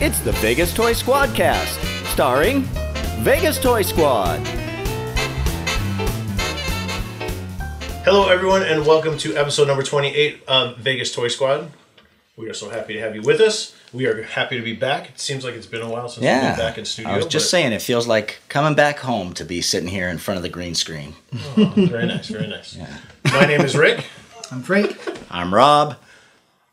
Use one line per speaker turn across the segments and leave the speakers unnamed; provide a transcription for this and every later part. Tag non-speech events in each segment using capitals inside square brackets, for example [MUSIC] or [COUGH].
It's the Vegas Toy Squad cast, starring Vegas Toy Squad.
Hello, everyone, and welcome to episode number 28 of Vegas Toy Squad. We are so happy to have you with us. We are happy to be back. It seems like it's been a while since we've
Yeah.
been back in studio.
I was just
but-
saying, it feels like coming back home to be sitting here in front of the green screen.
Very nice,
[LAUGHS]
very nice. My name is Rick.
I'm Frank.
I'm Rob,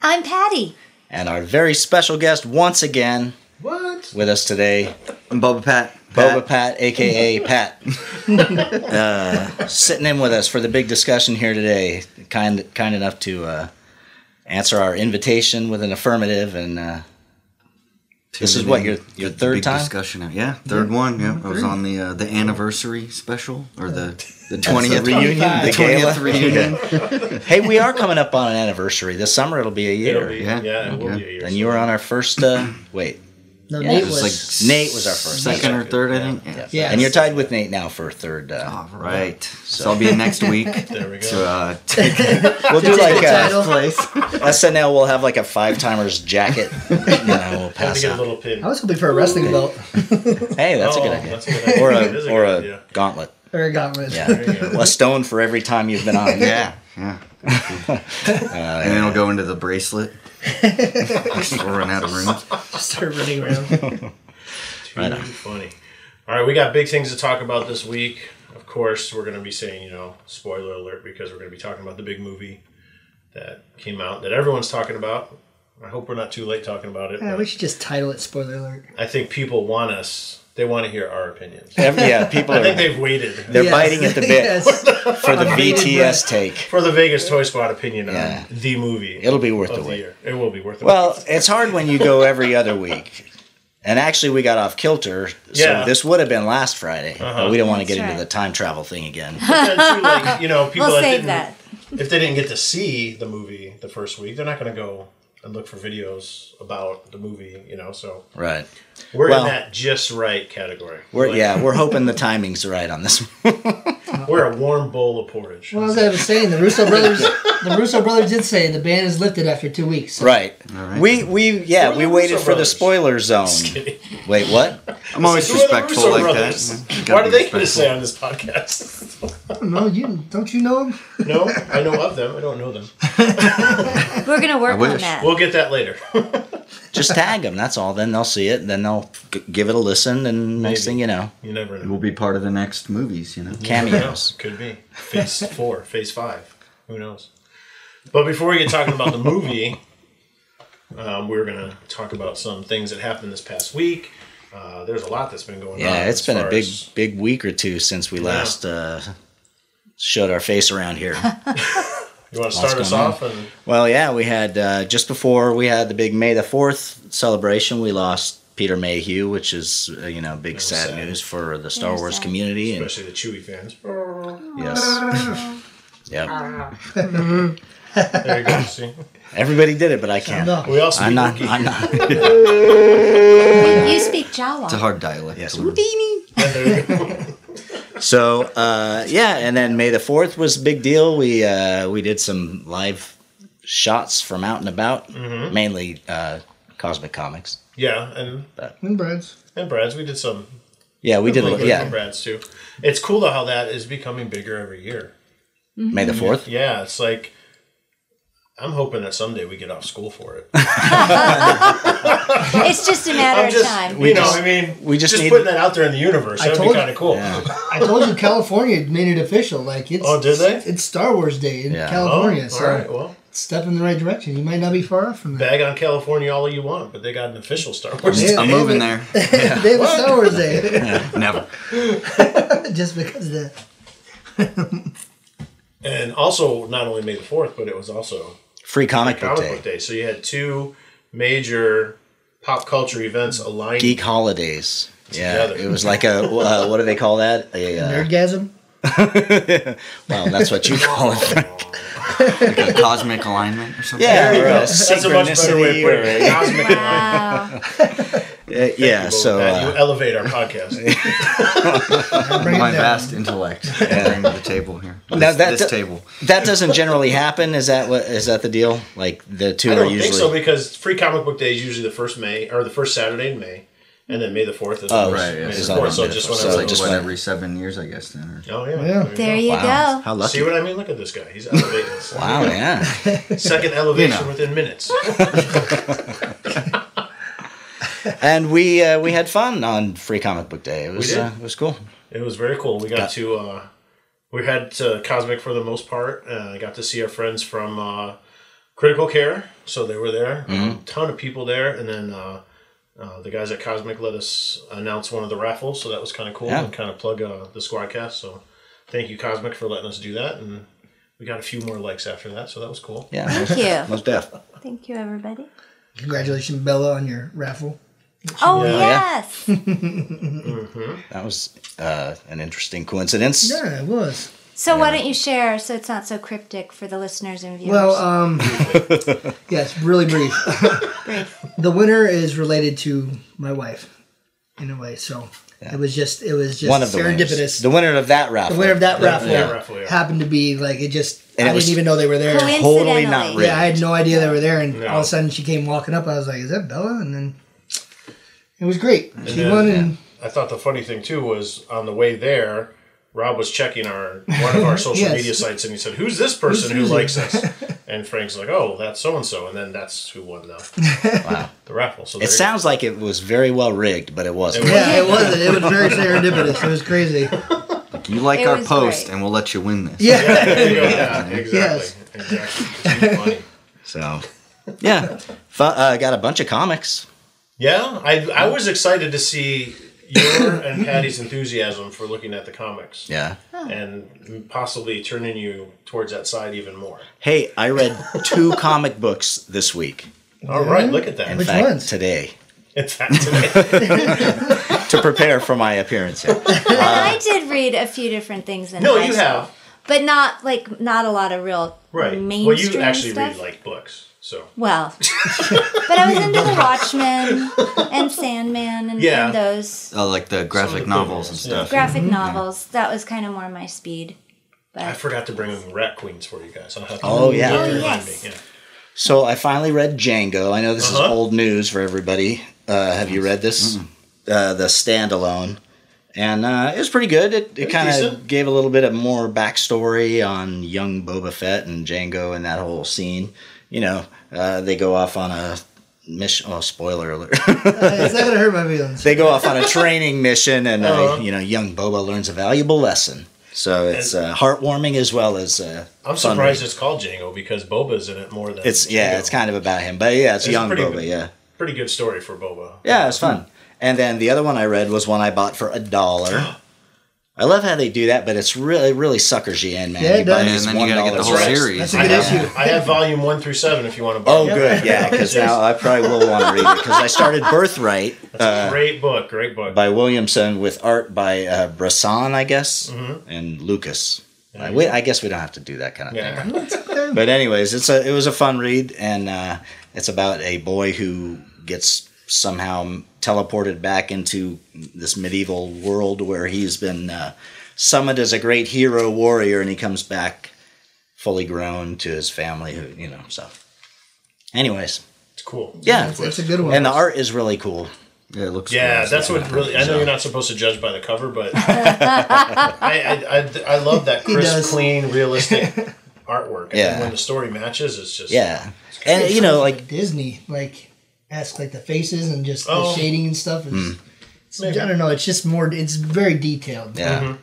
I'm Patty.
and our very special guest once again
What?
with us today,
I'm Boba Pat.
Boba Pat,
[LAUGHS]
aka Pat, uh, sitting in with us for the big discussion here today. Kind, kind enough to uh, answer our invitation with an affirmative, and uh, this is what your your third
Big
time.
discussion. Yeah, third one. Yeah, I was on the uh, the anniversary special or the the
the
twentieth
reunion, the
The twentieth
gala. [LAUGHS]
reunion.
hey, we are coming up on an anniversary. This summer it'll be a year.
It'll be, yeah,
Yeah.
it will
Okay.
be a year.
And you were on our first. Uh, [CLEARS THROAT] wait,
No,
Yeah,
Nate
it
It
was.
was like
Nate was our first.
second or
Yeah.
third, I think.
Yeah.
Yeah.
Yes.
And you're tied with Nate now for third. Uh,
All right. So, I'll be in next week
There we go.
to uh, take
we'll do like uh, a,
title.
place.
[LAUGHS] SNL. We'll have like a five timers jacket. and then we'll
Had to
pass
get a
out.
little pin.
I was hoping for a wrestling belt
Hey, that's a
Oh,
good idea.
that's a good idea.
Or
That is
a
a
or
good
a
idea.
gauntlet.
or a gauntlet. [LAUGHS]
Yeah. Well, a stone for every time you've been
[LAUGHS]
on.
Yeah. Yeah. and then I'll go into the bracelet. I still run out of room.
Just start
[LAUGHS]
running around.
Too funny. All right, we got big things to talk about this week. Of course, we're going to be saying, you know, spoiler alert because we're going to be talking about the big movie that came out that everyone's talking about. I hope we're not too late talking about it.
Yeah,
but
we should just title it "Spoiler Alert."
I think people want us. They want to hear our opinions.
Every- yeah. People
I
are
[LAUGHS] think they've waited
[LAUGHS] they're biting at the bit
[LAUGHS] yes.
for the
bated
BTS take.
for the Vegas Toy Squad opinion
Yeah.
on the movie.
It'll be worth
of
the wait.
year. It will be worth the
Well, it's hard when you go every other week. And actually, we got off kilter, so
Yeah. Uh-huh.
this would have been last Friday. But we don't want to get
That's
into
right.
the time travel thing
[LAUGHS]
again.
wait. And too, like, you know, people
We'll
that
save
didn't,
that.
if they didn't get to see the movie the first week, they're not going to go and look for videos about the movie. You know, so
Right.
we're
Well-
in that just right category.
We're,
Like,
yeah, we're hoping the timing's right on this.
[LAUGHS] we're a warm bowl of porridge.
Well, as I was saying, the Russo brothers, the Russo brothers did say the ban is lifted after two weeks. So
right. We we yeah
We're
we
the
waited
Russo
for the
brothers.
spoiler zone. Wait, what?
I'm always
Who are the
respectful
Russo
like
brothers?
that. You gotta
Why do
be
they get to
respectful.
say on this podcast? [LAUGHS]
I don't know you. Don't you know him?
no, I know of them. I don't know them.
We're gonna work on
wish.
that.
We'll get that later. [LAUGHS]
Just tag them. That's all. Then they'll see it. Then they'll g- give it a listen. And next thing you know,
you never know.
We'll be part of the next movies, you know.
Who knows?
cameos.
Could be. Phase [LAUGHS] four, phase five. Who knows? But before we get talking about the movie, um, we're going to talk about some things that happened this past week. Uh, there's a lot that's been going on.
Yeah, it's
as
been a
far
big
as-
big week or two since we last uh, showed our face around here.
You want to start us
going on.
off? And
well, yeah, we had uh, just before we had the big May the Fourth celebration. We lost Peter Mayhew, which is uh, you know big sad,
sad.
news for the Star
Very
Wars
sad.
community. And
especially the Chewy fans. Oh,
yes, [LAUGHS] yep,
There you go. See,
everybody did it, but I can't.
No.
we also
I'm not. I'm not.
you speak Jawa.
It's a hard dialect. Yes.
So uh, yeah, and then May the Fourth was a big deal. We uh, we did some live shots from out and about, mainly uh, Cosmic Comics.
yeah, and
And Brad's.
and Brad's. We did some.
Yeah, we did. a li-
really good
Yeah,
Brad's too. It's cool though how that is becoming bigger every year.
May the Fourth.
Yeah, it's like I'm hoping that someday we get off school for it.
It's just a matter
I'm
of
just, [LAUGHS]
time.
you know,
just-
I mean,
we just need-
putting that out there in the universe. That'd be
told you.
kind of cool. [LAUGHS]
I told you California made it official. Like it's.
Oh, did they?
It's Star Wars Day in
Yeah.
Oh,
California.
all
so
right. Well,
step in the right direction. You might not be far off from that.
bag on California all you want, but they got an official Star Wars.
Yeah.
I'm moving there.
[LAUGHS] they have a Star Wars Day [LAUGHS]
Never.
just because of that.
And also, not only May the Fourth, but it was also
Free Comic Book
Comic
Day.
Book Day. So you had two major pop culture events aligned.
Geek holidays. Yeah,
Together.
it was like a uh, what do they call that? A uh,
Nerdgasm.
well, that's what you call it.
Like a cosmic alignment or something.
yeah, or a
That's a much better way
synchronicity [LAUGHS]
of putting
or a-
it. Cosmic alignment.
wow.
Uh, yeah,
Both
so
that.
uh,
you elevate our
[LAUGHS]
podcast.
Bring it
My
down.
vast intellect I bring to the table here. This,
Now that
this
do-
table.
that doesn't generally happen. Is that what is that the deal? Like the two
I
are
don't
usually
think so because Free Comic Book Day is usually the first May or the first Saturday in May, and then May the fourth is
Oh,
the first-
right, yeah,
May
it's
the
on
fourth. So
May the
just
fourth.
whenever.
So
like
just
just one
went-
every seven years, I guess. Then. Or,
oh yeah,
Yeah.
There you
Wow.
go.
How
See
lucky!
what I mean? Look at this guy. He's elevating. us.
Wow,
[LAUGHS]
yeah.
Second elevation
You know.
within minutes.
and we uh, we had fun on Free Comic Book Day. It was
did.
Uh, it was cool.
It was very cool. We got to uh, we had to Cosmic for the most part. Uh, I got to see our friends from uh, Critical Care, so they were there. A ton of people there, and then uh, uh, the guys at Cosmic let us announce one of the raffles, so that was kind of cool
Yeah.
and kind of plug uh, the Squadcast. So thank you Cosmic for letting us do that, and we got a few more likes after that, so that was cool.
Yeah,
Thank you.
most deaf.
Thank you, everybody.
Congratulations, Bella, on your raffle.
Oh,
Yeah.
yes.
That was uh, an interesting coincidence.
Yeah, it was.
So why don't you share so it's not so cryptic for the listeners and viewers?
Well,
uh,
um, [LAUGHS] yes, really brief.
Brief.
the winner is related to my wife, in a way. So it was just it was just
One of the winners.
serendipitous.
The winner of that raffle.
The winner of that raffle
yeah, raffle, yeah.
happened to be like it just.
And
I
it was-
didn't even know they were there.
Coincidentally.
Totally not real.
Yeah, I had no idea they were there, and
No.
all of a sudden she came walking up. I was like, "Is that Bella?" And then it was great. she
then-
won, and
I thought the funny thing too was on the way there, Rob was checking our one of our social
Yes.
media sites, and he said, "Who's this person who
Who's
likes us?" And Frank's like, "Oh, that's so and so," and then that's who won the
Wow.
the raffle. So there
It
you go.
sounds like it was very well rigged, but it wasn't.
It was.
yeah, it wasn't. It was very serendipitous. It was
[LAUGHS]
crazy.
You like
It
our
was
post,
great.
and we'll let you win this.
Yeah. [LAUGHS]
There you go. Yeah, exactly.
Yes.
Exactly. It's funny.
So, yeah, Fu uh, got a bunch of comics.
Yeah, I I was excited to see your and Patty's enthusiasm for looking at the comics.
Yeah.
And possibly turning you towards that side even more.
Hey, I read two comic books this week.
All right, look at that.
In
Which
fact,
ones?
today
[LAUGHS] In fact, today.
to prepare for my appearance. here.
I did read a few different things in
No,
high
you
school,
have.
But not like not a lot of real
Right.
mainstream
Well, you actually
stuff.
read like books, so [LAUGHS]
Well, but I was into the Watchmen and Sandman and,
Yeah.
and those
Oh, like the graphic
the
novels and
big
stuff.
graphic novels. That was kind of more my speed.
I forgot to bring Rat Queens for you guys. I'll have to
Oh, yeah.
you'll have to
Oh,
remind
yes.
me. Yeah.
So I finally read Django. I know this
Uh-huh.
is old news for everybody. Uh, have you read this? Uh, the standalone, and uh, it was pretty good. It, it
was
kind of
decent.
gave a little bit of more backstory on young Boba Fett and Django and that whole scene. You know, uh, they go off on a mission. Oh, spoiler alert! [LAUGHS]
It's not gonna hurt my feelings.
they go off on a training mission, and uh,
Uh-huh.
you know, young Boba learns a valuable lesson. So it's uh, heartwarming as well as uh,
I'm
fun.
surprised it's called Django because Boba's in it more than
It's yeah, it's kind of about him, but yeah, it's,
It's
young
pretty
Boba.
good.
Yeah.
of pretty good story for Boba.
Yeah, it was fun. And then the other one I read was one I bought for a dollar. I love how they do that, but it's really really suckers you in, man.
Yeah, it
you buy
does.
And
these
then you gotta get
$1
the whole
books.
series.
That's a good
I
issue.
have, [LAUGHS] I have volume one through seven if you want to buy.
Oh,
it.
good, yeah,
[LAUGHS]
because now I probably will want to read it because I started Birthright uh,
great book, great book.
by Williamson with art by uh, Brisson, I guess,
Mm-hmm.
and Lucas. I, we, I guess we don't have to do that kind of thing.
yeah.
But anyways, it's a it was a fun read, and uh, it's about a boy who gets somehow teleported back into this medieval world where he's been uh, summoned as a great hero warrior, and he comes back fully grown to his family. Who you know, so. Anyways,
It's cool.
yeah,
That's a good one.
and the art is really cool.
Yeah, it looks.
Yeah,
cool.
that's what really. I know you're not supposed to judge by the cover,
[LAUGHS]
but I, I, I, I love that
does.
crisp,
[LAUGHS]
clean, realistic artwork. And
Yeah.
when the story matches, it's just
Yeah, and you know, like
Disney, like ask like the faces and just the
Oh.
shading and stuff. Is, it's- I don't know. It's just more. It's very detailed.
Yeah.
Mm-hmm.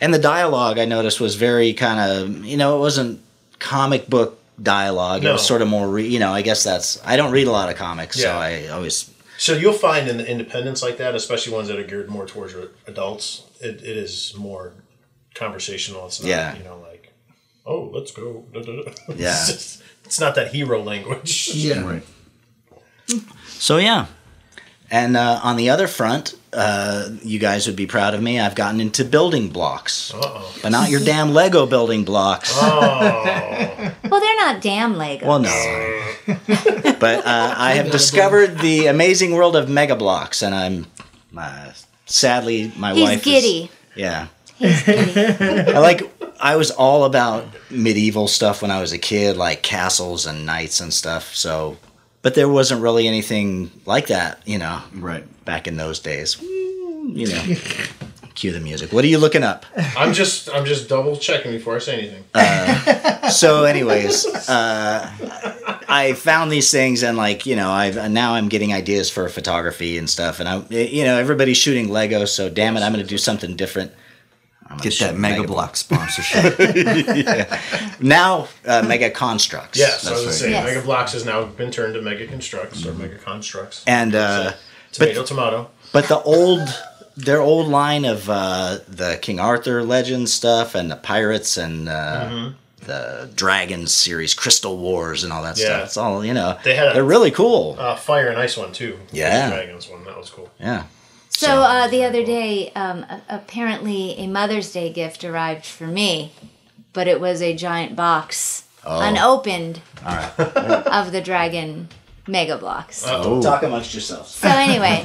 And the dialogue I noticed was very kind of, you know, it wasn't comic book dialogue. It was
No.
sort of more, re- you know, I guess that's, I don't read a lot of comics, so
Yeah.
I always,
So you'll find in the independents like that, especially ones that are geared more towards your adults, it, it is more conversational. It's not,
Yeah.
you know, like, oh, let's go. [LAUGHS] da, da, da." It's
Yeah.
just- it's not that hero language.
Yeah.
Right.
so yeah. And uh, on the other front, uh, you guys would be proud of me. I've gotten into building blocks,
Uh-oh.
but not your damn Lego building blocks.
Oh.
Well, they're not damn
[LAUGHS]
Legos.
Well, no. [LAUGHS] but
[LAUGHS]
uh, I have discovered the amazing world of Mega Blocks, and I'm uh, sadly my
He's
wife. Is,
giddy.
yeah. I like. I was all about medieval stuff when I was a kid, like castles and knights and stuff. So, but there wasn't really anything like that, you know,
Right.
back in those days. Mm, You know. Cue the music. What are you looking up?
I'm just I'm just double checking before I say anything.
so anyways uh, i found these things and like you know i've now i'm getting ideas for photography and stuff and i you know everybody's shooting lego so damn it i'm gonna do something different I'm gonna
Get
shoot
that Mega Block sponsorship.
now uh, mega constructs
Yeah, so I was
right.
saying
Yes.
Mega Blocks has now been turned to Mega Constructs or Mega Constructs.
Mm-hmm. and uh,
tomato, tomato.
but the old their old line of uh, the king arthur legend stuff and the pirates and uh,
Mm-hmm.
the dragons series crystal wars and all that
Yeah.
stuff it's all you know
They had a-
they're really cool
Uh, fire and ice one too.
Yeah.
The dragons one that was cool.
yeah
So uh, the other day, um, a- apparently a Mother's Day gift arrived for me, but it was a giant box,
Oh.
unopened, [LAUGHS] of the dragon mega blocks.
oh. talk amongst yourselves
So anyway,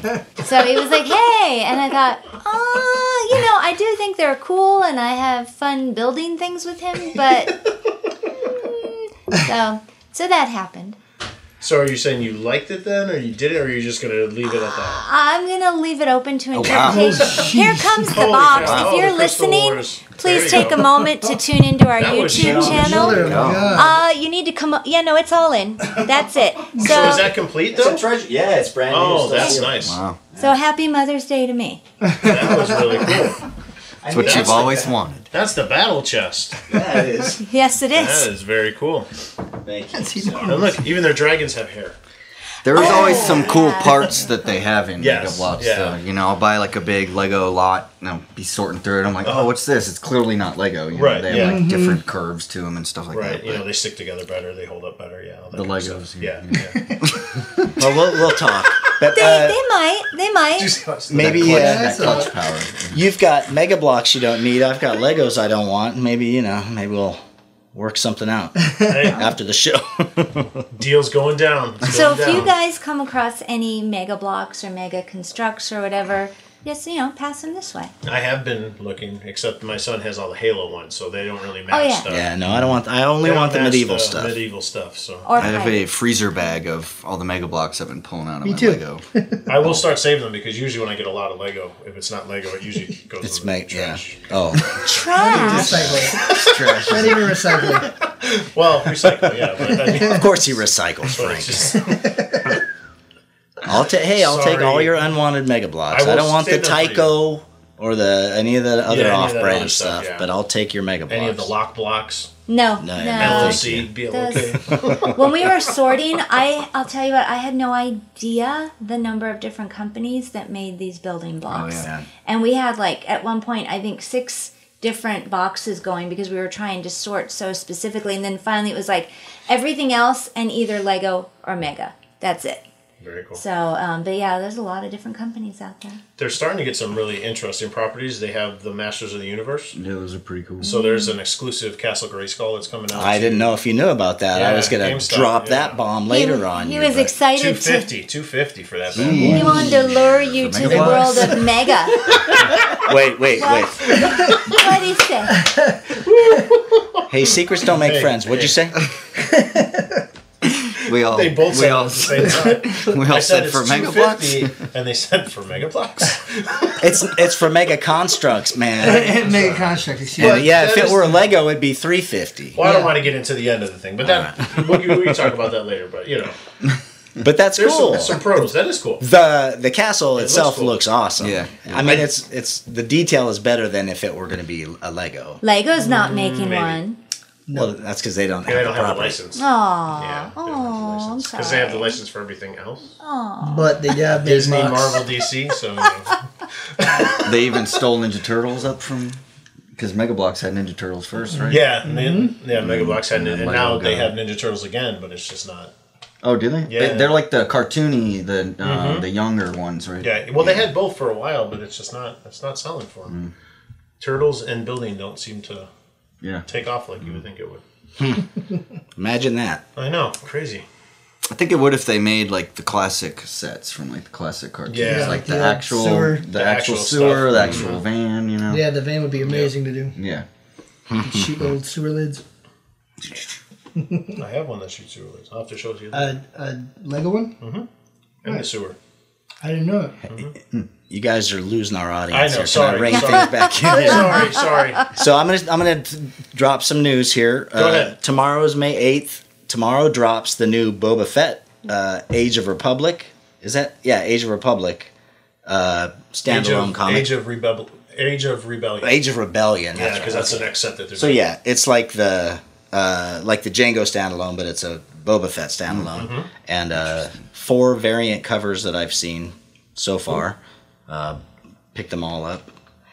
so he was like, "Hey," and I thought, "Oh, you know, I do think they're cool, and I have fun building things with him." But [LAUGHS] mm, so, so that happened.
So are you saying you liked it then, or you did it, or you're just gonna leave it at that?
I'm gonna leave it open
Oh,
to
wow.
interpretation.
Oh,
Here comes the
Holy
box.
cow.
If you're
The Crystal
listening,
Wars.
please
There you
take
go.
a moment to tune into our
[LAUGHS] That was
YouTube
huge.
channel.
Mother of God.
Uh, you need to come up. Yeah, no, it's all in. That's it.
[LAUGHS] So is
So,
that complete though?
treasure. Yeah, it's brand
Oh, that's nice.
wow.
so happy Mother's Day to me.
That was really cool.
That's what
That's
you've
like
always wanted.
That's the battle chest.
That is.
Yes, it
That
is.
is very cool.
Thank
[LAUGHS]
you.
And look, even their dragons have hair.
There is always some cool parts that they have in
Yes,
Mega Blocks.
yeah.
So, you know, I'll buy like a big Lego lot and I'll be sorting through it. I'm like, oh, what's this? It's clearly not Lego. You know,
Uh-huh. Right,
They
yeah.
have like different curves to them and stuff like
Right.
that.
You know,
but-
they stick together better. They hold up better. Yeah. all that
The
good stuff.
Legos,
Yeah.
yeah.
yeah.
Well, we'll, we'll talk. But
They,
uh,
they might. They might.
That
[LAUGHS] maybe
clutch-
uh,
that clutch power.
you've got mega blocks you don't need. I've got Legos I don't want. Maybe you know. Maybe we'll work something out
Hey,
after the show. [LAUGHS]
deal's going down. It's
So
going
if you
down.
guys come across any mega blocks or mega constructs or whatever, just you know, pass them this way.
I have been looking, except my son has all the Halo ones, so they don't really match.
yeah.
the-
yeah, no, I don't want. I only
they don't
want the
match
medieval stuff.
Medieval stuff. So
Or
I have
hide.
a freezer bag of all the Mega Blocks I've been pulling out of my
too.
Lego.
I will start saving them because usually when I get a lot of Lego, if it's not Lego, it usually goes.
it's
in the
make yeah.
trash.
Oh,
trash.
Recycle. it.
Trash.
Not
[LAUGHS]
even recycling.
Well, recycle. Yeah. But I mean,
of course he
[LAUGHS]
recycles,
but
Frank.
it's just-
I'll take. Hey, I'll take all
Sorry.
your unwanted mega blocks.
I
I,
will
don't want the
stand up for
Tyco or the any of the
any
other
of that other
off-brand stuff,
stuff, yeah.
but I'll take your mega blocks.
any of the lock blocks,
No,
No,
no.
no.
LLC, BLK.
Those- when we were sorting, I I'll tell you what, I had no idea the number of different companies that made these
Oh,
building blocks.
Oh, yeah.
And we had like at one point I think six different boxes going because we were trying to sort so specifically and then finally it was like everything else and either Lego or Mega. That's it.
Very cool.
So, um, but yeah, there's a lot of different companies out there.
They're starting to get some really interesting properties. They have the Masters of the Universe.
Yeah, those are pretty cool.
So there's an exclusive Castle Grayskull that's coming out.
I didn't know if you knew about that. I
Yeah,
was gonna
GameStop,
drop
yeah.
that bomb later
he,
on.
He
you,
was
but-
excited to.
250, 250 for that bad
He
boy.
wanted to lure you to the world of Mega.
Wait, wait, [LAUGHS] wait.
What did he say?
Hey, secrets don't make
Hey,
friends. What'd you say?
we all
They both
we
said it
all,
at the same time.
[LAUGHS] we
I said
all said,
it's
for Mega Blocks.
250, and they said for Mega Blocks.
It's it's for mega constructs, man.
Mega construct. Excuse
And
me.
yeah, if
that
it
is-
were a Lego, it'd be three fifty.
Well, I don't want to get into the end of the thing, but that we, can, we can talk about that later. But you know,
But that's
there's
cool.
some, some pros. That is cool.
the the castle itself looks,
cool.
awesome.
Yeah.
I mean it's it's the detail is better than if it were going to be a Lego.
Lego's not
Mm,
making one.
Well, that's because they don't
They
have
don't
the
have a
property.
license.
Aww.
Yeah, they don't have the
Aw, I'm
license
sorry.
because they have the license for everything else.
But they have made
Disney,
box.
Marvel, DC.
[LAUGHS]
So you know.
They even stole Ninja Turtles up from because Mega Blocks had Ninja Turtles first, right?
Mm-hmm.
yeah, and then yeah, Mega Blocks had, Nin- and
Lego
now they
got
have Ninja Turtles again, but it's just not.
Oh, do they?
Yeah. Mm-hmm.
They, are like the cartoony, the uh, the younger ones, right?
Yeah, well, they had both for a while, but it's just not it's not selling for them. Turtles and building don't seem to
Yeah.
take off like you would think it would.
Imagine that.
I know, crazy.
I think it would if they made like the classic sets from like the classic cartoons,
Yeah.
like
Yeah,
the actual,
sewer.
the,
The
actual
actual
sewer,
stuff. Mm-hmm.
the actual van, you know.
Yeah, the van would be amazing to
Yeah.
do. Shoot old sewer lids.
I have one that shoots sewer lids. I'll have to show it to you.
Uh,
A, a Lego one?
in the sewer.
I didn't know it.
You guys are losing our audience.
I know,
here. Can
sorry,
I rein
sorry.
things back in?
sorry,
[LAUGHS]
sorry.
So I'm gonna I'm gonna drop some news here. Go
ahead.
Tomorrow is May eighth. Tomorrow drops the new Boba Fett, uh, Age of Republic. Is that yeah? Age of Republic, uh,
Age
standalone
of,
comic.
Age of Rebel, Age of Rebellion.
Age of Rebellion.
yeah,
right.
because that's the next set that they're.
So yeah, it's like the uh, like the Django standalone, but it's a Boba Fett standalone,
Mm-hmm.
and uh, four variant covers that I've seen so far. Uh, pick them all up.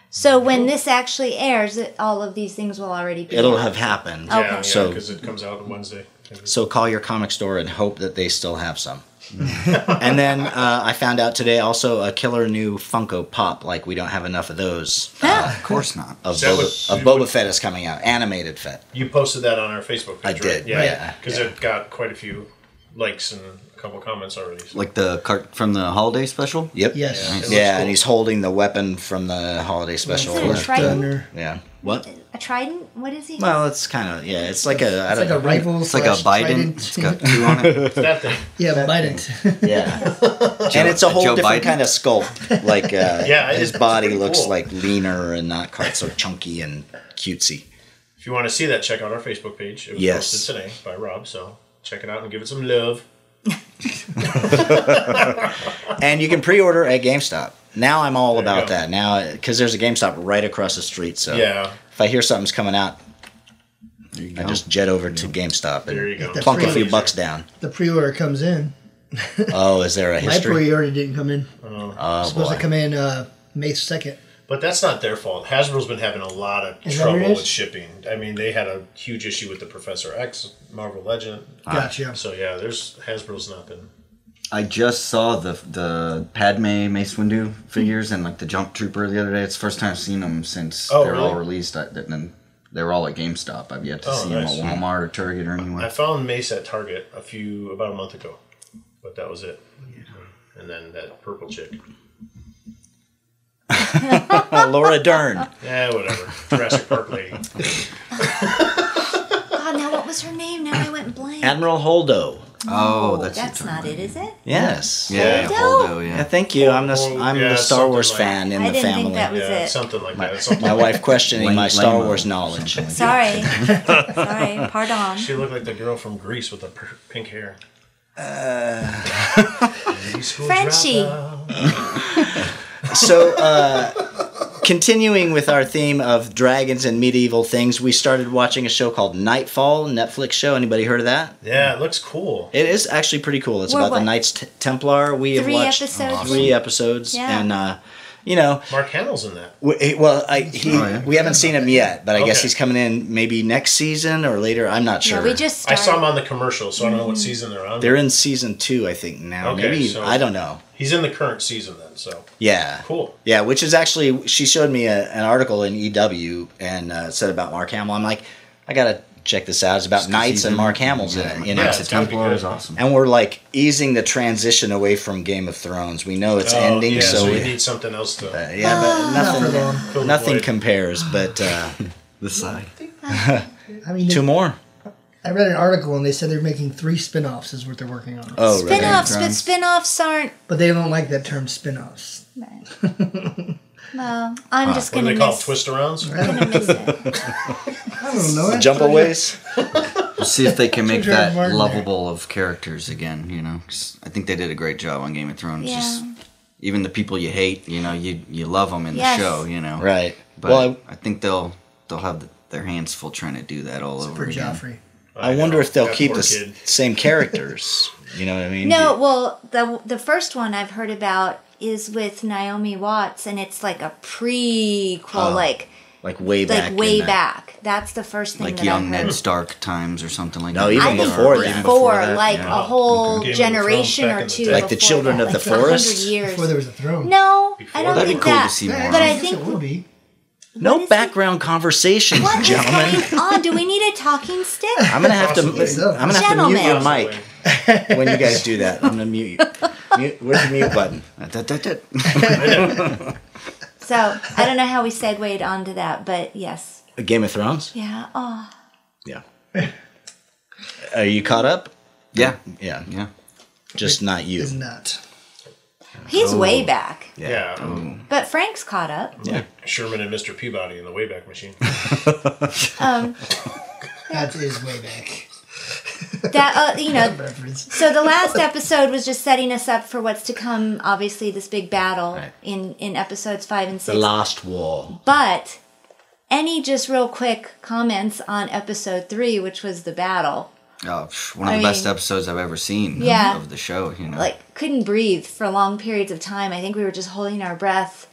So when this actually airs, it, all of these things will already be.
It'll
out.
have happened.
Okay.
Yeah, yeah,
So-
because it comes out on Wednesday.
So call your comic store and hope that they still have
[LAUGHS]
some. and then uh, I found out today also a killer new Funko Pop. Like we don't have enough of those. Uh,
[LAUGHS] Of course not.
of
that
Boba,
what-
of Boba Fett is coming out, animated Fett.
You posted that on our Facebook page.
I
right?
did,
Yeah,
yeah,
because
yeah.
it got quite a few likes and a couple comments already. So.
Like the cart from the holiday special.
Yep.
Yes.
it looks
Yeah,
cool.
and he's holding the weapon from the holiday special.
Is it a
left.
trident?
Thunder.
Yeah. What?
a trident. What is he?
Well, it's kind of yeah. It's like a. I
It's like a
don't
rival.
It's like a
slash
Biden.
trident.
It's [LAUGHS] got two
[LAUGHS]
on it.
that thing.
[LAUGHS] yeah, Biden. [LAUGHS]
know. Yeah. and it's a whole
Joe
different
Biden?
kind of sculpt. Like uh,
[LAUGHS] Yeah, it-
his
it's
body
pretty
looks
cool.
like leaner and not quite so chunky and cutesy.
If you want to see that, check out our Facebook page. It was
Yes.
posted today by Rob, so check it out and give it some love.
And you can pre-order at GameStop. Now I'm all
you
about
go.
that. Now because there's a GameStop right across the street. So
Yeah.
if I hear something's coming out,
There you
I
go.
just jet over to GameStop
There
and
you go.
Oh. Get that
plunk a
free
few
laser.
bucks down.
the pre-order comes in.
Oh, is there a
My
history?
pre-order didn't come in.
Oh
It's supposed
boy.
to come in uh, May second.
But that's not their fault. Hasbro's been having a lot of
Is that what it
trouble
is?
with shipping. I mean, they had a huge issue with the Professor X Marvel Legend.
Ah.
Gotcha.
So yeah, there's Hasbro's not been.
I just saw the the Padme Mace Windu figures and like the Jump Trooper the other day. It's the first time I've seen them since
Oh,
they're all
really?
released. I, then they were all at GameStop. I've yet to
Oh,
see
nice.
them at Walmart or Target or
I
anywhere.
found Mace at Target a few about a month ago, but that was it. And then that purple chick.
Oh, Laura Dern.
Yeah, whatever. Jurassic Park lady.
God, Oh, now what was her name? Now I went blank.
Admiral Holdo.
Oh,
that's
that's it.
not it, is it?
Yes.
Yeah,
Holdo.
Holdo.
Yeah,
Yeah.
thank you. I'm the
Oh,
I'm
yeah,
the Star
something
Wars
like-
fan in
I
the
didn't
family.
think that was
Yeah,
it.
something like that. Something
[LAUGHS] My wife questioning
Lame-
my Star
lame-o.
Wars
[LAUGHS]
knowledge. [LAUGHS]
Sorry, sorry, pardon.
She looked like the girl from Greece with the per- pink hair. [LAUGHS] Uh,
Frenchie.
So, uh, continuing with our theme of dragons and medieval things, we started watching a show called Nightfall, Netflix show. Anybody heard of that?
Yeah, it looks cool.
It is actually pretty cool. It's
We're
about the
what?
Knights T- Templar. We have
Three
watched
episodes
three episodes,
Yeah.
and uh, you know,
Mark Hamill's in that.
W- he- Well, I, he,
Oh, yeah.
we haven't seen him yet, but I guess
Okay.
he's coming in maybe next season or later. I'm not sure.
No, we just
I
started.
saw him on the commercial, so I don't know
Mm-hmm.
what season they're on.
They're in season two, I think now.
Okay,
maybe
so-
I don't know.
He's in the current season then, so
Yeah.
cool.
Yeah, which is actually she showed me a, an article in EW and uh, said about Mark Hamill. I'm like, I gotta check this out. It's about knights and Mark Hamill's in it. You know?
Yeah.
Knights of
it's gotta be
Templar
good.
is awesome.
And we're like easing the transition away from Game of Thrones. We know it's
Oh,
ending,
yeah,
so,
so you
we-
need something else to
uh, [LAUGHS] yeah,
Ah.
but nothing,
fill the
nothing
void. [SIGHS]
compares. But uh,
This side.
I mean,
two more.
I read an article and they said they're making three spin-offs is what they're working on.
Oh, right.
Spin-offs, but
Drums.
[LAUGHS]
spin-offs aren't.
But they don't like that term spin-offs.
Well, I'm just
Uh, What do
gonna
they call it,
miss.
twist arounds?
gonna miss it.
I don't know.
Jump aways.
We'll see if they can make
George R.
that
Martin there.
lovable of characters again. You know, 'Cause I think they did a great job on Game of Thrones.
Yeah.
Just even the people you hate, you know, you you love them in
Yes.
the show. You know,
Right.
But
well,
I, think they'll they'll have th- their hands full trying to do that all over
for
again.
Joffrey.
Oh,
I, I wonder if they'll
That
keep
poor
the s-
kid. [LAUGHS]
same characters. You know what I mean?
No, well, the the first one I've heard about is with Naomi Watts, and it's like a prequel, like
Ah. like way back.
like
in
way
that-
back. that's the first thing
like
that I
young
heard.
Ned Stark times or something like
No,
that.
even
I think
before
before,
that.
that,
like
yeah.
a
Game of
whole
the Thrones
generation
back
or
in the
two,
day.
Like the
before
Children
that,
of the
like a hundred
Forest?
years.
before there was a throne.
no, I
Before that?
don't
That'd be
think
cool
that.
to see
Yeah,
more.
But
of.
I
yes,
think
it would be.
No background conversation,
What is
gentlemen.
going on? Do we need a talking stick?
I'm gonna have to.
Possibly
so.
I'm gonna have to mute your
Gentlemen.
mic when you guys do that. I'm gonna mute [LAUGHS] you. Mute, where's the mute button?
Da- da- da-
So I don't know how we segued onto that, but yes,
Game of Thrones.
yeah. Oh,
Yeah. Are you caught up?
yeah,
Yeah.
yeah.
Just not you.
Is not.
he's way back,
Yeah.
Mm.
um,
but Frank's caught up.
Sherman and Mr. Peabody in the Wayback
[LAUGHS]
Machine.
Um,
That is way back.
that uh, you know.
Reference.
So the last episode was just setting us up for what's to come. Obviously, this big battle
Right.
in in episodes five and
The
six.
Lost Wall.
But any just real quick comments on episode three, which was the battle.
Oh, pff, one of
I
the best
mean-
episodes I've ever seen. of-
Yeah.
of the show. You know,
Like couldn't breathe for long periods of time. I think we were just holding our breath.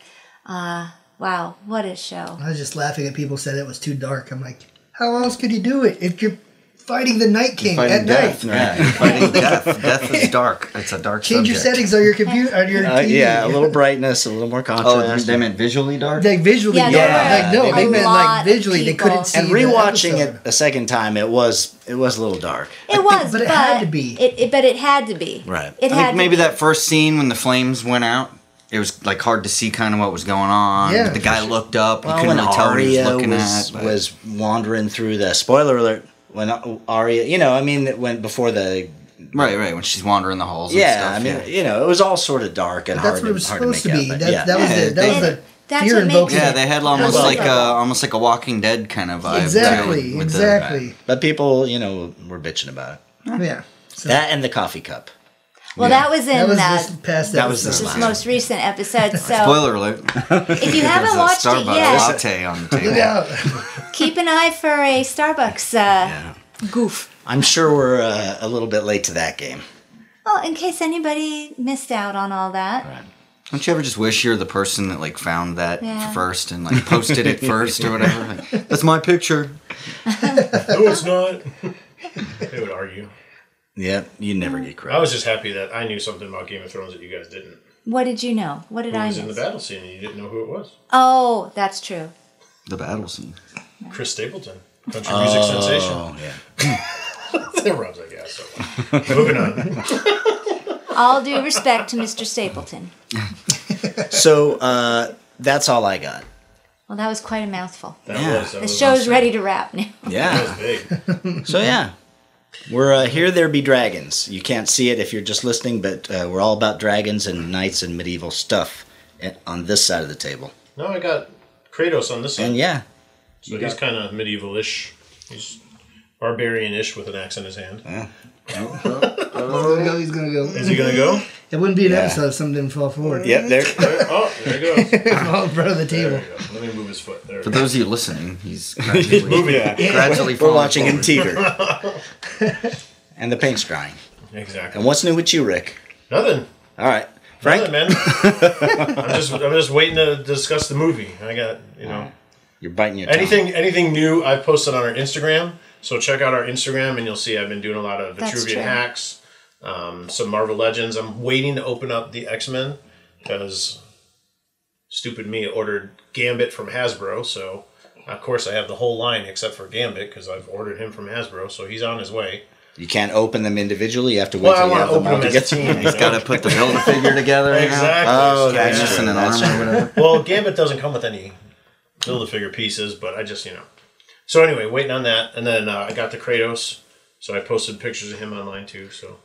Uh, wow, what a show!
I was just laughing at people said it was too dark. I'm like, how else could you do it if you're fighting the Night King at
fighting death.
night?
Yeah, you're fighting [LAUGHS] death. Death is dark. It's a dark.
Change your
subject.
settings on your computer. On your
Uh,
TV.
yeah, a little brightness, a little more
Oh,
contrast.
they meant visually dark.
Like visually,
Yeah,
yeah,
there
like no,
were
they
a
meant
lot
like
of
visually they
people.
couldn't see.
and
the
rewatching it
episode.
a second time, it was it was a little dark.
It was,
but it
but
had to be.
It, it- but it had to be.
Right.
It
I
had
think maybe
to be.
that first scene when the flames went out, it was like hard to see kind of what was going on.
Yeah,
the
for
guy looked up. you
Well,
couldn't
when
really tell what he was
Arya
looking
was,
at. but-
was wandering through the spoiler alert when Arya, you know, I mean, when before the
right, right. When she's wandering the halls.
yeah,
and
I
stuff,
mean, you know, it was all sort of dark and
That's
hard,
what it was
to, hard to make
supposed to be.
out. but
That,
yeah.
that was
Yeah,
the, that
they-
was the
That's
fear
what made
invoking.
it-
yeah, they had almost
Well,
like a,
yeah.
almost like a Walking Dead kind of vibe. to it
exactly,
with the-
exactly.
but people, you know, were bitching about it.
yeah, so
That and the coffee cup.
Well, that was in
that was
that.
this past.
That was
this
this last.
most recent episode, so
Spoiler alert.
if you
[LAUGHS] There's
haven't
a
watched it
Starbucks
yet,
latte on the
[LAUGHS] Look
table.
out.
keep an eye for a Starbucks uh, goof.
I'm sure we're uh, a little bit late to that game.
Well, in case anybody missed out on all that,
Don't you ever just wish you're the person that like found that
Yeah.
first and like posted it first or whatever? Like, That's my picture.
no, it's not. they would argue.
Yep, you never get
I
credit.
was just happy that I knew something about Game of Thrones that you guys didn't.
what did you know? What did
Who
I
was in the
miss?
battle scene and you didn't know who it was?
Oh, that's true.
The battle scene.
Chris Stapleton, country music sensation. [LAUGHS]
Oh yeah.
that rubs, I guess. So. Moving on.
All due respect to Mr. Stapleton.
So uh, that's all I got.
Well, that was quite a mouthful.
[LAUGHS]
That
Yeah.
was, that
The
was
show's ready to wrap now.
Yeah.
big.
So yeah, we're uh, here. There be dragons. You can't see it if you're just listening, but uh, we're all about dragons and knights and medieval stuff at- on this side of the table.
No, I got Kratos on this side.
And yeah,
so he's kind of medieval-ish. He's barbarian-ish with an axe in his hand.
He's gonna go. He's gonna go.
Is he gonna go?
It wouldn't be an
Yeah.
episode if something didn't fall forward.
yep. There.
Oh, there he
[LAUGHS]
goes. There
[LAUGHS] fall in front of the
he
table.
goes. Let me move his foot. There.
For those of you listening,
[LAUGHS]
he's gradually, gradually
We're
falling
watching him
forward.
[LAUGHS] teeter. [LAUGHS] and the paint's drying.
Exactly.
And what's new with you, Rick?
Nothing.
All right, Frank.
Nothing,
[LAUGHS]
man. I'm just I'm just waiting to discuss the movie. I got you know
You're biting your tongue.
anything anything new I've posted on our Instagram. So check out our Instagram and you'll see I've been doing a lot of
That's true.
Vitruvian hacks, um, some Marvel Legends. I'm waiting to open up the X Men because stupid me ordered Gambit from Hasbro. So of course I have the whole line except for Gambit because I've ordered him from Hasbro. So he's on his way.
You can't open them individually. You have to wait
Well, I
till you
want
have
to
them
open
all
him as a
together.
team. you
He's
know?
got to put the build a figure together. you know?
Exactly.
Oh,
So
that's
it's-
Missing an
That's
arm or whatever.
Well, Gambit doesn't come with any build a figure pieces, but I just, you know. So anyway, waiting on that. And then uh, I got the Kratos. So I posted pictures of him online too. So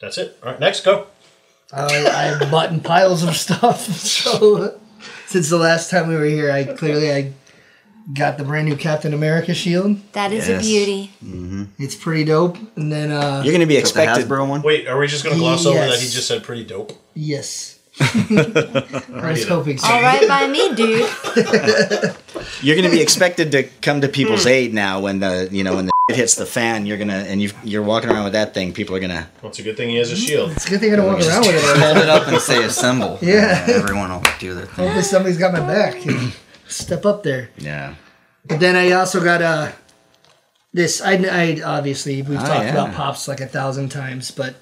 that's it. All right, next, go.
I, I bought in piles of stuff. [LAUGHS] So since the last time we were here, I clearly I got the brand new Captain America shield.
That is
Yes.
a beauty.
It's pretty dope. And then uh
You're going to be
The
expected.
Hasbro one.
Wait, are we just going to gloss over that
Yes.
he just said pretty dope?
yes. I was hoping so.
All right by me, dude.
[LAUGHS] You're going to be expected to come to people's aid now when the you know when the shit hits the fan. You're gonna and you you're walking around with that thing. People are gonna
Well, it's a good thing he has a shield.
It's a good thing I don't walk around with it.
Hold it up and say assemble.
[LAUGHS] Yeah.
And everyone will do their thing.
Hopefully somebody's got my back. and Step up there.
yeah.
But then I also got uh, this. I, I obviously we've talked
yeah.
about pops like a thousand times, but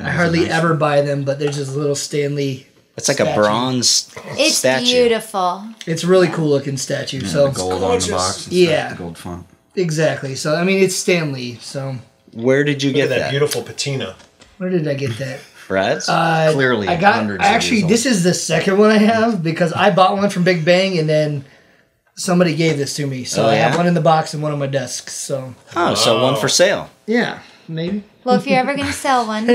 I hardly ever buy them. But there's this little Stanley.
It's like a
Statue.
bronze
It's
statue.
beautiful.
It's really cool looking statue. so
gold on the box. And
Yeah.
Stuff, the gold font.
exactly. So I mean, it's Stanley. So
Where did you
Look at
get
that
that?
beautiful patina.
where did I get that?
Brad's?
Uh,
Clearly
I got
hundreds of
actually.
years
This is the second one I have because I bought one from Big Bang and then somebody gave this to me. So
Oh,
I have
yeah?
one in the box and one on my desk. So
oh, so one for sale.
yeah, maybe.
Well, if you're ever going to
[LAUGHS]
sell one,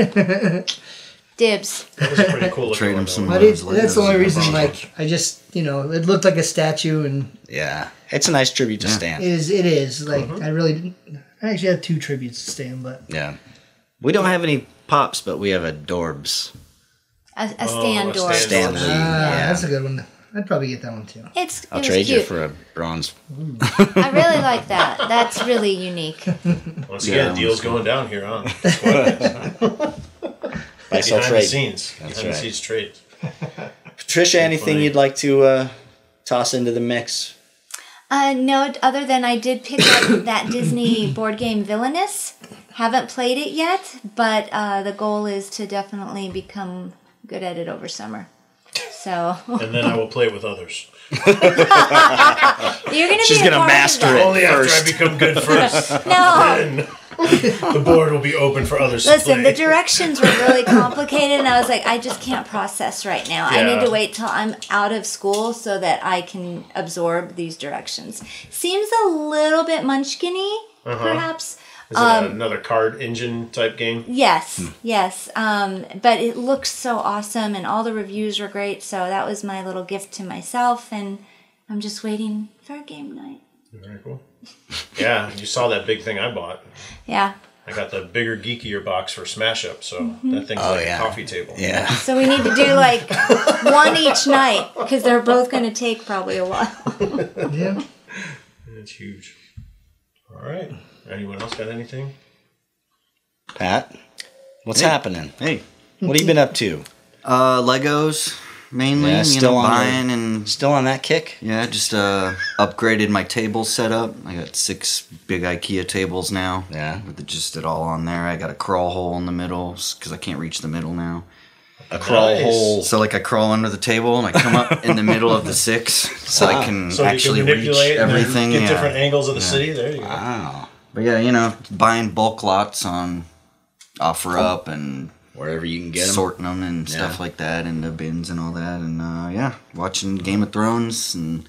dibs.
That was a pretty cool looking
Trade
one.
him
though.
some.
But
of those
it, that's the
Legos
only
in a
reason.
bottle.
Like I just you know it looked like a statue and
Yeah. It's a nice tribute to Stan.
it is it is like
Uh-huh.
I really didn't. I actually have two tributes to Stan, but uh,
Yeah. We don't have any pops, but we have adorbs.
A, Oh, a
a
stand door.
stand
Stanley.
ah,
yeah.
that's a good one. I'd probably get that one too.
It's it
I'll
was
trade
cute.
you for a bronze.
I really like that. That's really unique.
Once
Yeah,
again,
that
deals
one's
going down here
[LAUGHS]
on this podcast.
Buy, sell,
behind the
trade.
scenes. behind
right.
the scenes trade.
Patricia, anything
funny.
you'd like to uh, toss into the mix?
Uh, no, other than I did pick up [COUGHS] that Disney board game Villainous. Haven't played it yet, but uh, the goal is to definitely become good at it over summer. So [LAUGHS]
And then I will play with others.
you're gonna
She's
be a
gonna
part of
master
[LAUGHS]
that.
Only
First.
after I become good
[LAUGHS]
first.
No,
then [LAUGHS] the board will be open for others
listen,
to
the
play.
directions were really complicated, and I was like, I just can't process right now. I need
Yeah.
to wait till I'm out of school so that I can absorb these directions. Seems a little bit munchkiny,
Uh-huh.
perhaps.
Is it another card engine type game?
Hmm.
Yes, yes. Um, but it looks so awesome, and all the reviews were great. So that was my little gift to myself, and I'm just waiting for a game night.
Very cool. Yeah, you saw that big thing I bought.
Yeah.
I got the bigger, geekier box for Smash Up, so
Mm-hmm.
that thing's
Oh,
like
yeah.
a coffee table.
Yeah.
So we need to do
[LAUGHS]
like one each night because they're both going to take probably a while.
Yeah,
It's huge. All right. Anyone else got anything?
Mm,
Pat, what's happening?
Hey,
What have you been up to?
uh, Legos mainly.
Yeah,
you
still
know,
on the-
buying and
Still on that kick?
yeah, just uh, upgraded my table setup. I got six big IKEA tables now.
Yeah.
with the, just it all on there. I got a crawl hole in the middle because I can't reach the middle now.
A crawl
Nice.
hole.
So like I crawl under the table and I come up in the middle
[LAUGHS]
of the six, so
Ah.
I can
So
actually
you can
reach
manipulate and
everything.
get
yeah.
different angles of the city. There you go.
Wow.
But yeah, you know, buying bulk lots on offer up and
Wherever you can Oh. get them.
sorting them and stuff like that and the bins and all that and uh, yeah watching game of thrones and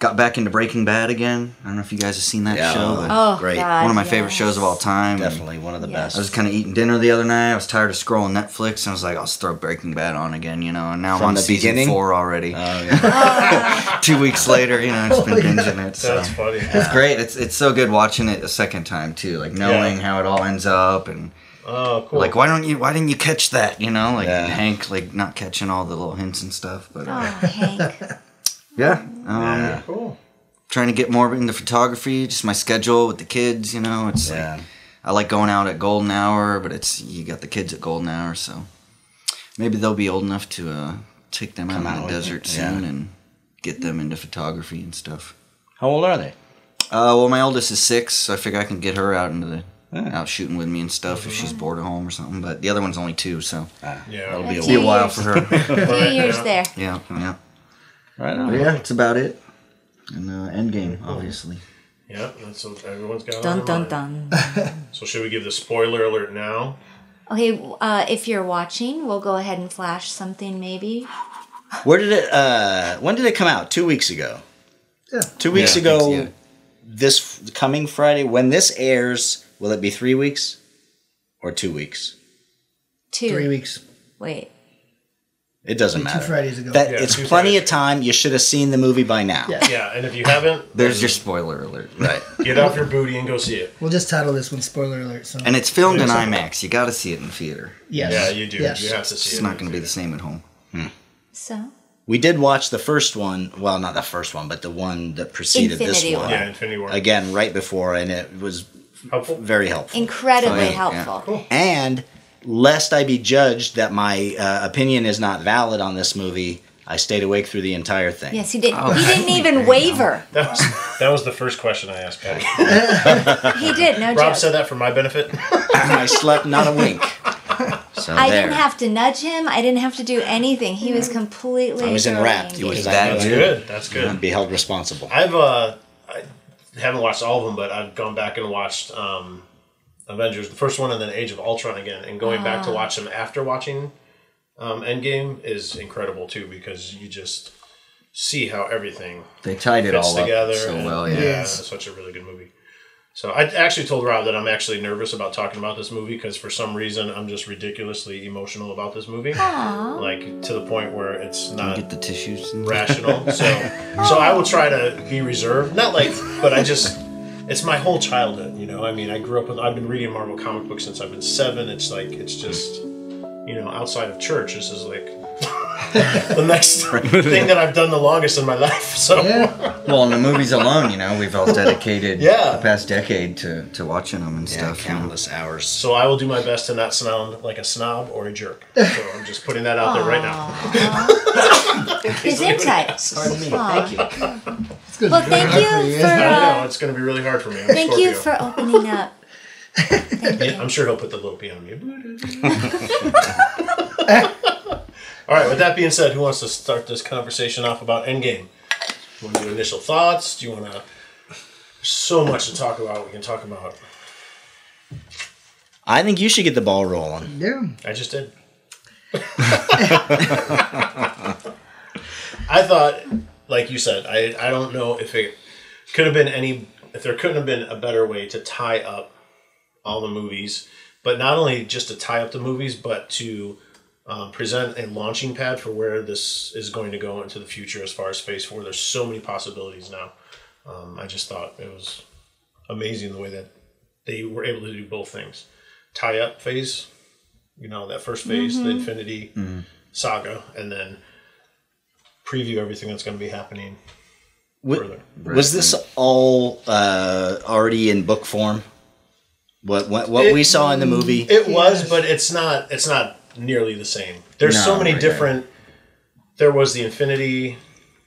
got back into breaking bad again i don't know if you guys have seen that
Yeah.
show but
Oh,
Great.
God,
one of my
yes.
favorite shows of all time And
Definitely one of the
Yeah.
best.
i was kind of eating dinner the other night i was tired of scrolling netflix and i was like i'll just throw breaking bad on again you know and now
From
i'm on
the
season
beginning? [LAUGHS]
four already
oh, yeah.
two weeks later you
[LAUGHS]
know
Oh
i've just been binging it so
That's
[LAUGHS]
funny.
it's great it's, it's so good watching it a second time too like knowing how it all ends up and
Oh, cool.
like why don't you why didn't you catch that you know like
Yeah.
hank like not catching all the little hints and stuff but
Oh,
uh,
Hank.
yeah um,
Yeah.
cool.
trying to get more into photography just my schedule with the kids you know it's
Yeah.
like i like going out at golden hour but it's you got the kids at golden hour so maybe they'll be old enough to uh, take them out,
Come
in
out
the
with
desert
it, yeah.
soon and get them into photography and stuff
How old are they?
uh, well my oldest is six so i figure i can get her out into the uh, out shooting with me and stuff if she's bored at home or something but the other one's only two so
Yeah.
That'll be a
That's
be a
Two
while
years.
for
[LAUGHS]
her
Two years there.
Yeah, yeah.
Right
But
on.
yeah, that's about it. And uh, Endgame, obviously.
Yeah, that's what everyone's got.
Dun
Dun,
dun dun.
So should we give the spoiler alert now?
[LAUGHS] Okay, uh, if you're watching, we'll go ahead and flash something maybe.
Where did it, uh, when did it come out? Two weeks ago.
Yeah.
Two weeks
Yeah, I
ago,
think so, yeah.
this f- coming Friday, when this airs, will it be three weeks or two weeks?
Two.
three weeks.
Wait.
It doesn't matter.
Fridays ago.
That
Yeah,
it's
two
plenty
Fridays
of time. You should have seen the movie by now.
Yeah.
Yeah, and if you haven't,
There's your spoiler alert.
Right.
get off your booty and go see it.
We'll just title this one "Spoiler Alert." So
And it's filmed in IMAX. You got to see it in theater.
yes,
Yeah, you do.
Yes.
You have to see
It's
it.
not going to be the same at home.
So
We did watch the first one. Well, not the first one, but the one that preceded
Infinity
this one.
War.
Yeah, Infinity War.
Again, right before, and it was
Helpful.
very helpful.
incredibly
Oh, yeah, yeah.
helpful.
and lest I be judged that my uh, opinion is not valid on this movie, I stayed awake through the entire thing.
Oh, [LAUGHS]
Yes, he did. he didn't even waver.
That was [LAUGHS] That was the first question I asked Patty.
He did, no
Rob
joke.
said that for my
[LAUGHS]
benefit.
I slept not a wink. So
I
there.
didn't have to nudge him. I didn't have to do anything. He was completely.
I was
totally
enwrapped. He
engaged.
was
That's
that
good. That's good.
and be held responsible.
I've uh, I haven't watched all of them, but I've gone back and watched um, Avengers, the first one, and then Age of Ultron again, and going back to watch them after watching um, Endgame is incredible too because you just see how everything
They tied it
fits
all
together
up so
and-
well. Yeah.
Yes.
it's such a really good movie. So I actually told Rob that I'm actually nervous about talking about this movie because for some reason I'm just ridiculously emotional about this movie, like to the point where it's not
Get the tissues. And
rational. So, so I will try to be reserved. Not like, but I just, it's my whole childhood. You know, I mean, I grew up with. I've been reading Marvel comic books since I've been seven. It's like, it's just, you know, outside of church, this is like [LAUGHS] the next thing that I've done the longest in my life. So,
Yeah.
well, in the movies alone, you know, we've all dedicated
Yeah.
the past decade to, to watching them and
Yeah,
stuff. you know.
countless hours.
so I will do my best to not sound like a snob or a jerk. So I'm just putting that out there right now. [LAUGHS]
His insights. Aw.
It's good.
Well, thank you for
I know
uh,
it's going to be really hard for me. I'm a
thank you for opening up.
Yeah, I'm sure he'll put the little P on me. All right. With that being said, who wants to start this conversation off about Endgame? Want to do initial thoughts? Do you want to? So much to talk about. We can talk about.
I think you should get the ball rolling.
Yeah.
I just did. I thought, like you said, I I don't know if it could have been any if there couldn't have been a better way to tie up all the movies, but not only just to tie up the movies, but to um, present a launching pad for where this is going to go into the future as far as Phase Four. There's so many possibilities now. Um, I just thought it was amazing the way that they were able to do both things: tie up Phase you know that first phase the infinity saga and then preview everything that's going to be happening
W-
further
was this all uh, already in book form? What what, what we saw in the movie?
it was but it's not it's not nearly the same there's so
No,
many
right,
different there was the infinity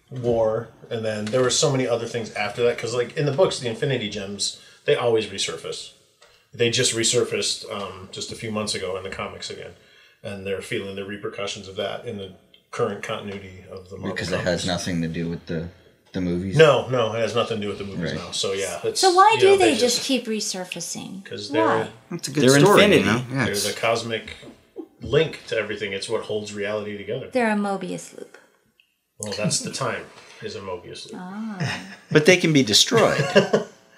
war and then there were so many other things after that because like in the books the infinity gems they always resurface they just resurfaced um, just a few months ago in the comics again and they're feeling the repercussions of that in the current continuity of the Marvel
because it
comics.
has nothing to do with the the movies.
No, no, it has nothing to do with the movies
Right.
now. So yeah. It's, [LAUGHS]
So why do they just keep resurfacing?
Because
Why?
they're
That's a good
They're
story.
infinity.
You know? yeah,
there's a
it's-
cosmic link to everything. It's what holds reality together.
They're a Mobius loop.
Well, that's the time is a Mobius
Uh.
loop,
But they can be destroyed.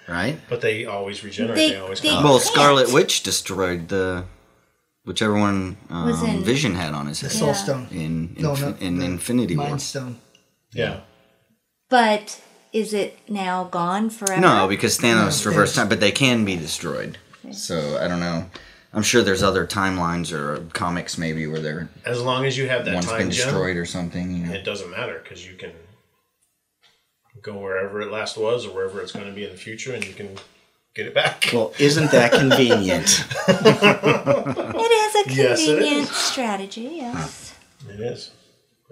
right.
but they always regenerate. They,
They-
always
they-
come.
Well,
Can't.
Scarlet Witch destroyed the whichever one
Was
um,
in-
Vision had on his head
Soul Stone.
in
No, no,
infi- in
the
Infinity War.
Mind Stone.
Yeah.
But is it now gone forever?
No, because Thanos reversed time, but they can be destroyed. So I don't know. I'm sure there's other timelines or comics maybe where they're
As long as you have that
one's
time
been
gem,
destroyed or something. You know.
it doesn't matter because you can go wherever it last was or wherever it's going to be in the future, and you can get it back.
well, isn't that
[LAUGHS]
convenient?
It is a
Yes, it is.
convenient strategy. Yes.
it is.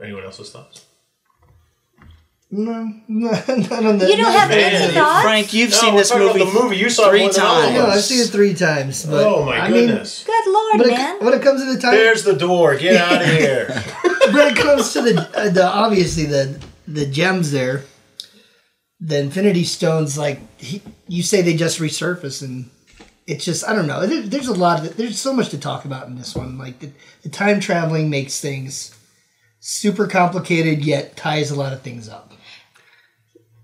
Anyone else's thoughts?
No, no, not on that.
You don't have
Man,
any
you
thoughts.
Frank, you've
No,
seen
we're
this
talking about
movie,
the movie. You saw it
three
more than I
times.
did.
No, I've seen it three times. But
oh my
I mean,
goodness!
Good lord,
when,
man.
it, when it comes to the time,
There's the door. Get out
[LAUGHS]
of here.
when it comes to the, uh, the obviously the the gems there, the Infinity Stones, like he, you say, they just resurface, and it's just I don't know. There, there's a lot of there's so much to talk about in this one. Like the, the time traveling makes things super complicated, yet ties a lot of things up.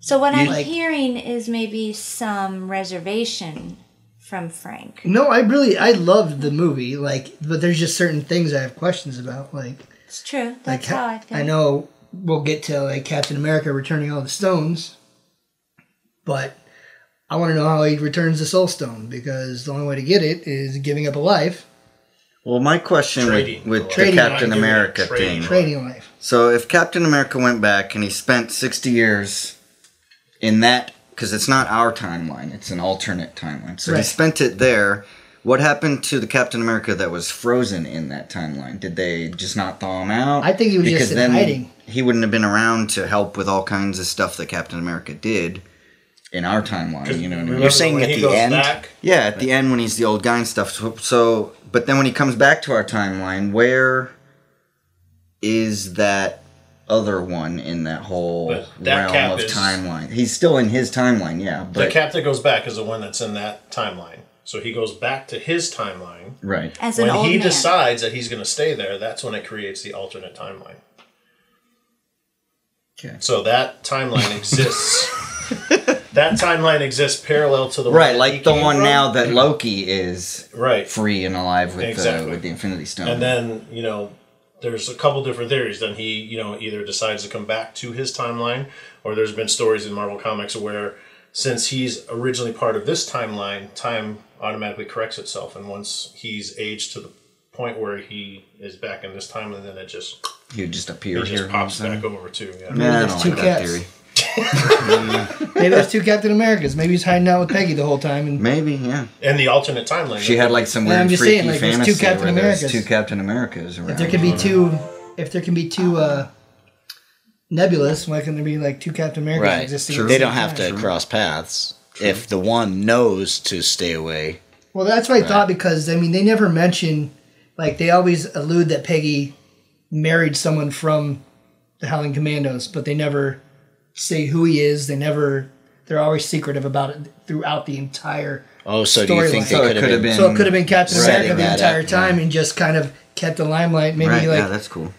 So what I'm
like-
hearing is maybe some reservation from Frank.
No, I really I loved the movie, like, but there's just certain things I have questions about, like.
It's true.
Like,
That's how I feel.
I know we'll get to like Captain America returning all the stones, but I want to know how he returns the Soul Stone because the only way to get it is giving up a life,
Well, my question
Trading.
with, with the
Trading.
Captain
Trading.
America
Trading.
thing.
trading a life.
So if Captain America went back and he spent 60 years in that, because it's not our timeline, it's an alternate timeline. So he
Right.
spent it there. What happened to the Captain America that was frozen in that timeline? Did they just not thaw him out?
I think he was just in hiding.
He wouldn't have been around to help with all kinds of stuff that Captain America did. in our timeline. You know what I mean?
Remember
saying
when
at
he
the
goes
end?
back?
Yeah, at the end when he's the old guy and stuff. So, so, but then when he comes back to our timeline, where is that other one in that whole
But that
realm
cap
of
is-
timeline? He's still in his timeline, yeah.
the
But
cap that goes back is the one that's in that timeline. So he goes back to his timeline.
right,
As an
When
old
he
man.
decides that he's going to stay there, that's when it creates the alternate timeline.
Okay.
So that timeline
[LAUGHS]
exists. that timeline exists parallel to the one
right,
that he
like the
came
one
from. [CLEARS THROAT]
now that Loki is
Right.
free and alive with
Exactly.
the with the Infinity Stone.
And then, you know, there's a couple different theories. Then he, you know, either decides to come back to his timeline, or there's been stories in Marvel Comics where since he's originally part of this timeline, time automatically corrects itself. And once he's aged to the point where he is back in this timeline, then it just,
he would just appear
it
here.
just pops back over to yeah.
Nah, I
There's
don't
two
like that
cats.
theory.
Maybe there's two Captain Americas. Maybe he's hiding out with Peggy the whole time. And
Maybe, yeah.
And the alternate timeline.
She had like some
Yeah, I'm
weird
just
freaky
saying, like, there's two
fantasy
Captain
where there's
Americas.
two Captain Americas around.
if there can be two, if there can be two uh, Nebulas, why can there be like two Captain
[LAUGHS]
Americas
Right.
existing? at the
They
same
don't have
time?
to cross paths if the one knows to stay away.
Well, that's what I thought because I mean they never mention like they always allude that Peggy married someone from the Howling Commandos, but they never say who he is. They never they're always secretive about it throughout the entire.
Oh, so do you
Storyline.
think
So
they could
it could've
have been?
been-
So it could have been Captain
Setting
America the
that
entire
up,
time and just kind of kept the limelight. Maybe
Right, yeah,
like
that's cool.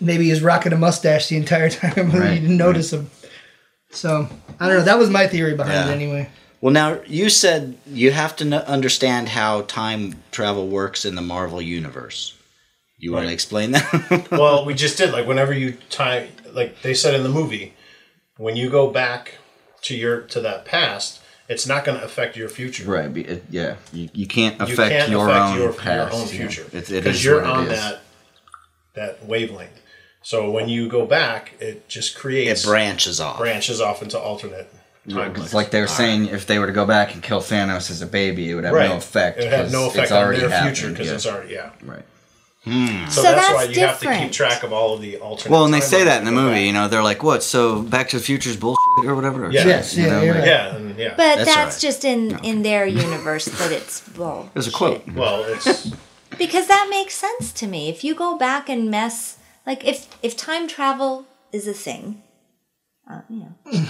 maybe he's rocking a mustache the entire [LAUGHS] time and
Right,
you didn't notice him. So I don't know. That was my theory behind
Yeah.
it anyway.
Well, now you said you have to kn- understand how time travel works in the Marvel universe. You want to explain that? [LAUGHS]
well, we just did. Like whenever you time, like they said in the movie, when you go back to your to that past, it's not going to affect your future.
Right. be- It, yeah. You, you can't
You
affect
can't
your
affect
own
your,
past.
your own
yeah.
future
It, it
because
is
you're
what it
on
is.
that that wavelength. So when you go back, it just
it
creates
branches off.
branches off into alternate timelines.
It's like they were saying if they were to go back and kill Thanos as a baby, it would have
right.
no effect.
It would have
'cause
no effect
it's
on
already
their
happened,
future because
yeah.
it's already yeah. Hmm.
right.
So,
So
that's,
that's
why you have to keep
different.
track of all of the alternate.
Well, and they say
timelines
that in the
go
movie.
back.
You know, they're like, "What? So Back to the Future's bullshit or whatever." Or
Yeah.
something,
Yes,
you
yeah,
know,
you're
like-
right.
Yeah, and yeah.
But
That's
that's,
right.
just in in their universe that
[LAUGHS]
it's bull.
There's a quote.
well, it's
Because that makes sense to me. If you go back and mess, like if if time travel is a thing, uh, you know,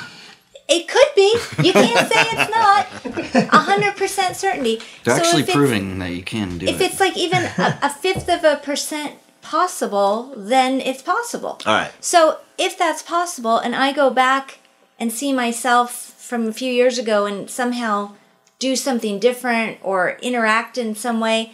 it could be. You can't say it's
[LAUGHS]
not. A hundred percent certainty.
They're
So
actually
if it's-
proving that you can do
If
it.
it's like even a, a fifth of a percent possible, then it's possible.
All right.
So if that's possible, and I go back and see myself from a few years ago and somehow do something different or interact in some way,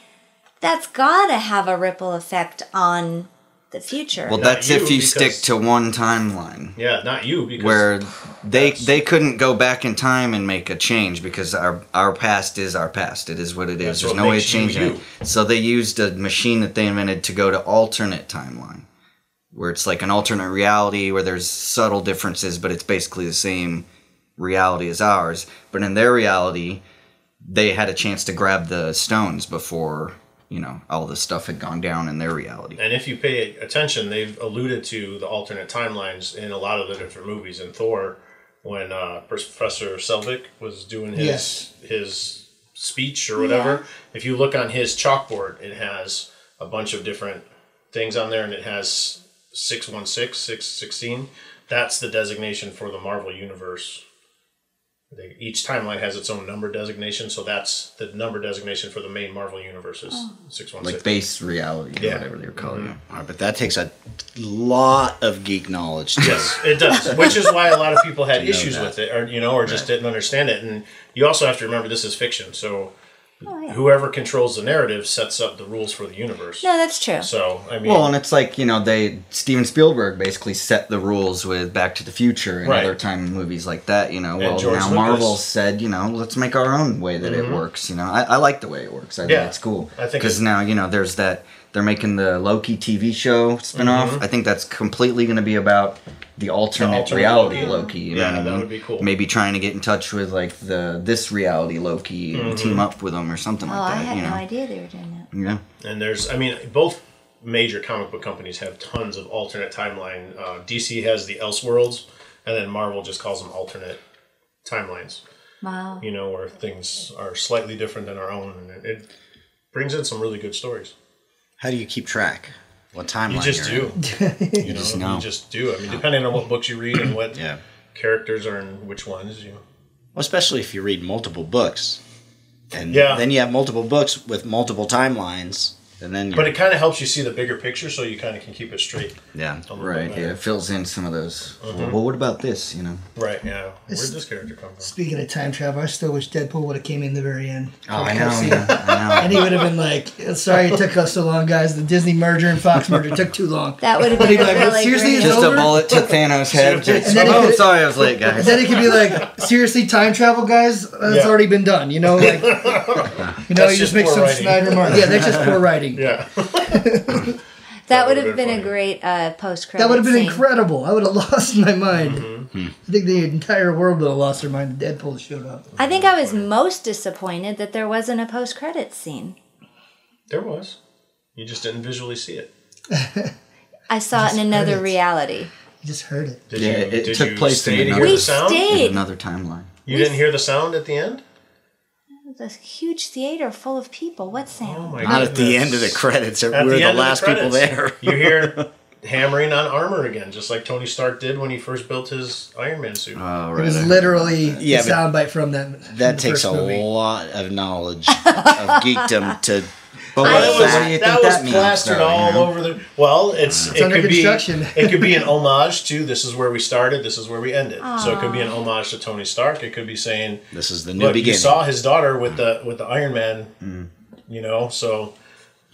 that's gotta have a ripple effect on the future.
Well,
Not
that's if
you,
you stick
because-
to one timeline.
yeah, not you because
where they
That's-
they couldn't go back in time and make a change because our our past is our past. It is what it is.
That's
There's
what
no way of
makes you
changing
you.
it. So they used a machine that they invented to go to alternate timeline, where it's like an alternate reality where there's subtle differences, but it's basically the same reality as ours. But in their reality, they had a chance to grab the stones before you know all this stuff had gone down in their reality.
And if you pay attention, they've alluded to the alternate timelines in a lot of the different movies. In Thor, when uh, Professor Selvig was doing his
Yes.
his speech or whatever, if you look on his chalkboard, it has a bunch of different things on there, and it has 616, 616. That's the designation for the Marvel Universe. They, each timeline has its own number designation, so that's the number designation for the main Marvel Universe is 616.
Like base reality, or
Yeah.
whatever they were calling it.
All right, but that takes a lot of geek knowledge. To
Yes, [LAUGHS] it does. Which is why a lot of [LAUGHS] people had issues
that.
with it, or you know, or just didn't understand it. And you also have to remember this is fiction, so
Oh, yeah.
whoever controls the narrative sets up the rules for the universe.
no, that's true.
So I mean,
Well, and it's like you know they Steven Spielberg basically set the rules with Back to the Future and
Right.
other time movies like that. You know, well
George
now
Lucas. Mm-hmm.
Marvel said you know let's make our own way that it works. You know, I, I like the way it works. I
Yeah.
think it's cool
I think
because
it-
now you know there's that they're making the Loki TV show spinoff. I think that's completely going to be about the alternate,
Mm-hmm. alternate
reality Loki.
Loki.
you
Yeah,
know what I
that
mean?
would be cool.
Maybe trying to get in touch with like the this reality Loki and
Mm-hmm.
team up with them or something
oh,
like
I
that.
had
you know, Mm.
no idea they were doing that.
yeah.
and there's, I mean, both major comic book companies have tons of alternate timeline. Uh, DC has the Elseworlds, and then Marvel just calls them alternate timelines,
Wow.
you know, where things are slightly different than our own. And it, it brings in some really good stories.
How do you keep track?
What timeline?
You just
you're
do.
[LAUGHS]
in.
you, know,
just know.
You just do. I mean, depending on what books you read and what
Yeah.
characters are in which ones, you know.
Well, especially if you read multiple books. And
Yeah.
then you have multiple books with multiple timelines. And then
But
you're,
it kind of helps you see the bigger picture so you kind of can keep it straight.
yeah.
a little bit
Right. Yeah.
better.
It fills in some of those. Well, what about this? You know.
Right, yeah. Where'd this character come
[LAUGHS]
from?
Speaking of time travel, I still wish Deadpool would have came in the very end.
Oh, I
Like,
know.
I've seen-
man, I
And
know.
he would have been like, "Sorry, it took us so long, guys. The Disney merger and Fox merger took too long."
That would have
But
been
he'd be [LAUGHS]
a
like, "Well,
really
seriously,
great.
it's
Just a
over?"
bullet took Thanos' head. Just,
And then he
oh,
could've-
sorry, I was late, guys.
Then it could be like, seriously, time travel, guys. That's
Yeah.
already been done. You know,
[LAUGHS]
like, you know,
That's
you
just
just make
poor
some
writing.
snide remark. Yeah,
[LAUGHS]
that's just poor writing.
Yeah.
that would
would've
have
been
been
funny.
a great uh, post credit.
That would have been incredible. I would have [LAUGHS] lost my mind.
Mm-hmm.
Hmm.
I think the entire world would have lost their mind. if Deadpool showed up.
I think I was most disappointed that there wasn't a post credit scene.
There was. You just didn't visually see it.
I saw it in another
credits.
reality.
You just heard it.
Did
Yeah,
you,
it
did
took
you
place
stay
in
to
another-
hear
We
the sound?
stayed.
Another timeline.
You didn't hear the sound at the end?
a huge theater full of people. What
Oh
sound?
my
Not at the
goodness.
end of the credits.
At
we were
end
the
of
last people
credits,
there.
you hear
[LAUGHS]
hammering on armor again, just like Tony Stark did when he first built his Iron Man suit.
Oh, right.
It was
I-
literally
Yeah,
the
but
soundbite from that. from
That
the
takes a
first movie.
lot of knowledge of geekdom to.
But what,
I-
what do you think that,
was
means?
plastered
though, you
all
know?
over the. Well, it's, it
under
could
construction.
be it could
[LAUGHS]
be an homage to this is where we started, this is where we ended. So it could be an homage to Tony Stark. It could be saying,
This is the new
"Look, you
beginning.
saw his daughter with the with the Iron Man,
Mm.
you know, so."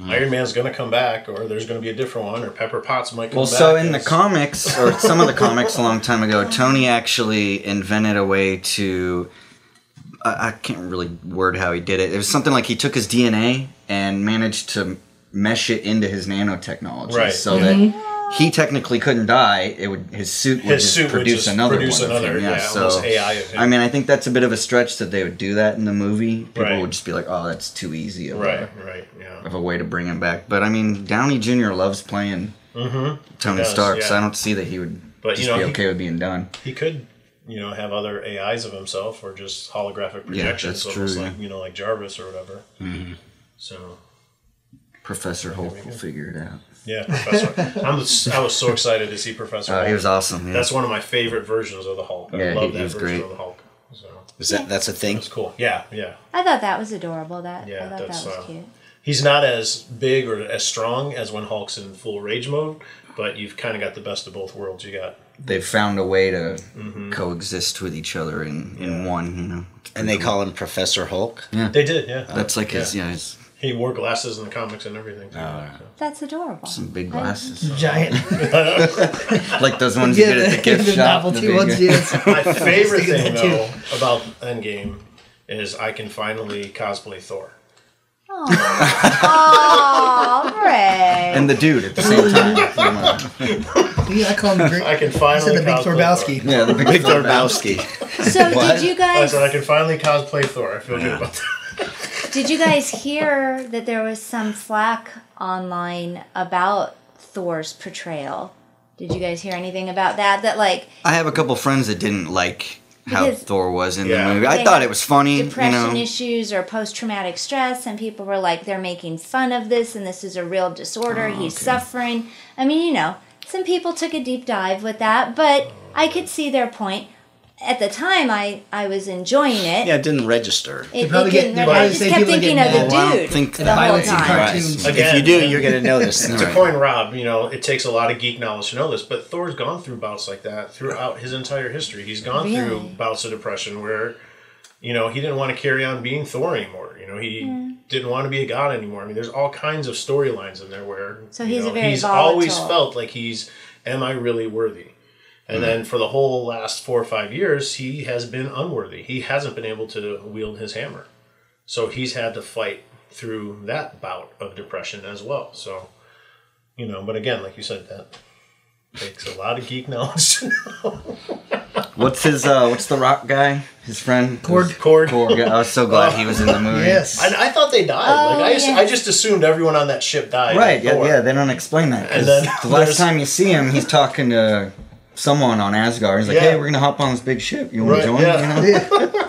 Iron Man's gonna come back, or there's gonna be a different one, or Pepper Potts might come
Well,
back.
so in the
as-
comics, or some of the comics a long time ago, Tony actually invented a way to. I, I can't really word how he did it. It was something like he took his DNA and managed to mesh it into his nanotechnology,
Right.
so that he technically couldn't die. It would his suit would
His
just
suit would
produce
just
another
produce
one. of
another,
him. Yeah,
yeah,
so
almost AI of him.
I mean, I think that's a bit of a stretch that they would do that in the movie. People
Right.
would just be like, "Oh, that's too easy." Of a-
right, right, yeah.
of a way to bring him back. But I mean, Downey Jr. loves playing Tony
Mm-hmm. He does,
Stark, so
yeah.
I don't see that he would
But,
just
you know,
be
he-
okay with being done.
he could you know have other ais of himself or just holographic projections
that's
almost
true,
like
yeah. Mm-hmm.
you know like jarvis or whatever so
Professor Hulk will figure it out.
yeah
[LAUGHS]
professor I'm, s- i was so excited to see professor
Uh,
Hulk.
he was awesome. Yeah.
that's one of my favorite versions of the hulk i
Yeah,
love
he- he
that
was
version
great.
of the hulk so
Is that that's a thing?
it's cool yeah yeah
I thought that was adorable. That
Yeah,
I thought that
that's,
was
uh,
cute.
he's not as big or as strong as when hulk's in full rage mode but you've kind of got the best of both worlds you got
They've found a way to
Mm-hmm.
coexist with each other in, in one. You know,
And they call him Professor Hulk.
they did yeah
that's Oh, like his yeah, his
he wore glasses in the comics and everything
That's adorable.
some big glasses,
Giant.
like those ones
Yeah,
you
[LAUGHS]
get at the
the,
gift
the
shop. the
novelty
big-
ones. Yes. [LAUGHS]
My favorite thing
thinking that too.
though about Endgame is I can finally cosplay Thor. [LAUGHS]
All right.
and the dude at the [LAUGHS] same time. Come on.
yeah, I call him the
[LAUGHS]
great.
I can
I said
finally
the big
cosplay
Thorbowski.
Yeah, the big
Big Lebowski.
So
What?
did you
Thor. I
guys
said I can finally cosplay Thor. I feel good about that.
did you guys hear that there was some flack online about Thor's portrayal? Did you guys hear anything about that? That like
I have a couple friends that didn't like how
Because-
Thor was in
Yeah.
the movie. I
They
thought
had
it was funny.
depression
you know,
issues or post traumatic stress, and people were like, they're making fun of this, and this is a real disorder.
Oh,
He's suffering. I mean, you know, some people took a deep dive with that, but I could see their point. At the time, I I was enjoying it.
Yeah, it didn't register.
It, it
probably get-
didn't
they
matter. I
probably
just
say
kept
people
thinking
get
of the
mad.
dude
Well,
I don't think
the
that-
whole
Violence in
time.
cartoons.
Right.
Again,
if you do, you're gonna know this.
To coin Rob, you know, it takes a lot of geek knowledge to know this, but Thor's gone through bouts like that throughout his entire history. He's gone through
Really?
bouts of depression where, you know, he didn't want to carry on being Thor anymore. You know, he didn't want to be a god anymore. I mean, there's all kinds of storylines in there where
So
you
he's a
know,
very
he's
volatile-
always felt like he's, am I really worthy?
Mm-hmm.
And then for the whole last four or five years, he has been unworthy. He hasn't been able to wield his hammer. So he's had to fight through that bout of depression as well. So, you know, but again, like you said, that takes a lot of geek knowledge.
What's his? uh What's the rock guy? His friend
Korg.
Cord.
Korg. I was so glad he was in the movie.
[LAUGHS]
Yes.
I, I thought they died. like I,
yeah.
I just assumed everyone on that ship died.
Right. Yeah.
Thor.
Yeah. They don't explain that. 'cause
And then
the last
there's-
time you see him, he's talking to someone on Asgard. He's like,
Yeah.
hey, we're gonna hop on this big ship. You
Right,
want to join?
yeah.
You know?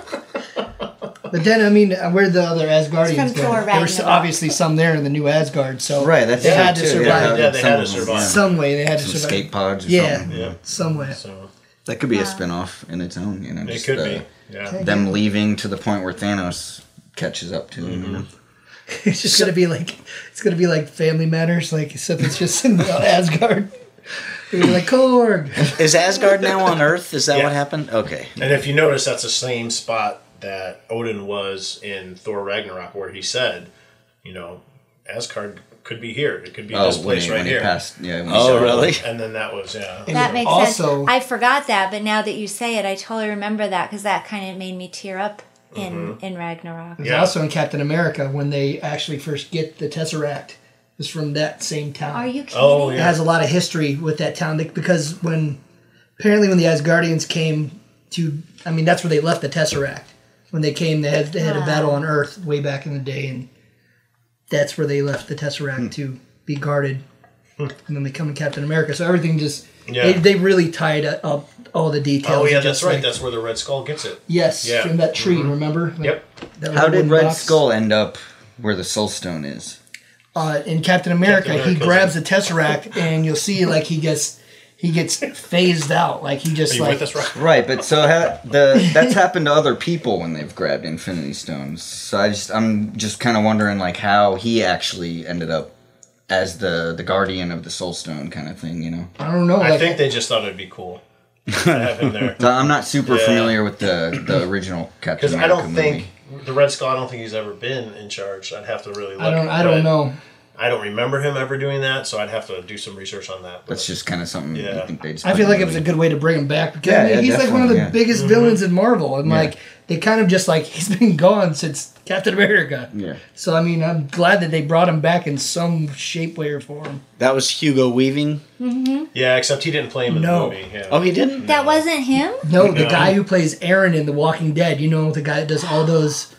But then, I mean, where the other Asgardians
It's from Thor
go? There was
Ragnarok.
obviously some there in the new Asgard, so
Right, that's
they
true,
had to
too.
survive.
Yeah, they had to
Some of them,
survive.
yeah.
Some way they had to
Some
survive.
skate pods or
Yeah.
something.
Yeah.
Some way. [LAUGHS]
So
That could be a spin off in its own, you know.
it
just
could
the-
be. Yeah.
Them leaving to the point where Thanos catches up to
Mm-hmm.
him. you know?
It's just gonna be like it's gonna be like Family Matters, like except it's just in [LAUGHS] Asgard. You're like Korg.
Is Asgard now
[LAUGHS]
on Earth? Is that
Yeah.
what happened? Okay.
And if you notice, that's the same spot that Odin was in Thor Ragnarok, where he said, you know, Asgard could be here. It could be this
Oh, when
place
he,
right
when he
here.
passed. Yeah, when he
Oh,
saw-
really?
[LAUGHS] And then that was yeah.
That makes
Also-
sense. I forgot that, but now that you say it, I totally remember that because that kind of made me tear up in
Mm-hmm.
in Ragnarok.
Yeah.
Also in Captain America, when they actually first get the Tesseract, is from that same town.
Are you kidding?
Oh
me?
It
yeah.
has a lot of history with that town like, because when apparently when the Asgardians came to, I mean that's where they left the Tesseract. When they came, they had they had a battle on Earth way back in the day, and that's where they left the Tesseract
Hmm.
to be guarded. And then they come in Captain America, so everything just
Yeah.
they, they really tied up all the details.
Oh yeah,
Just
that's right.
like-
that's where the Red Skull gets it.
yes,
Yeah. Mm-hmm.
from that tree. Remember? Like,
Yep.
that
How
little
did
wooden
Red
box.
Skull end up where the Soul Stone is?
uh, in Captain America,
Captain
he
America.
grabs
[LAUGHS]
the Tesseract, and you'll see like he gets he gets phased out, like he just
Are you
like
with us, right?
Right, but so ha- the that's happened to other people when they've grabbed Infinity Stones. So I just I'm just kind of wondering like how he actually ended up as the the guardian of the Soul Stone kind of thing, you know.
I don't know. Like,
I think they just thought it'd be cool to have him there.
So I'm not super
Yeah.
familiar with the [CLEARS THROAT] the original Captain
Because I
America
don't
movie.
think the Red Skull. I don't think he's ever been in charge. I'd have to really. Look,
I don't. I
but
don't know.
I don't remember him ever doing that, so I'd have to do some research on that. but-
that's just kind of something
Yeah.
you think they just.
I
put
feel
in
like
the
it was a
movie.
good way to bring him back because
Yeah,
I mean,
yeah,
he's like one of the
definitely, yeah.
Mm-hmm.
biggest villains in Marvel, and like they kind of just like [LAUGHS] he's been gone since Captain America.
Yeah.
So I mean, I'm glad that they brought him back in some shape, way, or form.
That was Hugo Weaving.
yeah, except he didn't play him in
No.
the movie. Yeah.
Oh, he didn't.
That wasn't him.
No, the guy who plays Aaron in The Walking Dead, you know, the guy that does all those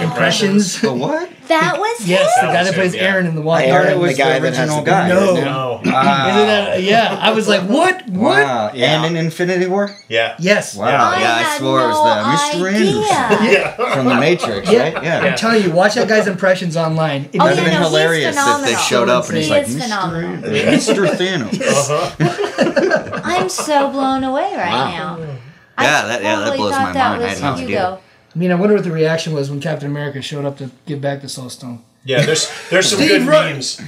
impressions.
But what?
That
[LAUGHS]
was
yes, the
him.
guy that plays
Yeah.
Aaron in The Walking
Aaron,
Dead.
it
the
was the
guy that has
original
the gun.
guy.
No.
No.
Isn't that, yeah, I was like, what? What?
Wow.
Yeah.
And in Infinity War.
yeah.
Yes.
Wow.
I
Oh, yeah, I
had
swore it was the
no
Mr.
[LAUGHS] idea.
Anderson from the Matrix,
Yeah.
right? Yeah.
I'm telling you, watch that guy's impressions online. It
Oh, yeah, no,
That'd have been
he's
hilarious if they
phenomenal.
showed up and he's
He
like,
is
Mr.
phenomenal.
Anderson, Mr. Thanos.
Uh-huh.
[LAUGHS] I'm so blown away right now.
Yeah, that- yeah, that blows my mind. I had no idea.
I mean, I wonder what the reaction was when Captain America showed up to give back the Soul Stone.
Yeah. There's there's some
Steve
good
Rush.
memes.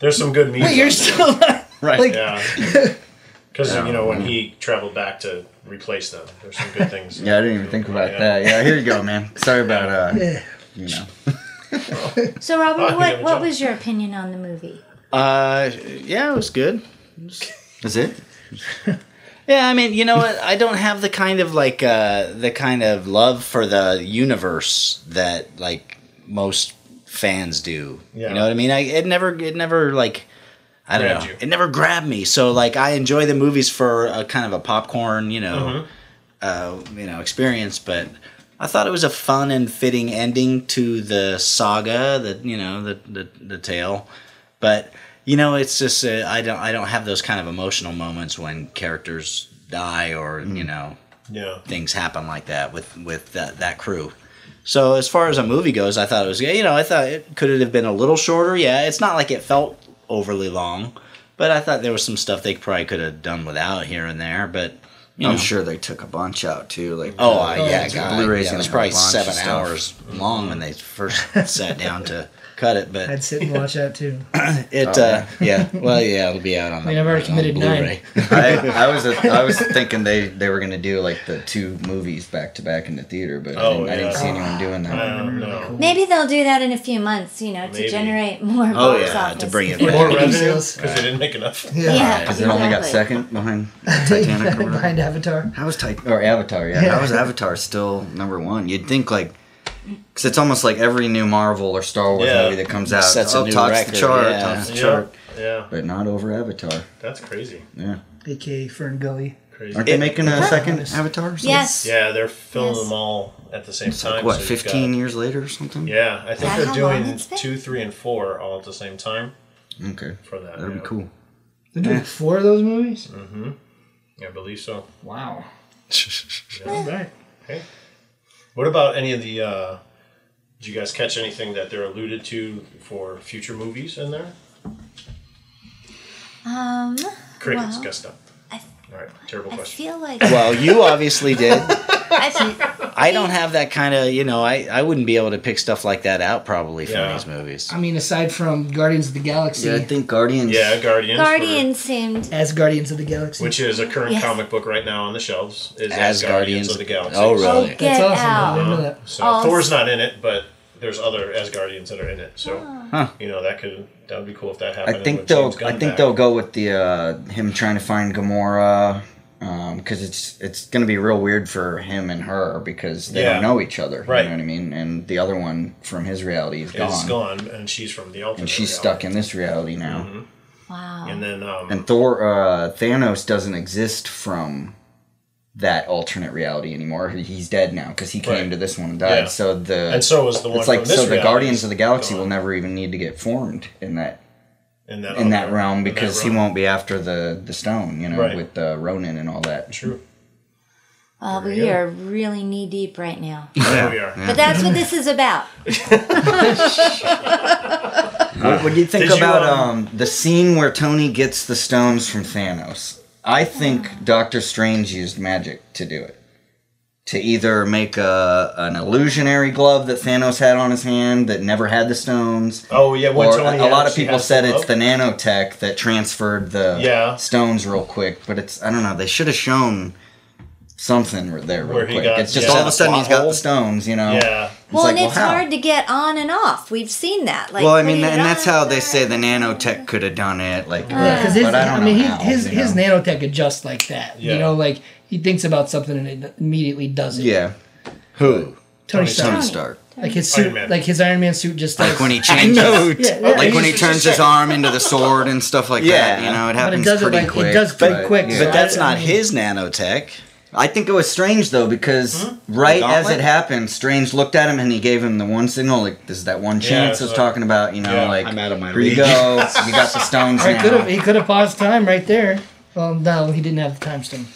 There's some good memes.
Wait, you're
on
still
Right.
Like,
Yeah. Because you know when he traveled back to replace them, there's some good things.
Yeah, I didn't even think about
Yeah.
that. Yeah, here you go, man. Sorry about uh, you know.
So,
[LAUGHS]
Robert,
Oh,
what,
yeah,
what
John.
was your opinion on the movie?
Uh, yeah, it was good.
Is it?
Yeah, I mean, you know what? I don't have the kind of like uh, the kind of love for the universe that like most fans do.
Yeah.
You know what I mean? I, it never, it never like I don't
Grabbed
know.
you.
It never grabbed me. So like, I enjoy the movies for a kind of a popcorn, you
Mm-hmm.
know, uh, you know, experience. But I thought it was a fun and fitting ending to the saga, the you know, the the, the tale. But you know, it's just uh, I don't I don't have those kind of emotional moments when characters die or
Mm-hmm.
you know
Yeah.
things happen like that with with that, that crew. So as far as a movie goes, I thought it was you know I thought it could it have been a little shorter. Yeah, it's not like it felt overly long, but I thought there was some stuff they probably could have done without here and there. But you know,
I'm sure they took a bunch out too. Like
Oh,
uh,
uh, yeah,
the
God,
Blu-ray's
yeah, it
gonna
was
have a
probably
bunch of
seven
stuff.
hours long when they first sat down to cut it. But
I'd sit and watch that
[LAUGHS]
too.
It uh yeah. Well yeah, it'll be out on the
mean, I've already
on
committed nine.
Blu-ray.
[LAUGHS] I, I was I was thinking they, they were gonna do like the two movies back to back in the theater, but I,
Oh,
didn't, I didn't
yeah.
see anyone doing that.
I don't know.
Maybe they'll do that in a few months, you know,
Maybe.
to generate more
Oh
box
yeah,
office.
to bring
[LAUGHS]
it
More
back.
revenue
Sales.
because they didn't make enough.
Yeah,
Because it only got
exactly.
second behind [LAUGHS] Titanic. or whatever.
Behind Avatar.
How was Titan or Avatar? Yeah, how was Avatar still number one? You'd think like, because it's almost like every new Marvel or Star Wars
Yeah.
movie that comes out
Sets a
oh,
new
tops
record,
the chart,
yeah.
tops the
Yeah.
chart,
Yeah.
but not over Avatar.
That's crazy.
Yeah,
AKA Fern Gully.
Crazy.
aren't they making a second Avatar? or something?
Yes.
Yeah, they're filming
Yes.
them all at the same
It's
time.
like what,
so you've got-
fifteen years later or something?
Yeah, I think
that
they're
how long
doing
it's been?
two, three, and four all at the same time
Okay,
for that.
that'd be
yeah.
cool.
They're doing four of those movies?
I believe so.
[LAUGHS]
Wow.
Yeah. Hey. What about any of the? Uh, did you guys catch anything that they're alluded to for future movies in there?
Um,
Crickets,
Well,
guessed up.
I-
All right, terrible
I
question.
feel like
Well, Oh, you obviously did.
[LAUGHS]
I feel,
I don't have that kind of, you know, I, I wouldn't be able to pick stuff like that out probably from
Yeah.
these movies.
I mean, aside from Guardians of the Galaxy,
Yeah, I think Guardians.
yeah, Guardians.
Guardian seemed
as Guardians of the Galaxy,
for- which is a current
Yes.
comic book right now on the shelves. Is
As
as Guardians
Guardians-
of the Galaxy. Uh,
Oh, really?
oh
That's
get
that's awesome. I
out.
didn't
Uh-huh.
know that.
So
Oh.
Thor's not in it, but there's other as Guardians that are in it. So
Ah.
you know that could that would be cool if that happened.
I
with
think they'll.
James
I
Gunn
think
back.
they'll go with the uh, him trying to find Gamora because it's it's gonna be real weird for him and her because they
Yeah.
don't know each other.
Right.
You know what I mean? And the other one from his reality is
It's
gone,
gone, and she's from the alternate.
and she's
reality.
stuck in this reality now.
Mm-hmm.
Wow.
And then um,
And Thor uh, Thanos doesn't exist from that alternate reality anymore. He's dead now because he came
Right.
to this one and
Yeah.
died. So the
and so was the one.
it's like
from this
so the
reality
Guardians of the Galaxy
gone
will never even need to get formed in that
in that
in that
other-
realm
in that
because
realm.
he won't be after the the stone, you know,
Right.
with uh, Ronan and all that.
True.
Well,
There
Uh, we
you go.
are really knee deep right now.
[LAUGHS] Yeah, we are.
But that's what this is about.
What, what do you think
Did you,
about
um,
um, the scene where Tony gets the stones from Thanos? I think Doctor Strange used magic to do it. To either make a an illusionary glove that Thanos had on his hand that never had the stones,
Oh yeah, when
or
Tony
a, a lot of
actually
people
has oh,
said
to
it's
vote.
the nanotech that transferred the
Yeah.
stones real quick, but it's I don't know. They should have shown something re- there real
Where he
quick.
got-
it's just
yeah.
all of a sudden he's got
Plot hole.
the stones, you know.
Yeah,
Well,
like,
and
well,
it's
how?
hard to get on and off. We've seen that. Like,
well, I
putting
mean,
it
and that's
on
how they say
and
the nanotech could have done it. Like,
Yeah, because his,
but I
I,
don't
mean,
know
he,
how,
his
you
his
know?
nanotech adjusts like that.
Yeah.
You know, like he thinks about something and it immediately does it.
yeah. Who?
Tony
Tony
Stark,
Stark.
like his
Iron
suit,
Man.
like his Iron Man suit, just
Like when he changes,
No,
[LAUGHS] Yeah, yeah.
like when he
It's
turns his arm into the sword and stuff like that.
Yeah.
You know, it
but
happens
it does it
pretty
like
quick.
it does pretty
but-
quick.
yeah.
so
But that's
I- I
not
mean,
his nanotech.
I think it was strange though because right as
Hmm? Gauntlet?
it happened, Strange looked at him and he gave him the one signal like this is that one chance I was
so-
talking about. You know,
yeah.
like
I'm out of my
here you
league.
go,
[LAUGHS]
you got the stones
Or he could have
now.
he could have paused time right there. Well, no, he didn't have the time stone.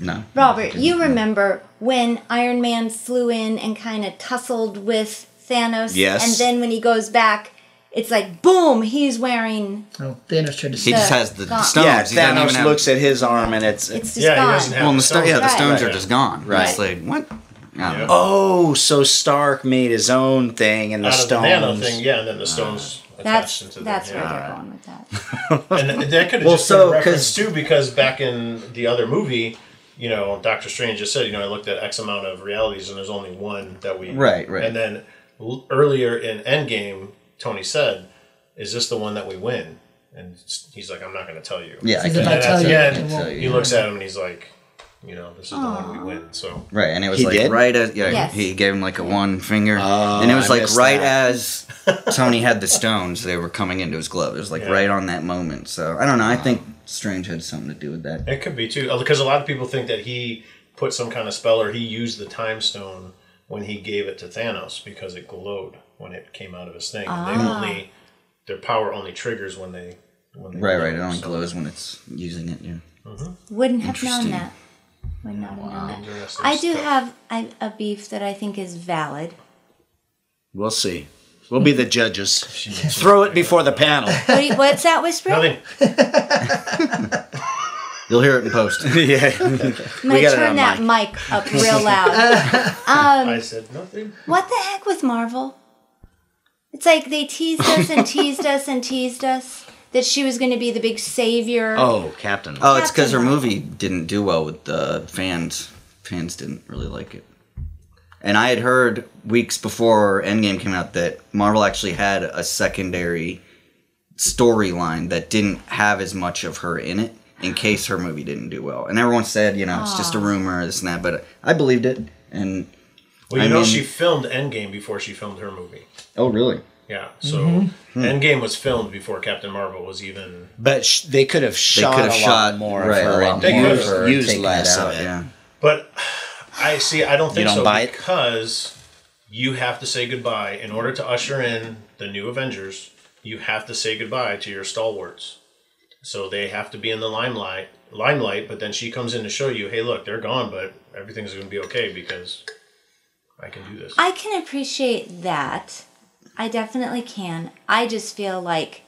No,
Robert, you remember when Iron Man flew in and kind of tussled with Thanos?
Yes.
And then when he goes back, it's like, boom, he's wearing.
No, Thanos trired to. He,
he just has the
Gauntlet.
stones.
yeah,
he doesn't even
Thanos
have-
looks at his arm and it's,
It's just
yeah,
gone.
he doesn't have.
Well, and the sto- yeah, the
Right.
stones are
Right.
just gone. Right. It's
Right.
like what? I don't
Yeah.
know.
oh, so Stark made his own thing and the
out of the nano
stones.
thing. Yeah, and then the stones
That's,
attached into the
that's
yeah.
where they're going with that.
and that could have
Well,
just
so,
been a reference
'cause-
too, because back in the other movie, you know, Doctor Strange just said, you know, I looked at X amount of realities, and there's only one that we
Right, right.
And then l- earlier in Endgame, Tony said, "Is this the one that we win?" And s- he's like, "I'm not going to tell you."
Yeah, I
He's about
can't
to tell
tell
you.
you. I
Yeah,
can't tell
He
you.
looks at him and he's like, "You know, this is the one we win." So
Right, and it was
He
like
did?
right as yeah,
Yes.
he gave him like a one finger,
Oh,
and it was
I
like
missed
right
that.
as Tony had the stones, they were coming into his glove. It was like
Yeah.
right on that moment. So I don't know. I think Strange had something to do with that.
it could be too, because a lot of people think that he put some kind of spell or he used the time stone when he gave it to Thanos because it glowed when it came out of his thing. And
Ah.
They only their power only triggers when they when they
Right,
glow.
right. It only
So,
glows when it's using it. Yeah.
Wouldn't have known
Interesting.
that. Would not have known that.
interesting
I do
stuff.
have a, a beef that I think is valid.
We'll see. We'll be the judges. [LAUGHS] Throw it before the panel. [LAUGHS]
What do you- what's that
[LAUGHS]
whisper?
Nothing.
You'll hear it in [LAUGHS] post.
yeah.
I'm gonna
got it
turn
on
that mic. up real
[LAUGHS]
loud.
I said nothing.
what the heck with Marvel? It's like they teased us and teased us and teased us that she was gonna be the big savior.
Oh, Captain.
Oh, it's because her
Captain
movie didn't do well with the fans. Fans didn't really like it. And I had heard weeks before Endgame came out that Marvel actually had a secondary storyline that didn't have as much of her in it in case her movie didn't do well. And everyone said, you know, it's just a rumor, this and that, but I believed it. And,
Well, you
I
know,
mean-
she filmed Endgame before she filmed her movie.
oh, really?
Yeah, so
Mm-hmm.
Hmm.
Endgame was filmed before Captain Marvel was even.
But sh- they could have shot
could've
a
shot
lot more
right,
of her.
a
A
lot
lot
more
more
of
used,
her
and
used
taken it
less
out,
of it.
Yeah.
But I see. I don't think
don't
so
buy it?
because you have to say goodbye in order to usher in the new Avengers. You have to say goodbye to your stalwarts. So they have to be in the limelight. Limelight, but then she comes in to show you, hey, look, they're gone, but everything's going to be okay because I can do this.
I can appreciate that. I definitely can. I just feel like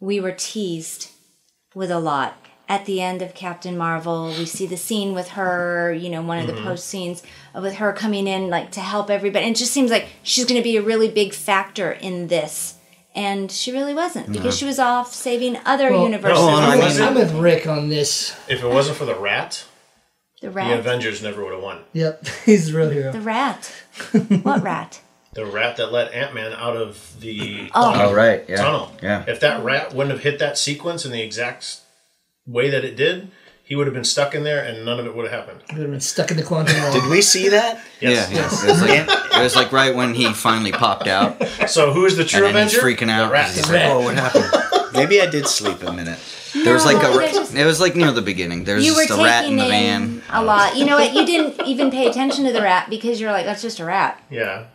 we were teased with a lot. At the end of Captain Marvel, we see the scene with her, you know, one of
Mm-hmm.
the post scenes with her coming in like to help everybody. And it just seems like she's going to be a really big factor in this. And she really wasn't because she was off saving other
Well-
universes.
No, Oh, I
I'm, with,
mean-
I'm with Rick on this.
If it wasn't for the rat,
the
the
rat.
Avengers never would have won.
Yep, [LAUGHS] he's the real hero.
the rat.
[LAUGHS]
what rat?
The rat that let Ant Man out of the
Oh,
Oh, right. Yeah.
tunnel.
Yeah.
If that rat wouldn't have hit that sequence in the exact s- way that it did, he would have been stuck in there and none of it would have happened.
We've been stuck in the quantum
Did
realm.
we see that?
Yes.
Yeah, yeah. It, was like, it was like right when he finally popped out, and
So who is the true
then
Avenger?
he's freaking out.
The
'cause
rat.
he's like, oh, what happened?
Maybe I did sleep a minute.
There was like
No, there's
a.
just-
It was like near the beginning. There was
you were
just a
taking
rat in the
in
van.
a lot. You know what? You didn't [LAUGHS] even pay attention to the rat because you're like, that's just a rat.
Yeah.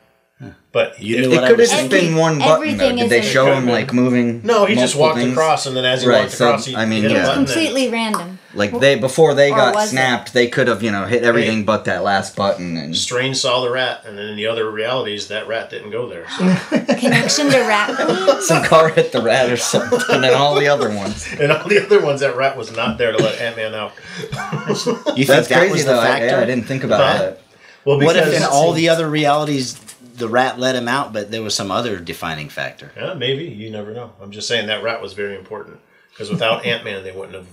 But
You
if-
knew
It
what I
could
was
have
Every-
just
thinking.
been one button. Though.
everything
Did
is
they
in-
show him like moving?
no, he just
multiple
walked
things?
across, and then as he
Right,
walked
so,
across, he
I mean,
hit a
yeah.
button and-
Completely random.
Like they before they
Or
got
was it?
snapped, they could have you know hit everything
Hey.
but that last button and
Strange saw the rat, and then in the other realities, that rat didn't go there. So, [LAUGHS]
Connection to rat queen.
[LAUGHS] some car hit the rat or something, and then all the other ones.
and all the other ones, that rat was not there to let Ant Man out.
You think
That's
that
crazy
was
though.
the
I,
factor?
yeah, I didn't think about
Huh?
that.
Well,
What
because
if in all the other realities the rat let him out, but there was some other defining factor?
yeah, maybe you never know. I'm just saying that rat was very important because
[LAUGHS]
without Ant Man, they wouldn't have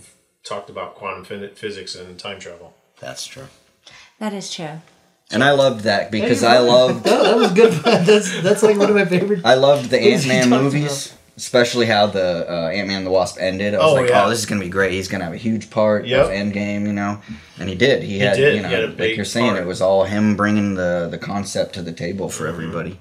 talked about quantum phy- physics and time travel.
That's true.
That is true.
And I loved that because
you
I loved
That, that was good. [LAUGHS] That's that's like one of my favorite.
I
[LAUGHS]
loved the
Who's
Ant
he
Man
talking
movies, especially how the uh, Ant Man and the Wasp ended. I was
Oh,
like,
yeah.
oh, this is gonna be great. He's gonna have a huge part
Yep.
of Endgame, you know. And he did. He, had,
did.
you know,
He had a big
like you're saying,
part. Mm-hmm.
it was all him bringing the the concept to the table for everybody.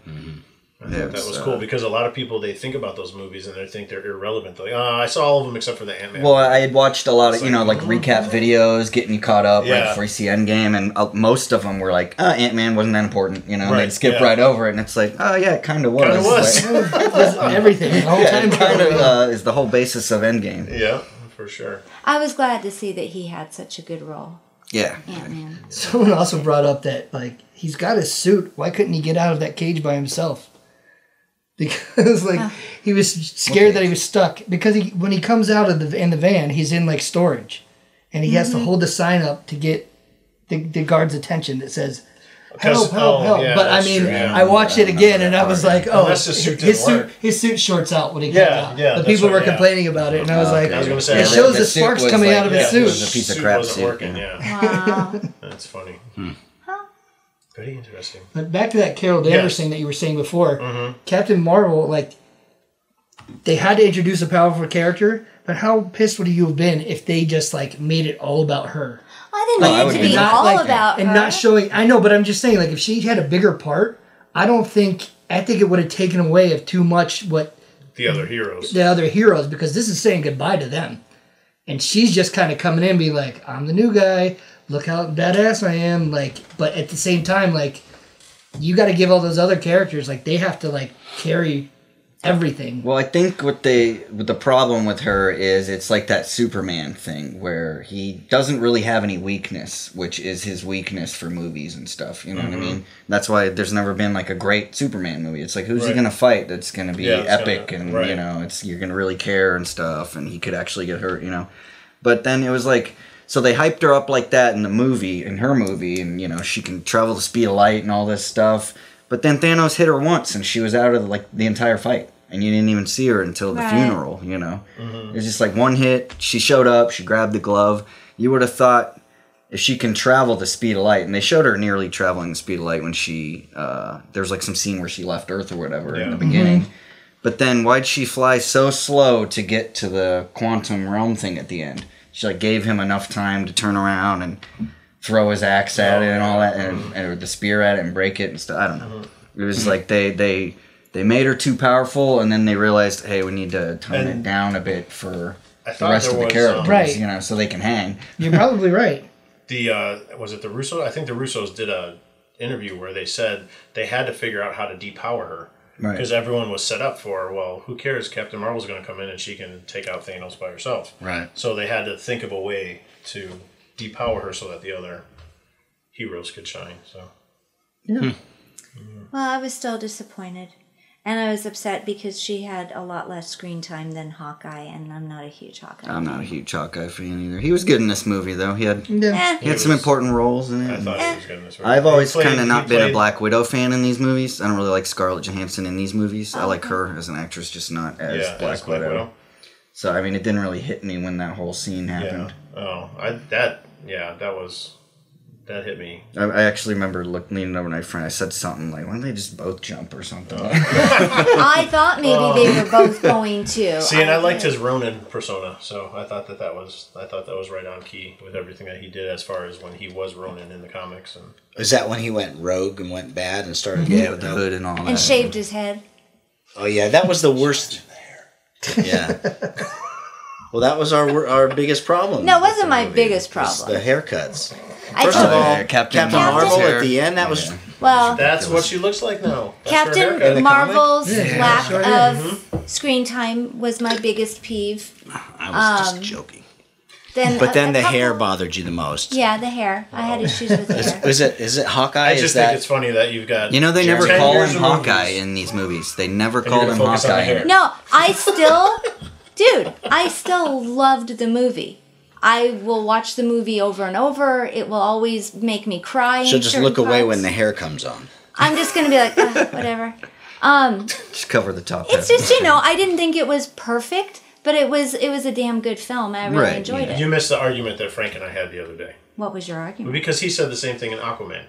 Yeah, uh,
That was cool because a lot of people they think about those movies and they think they're irrelevant. They're like, oh, I saw all of them except for the Ant Man.
Well, I had watched a lot of you
like, oh.
know like recap videos, getting you caught up
Yeah.
right before you see Endgame, and uh, most of them were like, uh, Ant Man wasn't that important," you know.
Right,
and they'd skip
yeah.
right over it, and it's like, "Oh yeah, it kind of was."
Kinda was.
Like,
everything. The whole
yeah,
time
[LAUGHS] it kind of uh, is the whole basis of Endgame.
[LAUGHS] yeah, for sure.
I was glad to see that he had such a good role,
Yeah,
Ant Man.
Someone also brought up that like he's got his suit. Why couldn't he get out of that cage by himself? [LAUGHS] Because like he was scared that he was stuck. Because he when he comes out of the in the van, he's in like storage, and he has to hold the sign up to get the, the guard's attention that says. Help!
Because-
Help!
oh,
help!
yeah,
but I
that's
mean,
true, yeah.
I watched it again, and I was like, "Oh,
that's just suit didn't
his suit,
work.
his suit shorts out when he comes
Yeah,
out."
yeah,
but
that's
people
right,
were
yeah. Uh-huh.
complaining about it, and I was like,
I was gonna say
"It
that-
shows
the
the
suit
sparks
was
coming
like-
out of
yeah,
his
it
suit."
was a piece of
Suit
crap
wasn't
suit,
working.
yeah. Hmm.
Yeah,
Wow.
[LAUGHS] that's funny. Very interesting.
But back to that Carol Danvers
Yes.
thing that you were saying before, Captain Marvel, like they had to introduce a powerful character, but how pissed would you have been if they just like made it all about her
I
Oh, I
didn't
would
need
be
to be
not
all
like,
about
and
her.
not showing? I know, but I'm just saying, like if she had a bigger part, I don't think I think it would have taken away of too much what
The other heroes.
the other heroes because this is saying goodbye to them, and she's just kind of coming in and being like, "I'm the new guy. Look how badass I am!" Like, but at the same time, like you got to give all those other characters like they have to like carry everything.
Well, I think what they what the problem with her is it's like that Superman thing where he doesn't really have any weakness, which is his weakness for movies and stuff. You know
Mm-hmm.
what I mean? That's why there's never been like a great Superman movie. It's like who's he
Right.
gonna fight that's gonna be
Yeah, it's
epic
gonna-
and
right.
you know it's you're gonna really care and stuff, and he could actually get hurt. You know, but then it was like. So they hyped her up like that in the movie, in her movie, and you know she can travel the speed of light and all this stuff. But then Thanos hit her once, and she was out of like the entire fight, and you didn't even see her until the
Right.
funeral. You know, it was just like one hit. She showed up. She grabbed the glove. You would have thought if she can travel the speed of light, and they showed her nearly traveling the speed of light when she uh, there was like some scene where she left Earth or whatever in
Yeah.
the beginning. But then why'd she fly so slow to get to the quantum realm thing at the end? She like gave him enough time to turn around and throw his axe at it and all that, and, and or the spear at it and break it and stuff. I don't know. It was like they they they made her too powerful, and then they realized, hey, we need to tone it
And-
down a bit for
I
the
thought
rest
there
of the
was,
characters,
um,
Right.
you know, so they can hang.
You're probably right.
the uh, was it the Russo? I think the Russos did a interview where they said they had to figure out how to depower her
Right.
because everyone was set up for well who cares captain marvel's going to come in and she can take out thanos by herself
Right.
so they had to think of a way to depower her so that the other heroes could shine so
Well, I was still disappointed. And I was upset because she had a lot less screen time than Hawkeye, and I'm not a huge Hawkeye.
I'm not a huge Hawkeye fan either. He was good in this movie though. He had he
Eh,
had some important roles in
i
it.
thought he was good in this movie.
I've always
He played-
kind of
he
not been a
played-
Black Widow fan in these movies. I don't really like Scarlett Johansson in these movies.
Oh,
I like her as an actress, just not as
yeah,
Black
as Black
Widow.
Widow.
So I mean, it didn't really hit me when that whole scene
yeah
happened.
oh i that yeah that was that hit me
I, I actually remember look, leaning over to my friend. I said something like, "Why don't they just both jump or something?"
Uh,
Eh, I thought maybe they were both going to. um,
See, and I liked
did.
his Ronin persona, so I thought that that was I thought that was right on key with everything that he did as far as when he was Ronin in the comics. And
Is that when he went rogue and went bad and started?
yeah, [LAUGHS] with the hood and all that.
And shaved his head.
Oh yeah, that was the worst. Yeah. [LAUGHS] well, that was our wor- our biggest problem.
No, it
with
wasn't
the
my
movie, was
biggest problem.
The haircuts.
I
First
told-
of all,
yeah,
Captain,
Captain
Marvel's
Marvel
hair.
at the end. That was
well,
that's what she looks like now. That's her haircut.
Captain Marvel's
Yeah,
lack
sure
of
Mm-hmm.
screen time was my biggest peeve.
I was just joking.
Then,
But
Um, a-
then
a
the
couple-
hair bothered you the most.
Yeah, the hair. I
Oh.
had issues with the hair.
Is it is it Hawkeye?
I
is
just
that
think it's funny that you've got
You know, they never
Ten
call
years
him
of movies.
Hawkeye in these movies. They never
you're
called
gonna
him
focus on the
Hawkeye.
hair.
No, I still, dude, I still loved the movie. I will watch the movie over and over. It will always make me cry. in
she'll just
certain
look away
parts.
when the hair comes on.
I'm just gonna be
[LAUGHS]
like, "Ugh, whatever.
Just cover the top.
It's
half.
just you know, I didn't think it was perfect, but it was it was a damn good film. I really
Right,
enjoyed it.
You missed the argument that Frank and I had the other day
What was your argument?
because he said the same thing in Aquaman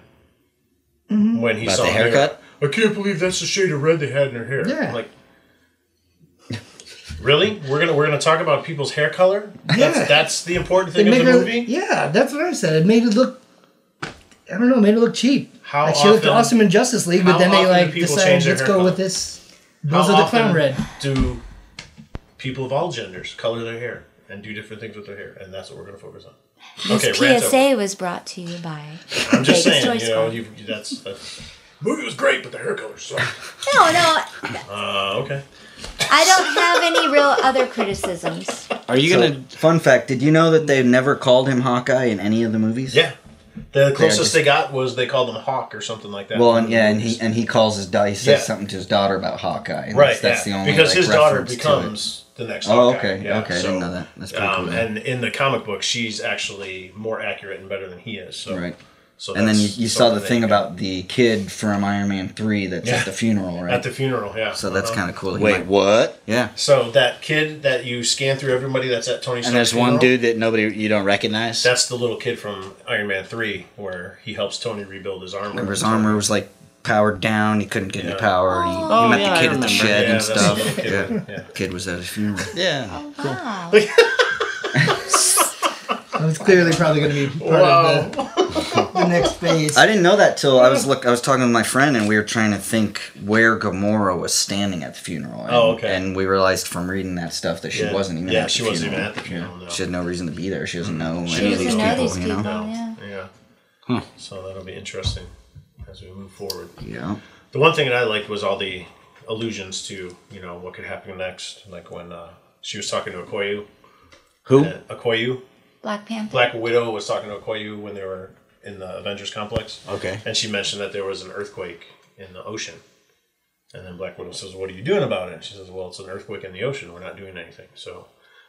Mm-hmm.
when he
About
saw
the
her
haircut?
I can't believe that's the shade of red they had in her hair.
Yeah.
I'm like. Really? We're gonna we're gonna talk about people's hair color?
Yeah.
That's that's the important
It
thing of
made
the
her-
movie?
Yeah, that's what I said. It made it look. I don't know. Made it look cheap.
How
like she looked
often-
awesome in Justice League, but
how
then they
often do
like
people
decided
change their
let's go
hair
with
color?
this.
How
Those are the clown
often [LAUGHS]
red.
Do people of all genders color their hair and do different things with their hair? And that's what we're going to focus on. Okay, rant
this PSA was brought to you by.
over. I'm just
Vegas
saying,
Toy
you know,
Squad.
you, that's, that's movie was great, but the hair color sucked.
No, no,
Uh, okay.
I don't have any real other criticisms.
Are you
So,
gonna?
fun fact: Did you know that they've never called him Hawkeye in any of the movies?
Yeah, the closest
just-
they got was they called him Hawk or something like that.
Well, and yeah, and he and he calls his daughter. He says
Yeah.
something to his daughter about Hawkeye. and
right,
That's, that's
yeah,
the only
because
like,
his daughter
reference to it.
becomes the next.
Oh,
Hawkeye.
okay,
yeah,
okay, I didn't know that. That's pretty
um,
cool.
And in the comic book, she's actually more accurate and better than he is. So,
right.
So
And then you,
that's
you saw the
something
thing
they-
about the kid from Iron Man three that's
Yeah.
at the funeral, right?
at the funeral. Yeah. Uh-huh.
so that's kind of cool. He
Wait,
might-
what?
yeah.
So that kid that you scan through everybody that's at Tony.
And there's one
funeral,
dude that nobody you don't recognize.
That's the little kid from Iron Man Three, where he helps Tony rebuild his armor.
Remember his armor was like powered down. He couldn't get any
Yeah.
power. He, he
Oh,
met
yeah, I
the kid at the
remember.
shed
Yeah,
and
that's the little
stuff.
kid.
yeah.
Yeah.
Kid was at his funeral.
yeah.
Wow.
That was clearly probably going to be part of the, the
[LAUGHS]
next phase.
I didn't know that till I was look. I was talking with my friend, and we were trying to think where Gamora was standing at the funeral. And,
Oh, okay.
And we realized from reading that stuff that she
Yeah.
wasn't even.
Yeah,
at
she
the
wasn't even
funeral.
at the funeral, no.
She had no reason to be there. She doesn't know
She
any of
doesn't
these
know
people.
these
you know.
people.
No,
Oh, Yeah.
yeah. So that'll be interesting as we move forward.
Yeah.
The one thing that I liked was all the allusions to you know what could happen next, like when uh, she was talking to Okoye.
Who?
uh, Okoye,
Black Panther.
Black Widow was talking to Okoye when they were in the Avengers complex.
Okay.
And she mentioned that there was an earthquake in the ocean. And then Black Widow says, What are you doing about it? And she says, Well, it's an earthquake in the ocean. We're not doing anything. So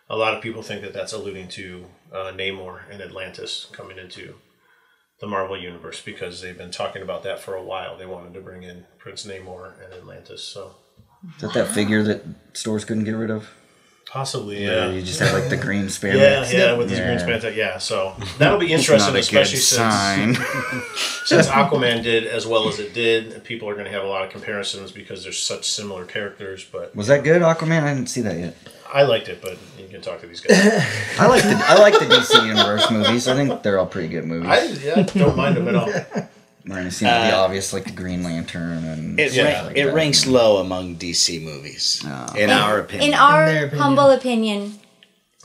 a lot of people think that that's alluding to uh, Namor and Atlantis coming into the Marvel Universe because they've been talking about that for a while. They wanted to bring in Prince Namor and Atlantis. So
Is that that figure that stores couldn't get rid of?
possibly,
Where
yeah.
You just had like the green spandex.
Yeah, yeah, with his
Yeah.
green spandex. Yeah, so that'll be interesting,
Not a good
especially since
sign.
[LAUGHS] since
[LAUGHS]
Aquaman did as well as it did, and people are going to have a lot of comparisons because there's such similar characters. But
Was that good, Aquaman? I didn't see that yet.
I liked it, but you can talk to
[LAUGHS]
these guys.
I like the I like the DC Universe movies. I think they're all pretty good movies.
I, yeah, I don't mind them at all.
We're gonna see the obvious, like the Green Lantern and
It,
Yeah.
rank-
like
it
that.
ranks Oh. low among DC movies, in our opinion.
In our
their opinion.
humble opinion,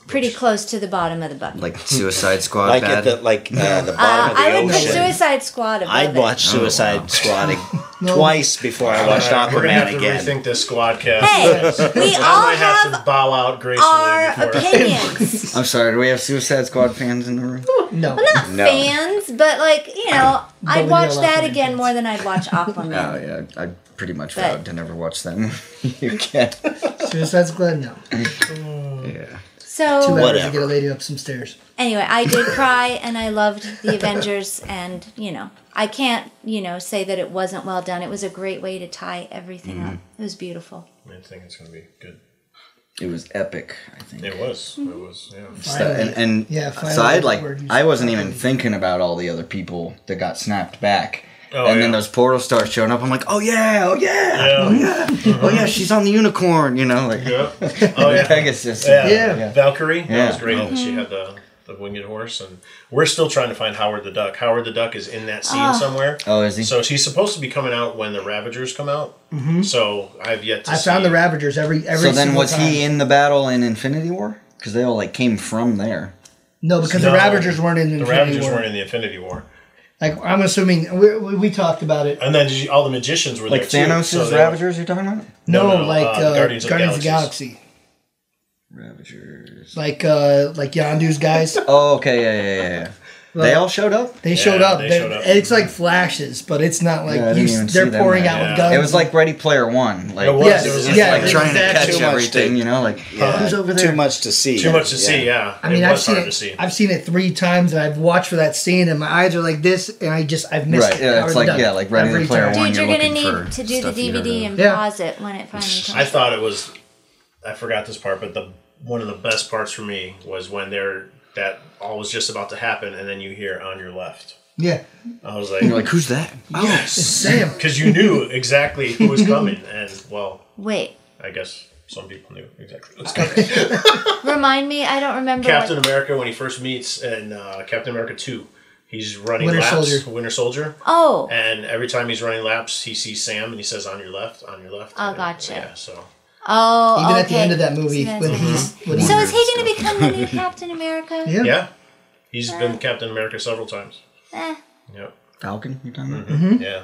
pretty close to the bottom of the bucket.
like Suicide Squad.
like
bad.
at the like uh, the
uh,
bottom
I would
of the
put
ocean.
Suicide Squad above
I'd
it.
watch
Oh,
Suicide
wow.
Squad
No.
twice before I watched
All right, we're gonna have
Aquaman
to
again.
rethink this squad cast. [LAUGHS]
Hey, we
I
all
might have,
have
to bow out gracefully.
our
before-
opinions.
[LAUGHS] I'm sorry. Do we have Suicide Squad fans in the room?
No.
Not
No.
fans, but like, you know, I'd
we
watch
got
that
Aquaman
again
fans.
more than I'd [LAUGHS] watch Aquaman.
Oh yeah, I pretty much
But-
vowed to never watch them. [LAUGHS] you can't.
[LAUGHS] Suicide Squad, no.
Yeah.
Too
So,
bad we had
Whatever.
to get a lady up some stairs.
anyway, I did cry and I loved the Avengers, and, you know, I can't, you know, say that it wasn't well done. It was a great way to tie everything up.
Mm-hmm.
It was beautiful.
[LAUGHS] I think it's gonna be good.
It was epic. I think.
It was. It was.
[LAUGHS]
Yeah.
So- and and
Yeah, finally
so I
the
like
word you
I
said.
wasn't even thinking about all the other people that got snapped back.
Oh,
and then
yeah.
those portal stars showing up. I'm like, oh yeah, oh yeah,
Yeah.
oh yeah, oh
Mm-hmm.
yeah, she's on the unicorn, you know, like [LAUGHS]
Yeah.
[LAUGHS]
Oh yeah.
Pegasus.
Yeah.
Yeah. Mm-hmm.
Valkyrie. That
Yeah.
was great. She had the the winged horse, and we're still trying to find Howard the Duck. Howard the Duck is in that scene
Ah.
somewhere.
Oh, is he?
So he's supposed to be coming out when the Ravagers come out. So I've yet to.
Mm-hmm. I
see
found the Ravagers every every.
so then
single
was
time.
he in the battle in Infinity War? Because they all like came from there.
No, because
No,
the Ravagers weren't in
The
Infinity
Ravagers
War.
weren't in the Infinity War,
Like I'm assuming we, we, we talked about it.
and then did you- all the magicians were
Like
there
Thanos'
too. So they-
Ravagers, you're talking about?
No,
no,
like
uh,
uh,
Guardians
Guardians,
of
of,
the
the
Galaxies.
Galaxy,
Ravagers.
like uh, like
[LAUGHS]
Yondu's guys.
Oh, okay, yeah, yeah, yeah. yeah. they all showed up.
They showed up.
they
They-
showed up.
It's like flashes, but it's not like
Yeah, I
you,
didn't even
they're
see them
pouring
there.
out
Yeah.
with guns.
It was like Ready Player One. Like
It was.
Yes,
It was
yeah,
like
like trying to
exactly.
catch
Too much
everything,
to-
you know, like
Yeah,
who's over there?
Too much to see.
Too much to see. Yeah.
I mean,
it
I've
was
seen
hard
it.
to see.
I've seen it three times, and I've watched for that scene, and my eyes are like this, and I just I've missed
Right,
it.
yeah,
I
it's
was
like-
done
yeah, like Ready
every
Player
time.
One.
Dude, you're
you're
going to
looking
need
for
to do the
stuff you gotta-
DVD and
Yeah.
pause it when it finally comes
I thought it was. I forgot this part, but the one of the best parts for me was when they're that all was just about to happen, and then you hear on your left.
Yeah,
I was like,
You're like, who's that?
yes,
[LAUGHS] damn.
because you knew exactly who was coming, and well,
Wait,
I guess some people knew exactly who was
[LAUGHS]
coming.
remind me, I don't remember.
Captain
what,
America when he first meets in uh, Captain America Two, he's running
Winter
laps.
Soldier.
Winter Soldier.
oh,
And every time he's running laps, he sees Sam and he says, "On your left, on your left."
Oh,
And, uh,
gotcha.
Yeah, so
oh,
Even at the
okay.
end of that movie,
So
when
that's-
he's when
So
he's
is he going to become the
[LAUGHS]
new Captain America?
yeah.
yeah, he's been Captain America several times.
Eh,
Yep.
Falcon, you're talking about?
Hmm?
Yeah.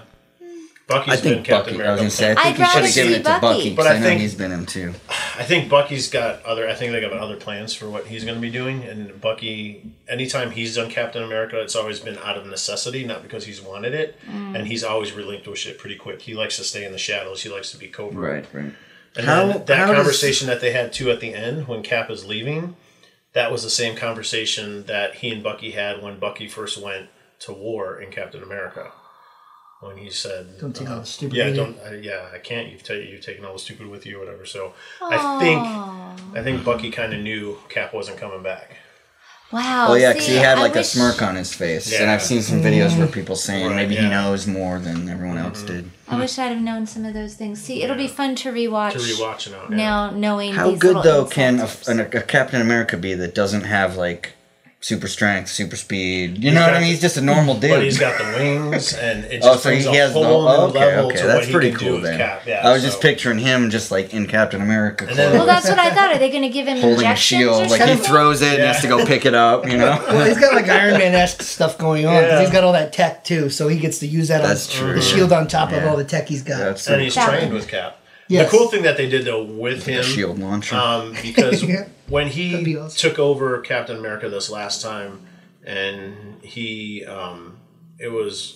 Bucky's
I
Mm-hmm. been
think
Captain
Bucky. I
America.
was gonna say, I
I'd
think you should
rather
have given
see
it to
Bucky.
Bucky
But
because
I
I, know
think-
he's been in too.
I think Bucky's got other. I think they got other plans for what he's going to be doing. And Bucky, anytime he's done Captain America, it's always been out of necessity, not because he's wanted it. And he's always relinquished it pretty quick. He likes to stay in the shadows. He likes to be covert.
right.
And
How-
then that
how does-
conversation that they had too at the end when Cap is leaving, that was the same conversation that he and Bucky had when Bucky first went to war in Captain America. When he said, um,
Don't take all the oh, stupid
Yeah,
with you."
don't. Uh, yeah, I can't. You've ta- you've taken all the stupid with you, or whatever. So I think I think Bucky kind of knew Cap wasn't coming back.
Wow.
Oh yeah, because
see,
he had
I
like a
wish-
smirk on his face, and
Yeah.
I've seen some videos where people saying
Right,
maybe
yeah. Mm-hmm.
he knows more than everyone else did.
I wish I'd have known some of those things. See, it'll be fun to rewatch.
To rewatch it out
now, knowing
How
these
good
little
though can a,
insiders.
an, a Captain America be that doesn't have like super strength, super speed? You know what
got
I mean? He's just a normal dude.
But he's got the wings, and it just
Oh, so he
brings a
has no.
whole
oh,
new
okay,
level
okay,
to what
that's
he
pretty
can do
cool.
with
Then
Cap. Yeah,
I was
so-
just picturing him, just like in Captain America,
And then-
Well,
clothes,
that's what
[LAUGHS]
I thought. Are they going to give him
holding a
injections or
shield, like he
something?
throws it and
Yeah.
has to go pick it up.
[LAUGHS]
You know,
Well, he's got like Iron Man esque stuff going on. 'cause
Yeah.
He's got all that tech too, so he gets to use that
That's
on
true.
the shield on top of
Yeah.
all the tech he's got.
[LAUGHS] that's
and he's
That
trained
one.
with Cap.
Yes.
The cool thing that they did though with
a
him,
shield launcher.
um, because
Yeah.
when
That'd
he
be awesome.
took over Captain America this last time, and he, um, it was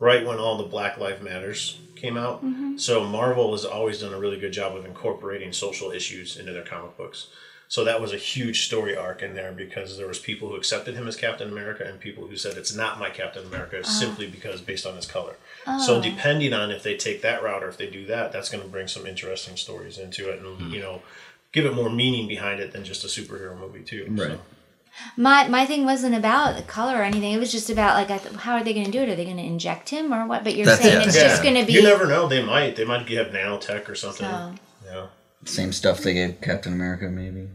right when all the Black Lives Matters came out.
Mm-hmm.
So Marvel has always done a really good job of incorporating social issues into their comic books. So that was a huge story arc in there because there was people who accepted him as Captain America and people who said it's not my Captain America
Uh-huh.
simply because based on his color.
Oh.
So depending on if they take that route or if they do that, that's going to bring some interesting stories into it and you know give it more meaning behind it than just a superhero movie too. so.
Right.
My my thing wasn't about the color or anything. It was just about like, I th- how are they going to do it? Are they going to inject him or what? But you're
That's
saying
it.
it's
Yeah.
just going to be.
You never know. They might. They might have nanotech or something.
So.
Yeah.
Same stuff they gave Captain America, maybe.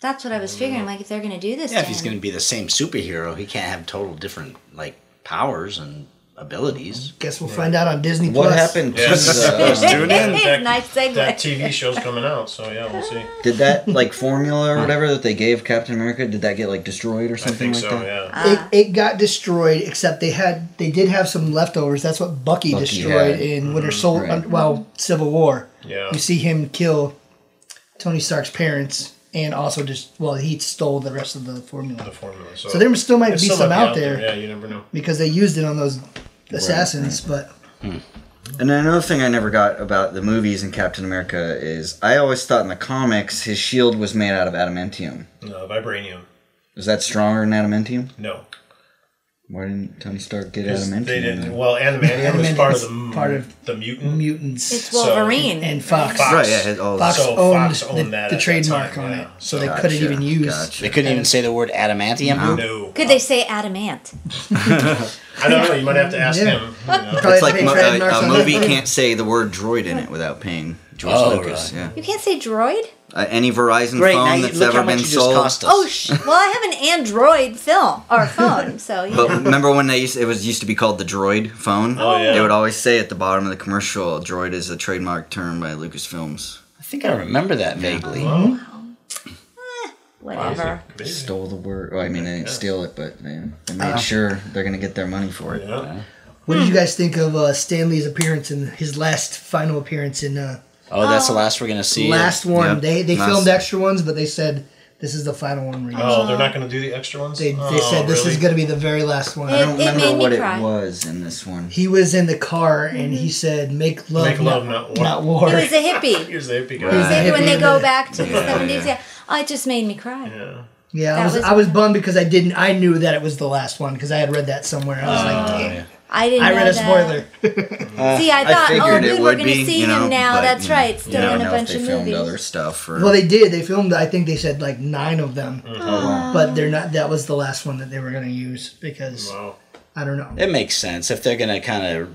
That's what I was figuring. Like, if they're going to do this,
Yeah,
to
if he's
him-
going to be the same superhero, he can't have total different like powers and abilities.
Guess we'll find out on Disney
What
Plus.
happened to
Yes.
uh,
[LAUGHS]
the-
Tune in.
[LAUGHS] nice segue.
That TV show's coming out, so yeah, we'll
[LAUGHS]
see.
Did that like formula or whatever that they gave Captain America? Did that get like destroyed or
I
something
think
like
so.
that?
Yeah.
It, it got destroyed, except they had they did have some leftovers. That's what Bucky,
Bucky
destroyed
had.
in
Mm-hmm.
Winter Soldier.
right.
Well, Civil War.
Yeah.
You see him kill Tony Stark's parents, and also just well, he stole the rest of the formula.
The formula. So,
So there still might
it's
be
still
some
might be
out there
Yeah, you never know.
because they used it on those assassins. But
And another thing I never got about the movies and Captain America is I always thought in the comics his shield was made out of adamantium.
No, vibranium.
Is that stronger than adamantium?
No.
Why didn't Tony Stark get
'Cause
adamantium?
They didn't. Well, adamantium was
Adamantium
part of
is
the m-
part of
the mutant.
mutants
it's Wolverine.
and Fox.
Fox.
Right, yeah, his- all
Fox
So
owned,
Fox
the-
owned that
the,
at that
trademark
time,
on
yeah.
it, so they
Gotcha,
couldn't even use.
gotcha.
They couldn't even say the word adamantium.
No.
Could they say adamant?
I don't know. You might have to ask
Yeah.
him. You
[LAUGHS]
know.
Probably
It's
had
like
to pay
mo- uh,
Fred
a,
Narcisse
a
on
[LAUGHS]
movie
that.
can't say the word droid in it without paying George
Oh,
Lucas. Yeah.
You can't say droid.
Uh, any Verizon
Great, now
phone
you,
that's
look
ever
how much
been
you just
sold.
cost us.
Oh, sh- well, I have an Android film or phone,
[LAUGHS]
so you
But
know.
remember when they used it was used to be called the Droid phone?
Oh, yeah.
They would always say at the bottom of the commercial, "Droid is a trademark term by Lucasfilms."
I think I remember that vaguely.
[LAUGHS]
whatever.
Amazing.
Stole the word. Well, I mean, they didn't steal it, but they, they
Oh.
made sure they're gonna get their money for it.
Yeah.
What did you guys think of uh, Stanley's appearance in his last final appearance in uh,
Oh, that's the last we're gonna see.
last one?
Yep.
They they
Last-
filmed extra ones, but they said this is the final one. We're using.
Oh, they're not going to do the extra ones.
They, they
Oh,
said this
really?
is going to be the very last one.
It,
I don't
it
remember
made
what
me
it
cry.
was in this one.
He was in the car and he said, "Make love,
Make love, not war."
war."
He Mm-hmm. was a hippie.
Here's the hippie guy.
He
Uh,
was a hippie when they go
Right.
back to the
[LAUGHS] Yeah,
70s.
yeah.
Yeah. Oh, it just made me cry.
Yeah.
yeah, I
that
was,
was-
I was bummed because I didn't. I knew that it was the last one because I had read that somewhere. I was like,
Uh.
"Damn."
I didn't
I
know
read a
that.
spoiler.
See, I thought, oh,
it
dude, we're
would
going
be,
to see
you know,
him now.
but,
That's
you know,
right. Still
you never
in a
know if
bunch
they
of
filmed
movies.
other stuff. Or,
Well, they did. They filmed. I think they said like nine of them,
Mm-hmm.
Oh,
but they're not. That was the last one that they were going to use because
Wow.
I don't know.
It makes sense if they're gonna kind of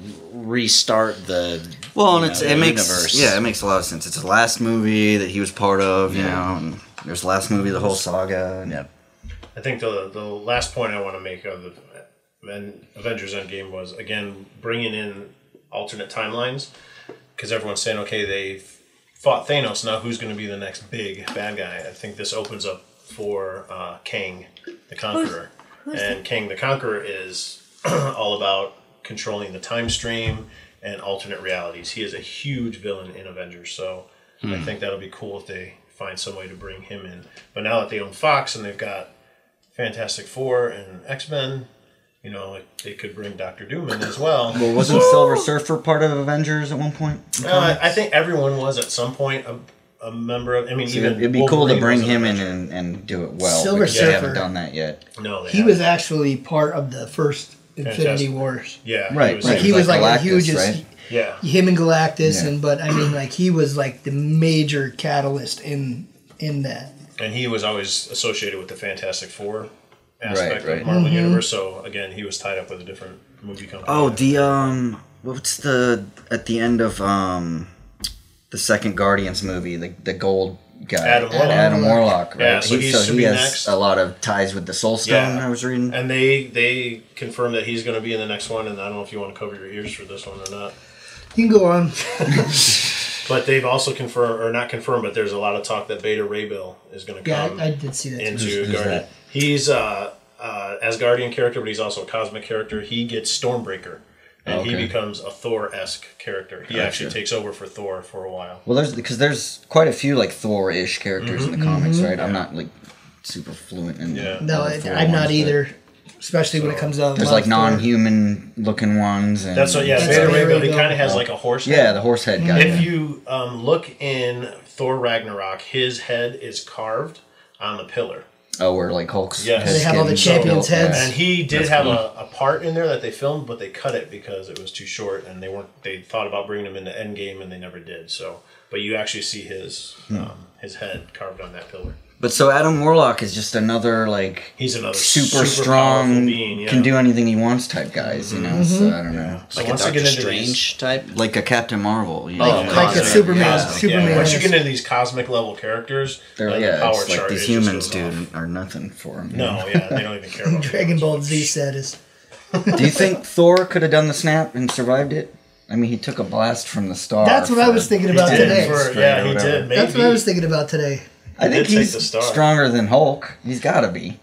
restart the.
Well, and
you
it's
know,
it
the
makes
universe.
yeah, it makes a lot of sense. It's the last movie that he was part of, you know, and it was the last movie, of the whole saga. and-
Yep.
I think the the last point I want to make of the Aven- Avengers Endgame was again bringing in alternate timelines because everyone's saying okay they fought Thanos now who's going to be the next big bad guy I think this opens up for uh, Kang the Conqueror and Kang the Conqueror is [CLEARS THROAT] all about controlling the time stream and alternate realities he is a huge villain in Avengers so I think that'll be cool if they find some way to bring him in but now that they own Fox and they've got Fantastic Four and X Men. You know, it, they could bring Doctor Doom in as well.
Well, wasn't Silver Surfer part of Avengers at one point?
Uh, I think everyone was at some point a, a member of. I mean,
So
even
it'd be cool to
Wolverine
bring
was an
him in
Avenger.
and, and do it well.
Silver
because they
Surfer.
haven't done that yet.
No, they
He was
haven't.
actually part of the first Infinity
Fantastic.
Wars.
Yeah,
Right,
He was,
right.
He was like,
Like
a
Galactus,
huge,
right?
Yeah,
him and Galactus,
Yeah.
and but I mean, like he was like the major catalyst in in that.
and he was always associated with the Fantastic Four aspect
right.
of Marvel Universe. So again, he was tied up with a different movie company.
Mm-hmm. Oh, the um, what's the at the end of um, the second Guardians movie, the the gold guy,
Adam Warlock.
Adam Warlock, right?
Yeah, so he's to
he
be
has
next.
a lot of ties with the Soul Stone.
Yeah.
I was reading.
And they they confirmed that he's going to be in the next one, and I don't know if you want to cover your ears for this one or not.
You can go on.
But they've also confirmed, or not confirmed, but there's a lot of talk that Beta Ray Bill is going to
Yeah,
come.
I, I did see that. too.
into
who's
Guardian.
that?
He's uh, uh, as Guardian character, but he's also a cosmic character. He gets Stormbreaker, and he
Okay.
becomes a Thor esque character. He actually takes over for Thor for a while.
Well, there's because there's quite a few like Thor ish characters in the comics, right? I'm not like super fluent in
Mm-hmm, Yeah.
No,
all
I,
the Thor
I'm
ones,
not
but
either. Especially when it comes out.
There's like non-human looking ones, and
That's what. Yeah,
That's
Beta
what
Ray
Beta
Bill. He
Ray
kind
Bill-
of has like a horse.
yeah,
head.
the horse head guy.
If you um, look in Thor Ragnarok, his head is carved on the pillar.
oh, where like Hulk's
Yes.
head's
They
have all the
getting
champions'
built, yeah.
heads.
And he did have a, a part in there that they filmed, but they cut it because it was too short, and they weren't. They thought about bringing him into Endgame, and they never did. So, but you actually see his
Hmm.
um, his head carved on that pillar.
But so Adam Warlock is just another like
He's another
super,
powerful
strong,
being, yeah.
can do anything he wants type guys. You know,
Mm-hmm.
so I don't know,
So
Like
once
a
you
Doctor
get into
Strange type.
Like- like a Captain Marvel. You know,
Oh,
Like a
Yeah.
Superman.
Yeah.
Superman.
these, once you
is-
get into these cosmic level characters,
They're,
uh,
yeah,
the power
it's like
chart
these
is just
humans,
goes off.
dude, are nothing for him.
No, yeah, they don't even care about
[LAUGHS] Dragon
humans.
Ball Z said is
Do
[LAUGHS]
you think Thor could have done the snap and survived it? I mean, he took a blast from the star.
That's what I
for-
was thinking about
He did
today.
for-
Straight
yeah,
or
he
whatever.
did. Maybe.
That's what I was thinking about today.
I
did
think
take
he's
the star.
stronger than Hulk. He's got to be.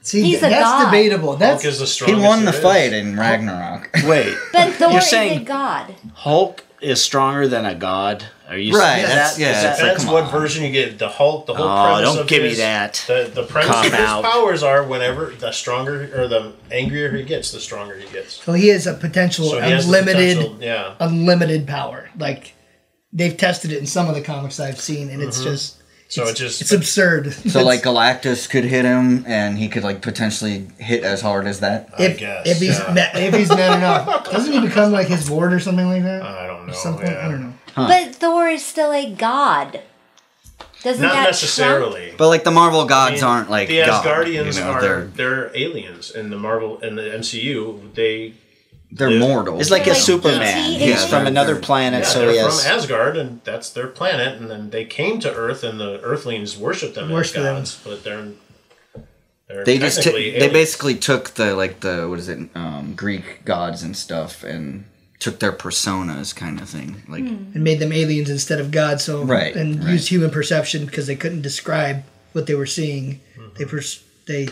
See,
He's a
that's
god.
debatable.
Hulk
That's
is the
He
strongest.
won the
it is.
fight in Ragnarok.
Wait,
But Thor
You're
is
saying-
a god.
Hulk is stronger than a god. Are you
[LAUGHS] Right,
is
that's-
that-
yeah,
is
that's
that-
That's
come
what
on.
version you get. The Hulk. The whole
Oh,
premise
don't
of
give me
his-
that.
The, the premise
Cop
of his
out.
powers are whenever the stronger or the angrier he gets, the stronger he gets.
so he has a potential
So he has the
unlimited,
potential- yeah.
unlimited power. Like they've tested it in some of the comics I've seen, and it's just
Mm-hmm. So it just
it's absurd.
so like Galactus could hit him, and he could like potentially hit as hard as that.
if,
guess,
if he's
yeah.
ma- if he's mad enough, doesn't he become like his ward or something like that?
I don't know.
something
Oh, yeah.
I don't know.
But Thor is still a god. Doesn't
Not
that Trump?
necessarily.
But like the Marvel
I
gods
mean,
aren't like
the
God,
Asgardians
you know,
are
They're
they're, aliens in the Marvel in the MCU. They
they're
they're-
mortal.
It's like a
Like
Superman.
ET
He's
is-
from another planet,
yeah,
so
they're
he has.
from Asgard, and that's their planet. And then they came to Earth, and the Earthlings worship them
Worship
as
them.
gods. But they're they're
they just took
technically
they
aliens.
basically took the like the what is it um, Greek gods and stuff and took their personas kind of thing. Like
Hmm.
And made them aliens instead of God. So
Right,
and
right.
used human perception because they couldn't describe what they were seeing. They per- they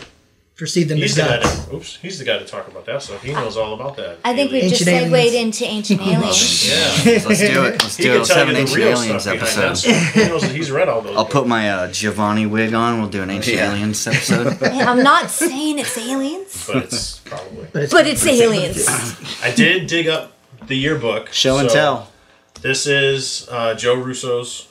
perceived them
Mm-hmm. He's the
as
guy.
gods.
To, oops, he's the guy to talk about that stuff. He knows all about that.
I think we
Alien.
just
Ancient
segued
aliens.
into [LAUGHS] ancient aliens.
Yeah,
let's do
[LAUGHS]
it. Let's
he
do
can tell
it. Seven
you the
Ancient
real
Aliens
stuff behind that
episode.
stuff. He knows he's read all those.
I'll put my uh, Giovanni wig on. We'll do an Ancient
Yeah.
[LAUGHS]
Aliens episode.
Hey, I'm not saying it's aliens,
but it's probably.
but it's aliens.
I did dig up the yearbook.
Show and
so
tell.
This is uh, Joe Russo's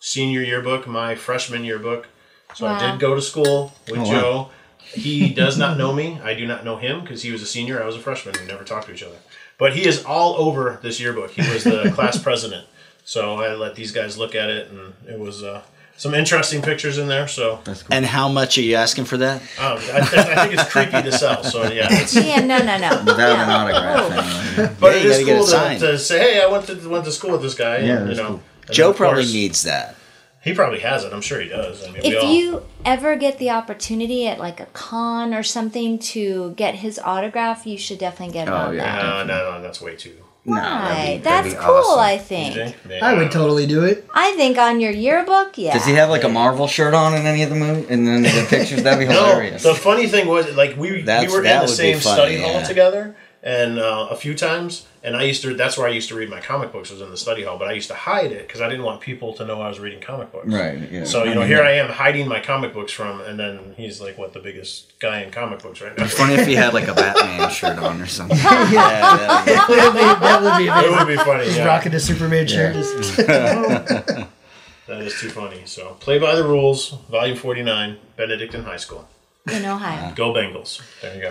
senior yearbook, my freshman yearbook. So I
Wow.
did go to school with
wow.
Joe. He does not know me. I do not know him because he was a senior. I was a freshman. We never talked to each other. But he is all over this yearbook. He was the class president. So I let these guys look at it, and it was uh, some interesting pictures in there. So um,
And how much are you asking for that?
I, th- I think it's creepy to sell. So yeah,
[LAUGHS]
it's,
[LAUGHS] Yeah, no, no, no.
Without an
No.
autograph,
Oh.
anyway.
but
Yeah,
it
you
is
gotta get
cool
it
to,
signed.
to say, hey, I went to went to school with this guy.
Yeah,
and, you
that's
know,
cool.
and then,
Joe
of
probably
course,
needs that.
He probably has it. I'm sure he does. I mean, we
If
all,
you ever get the opportunity at like a con or something to get his autograph, you should definitely get him
Oh,
on
yeah.
that.
no, no, no, that's way too.
Why?
that'd be- that'd
That's
be
cool,
awesome.
I
You
think.
think? Yeah.
I would totally do it. [LAUGHS]
I think on your yearbook, yeah.
Does he have like a Marvel shirt on in any of the movie? And then the pictures that'd be
[LAUGHS] No,
hilarious.
the funny thing was, like we
That's-
we were in
that
the
would be
same
funny,
study
yeah.
hall together, and uh, a few times, and I used to. That's where I used to read my comic books was in the study hall, but I used to hide it because I didn't want people to know I was reading comic books.
Right. Yeah.
So you know, here I am hiding my comic books from, and then he's like, "What the biggest guy in comic books right now?" [LAUGHS]
It's funny if he had like a
[LAUGHS]
Batman shirt on or something.
Yeah, yeah.
That would be- that would be
it
amazing.
would be funny. yeah.
Rocking a Superman shirt. Just-
[LAUGHS]
[LAUGHS]
That is too funny. So, Play by the Rules, Volume 49, Benedictine High School.
in Ohio?
Go Bengals. There you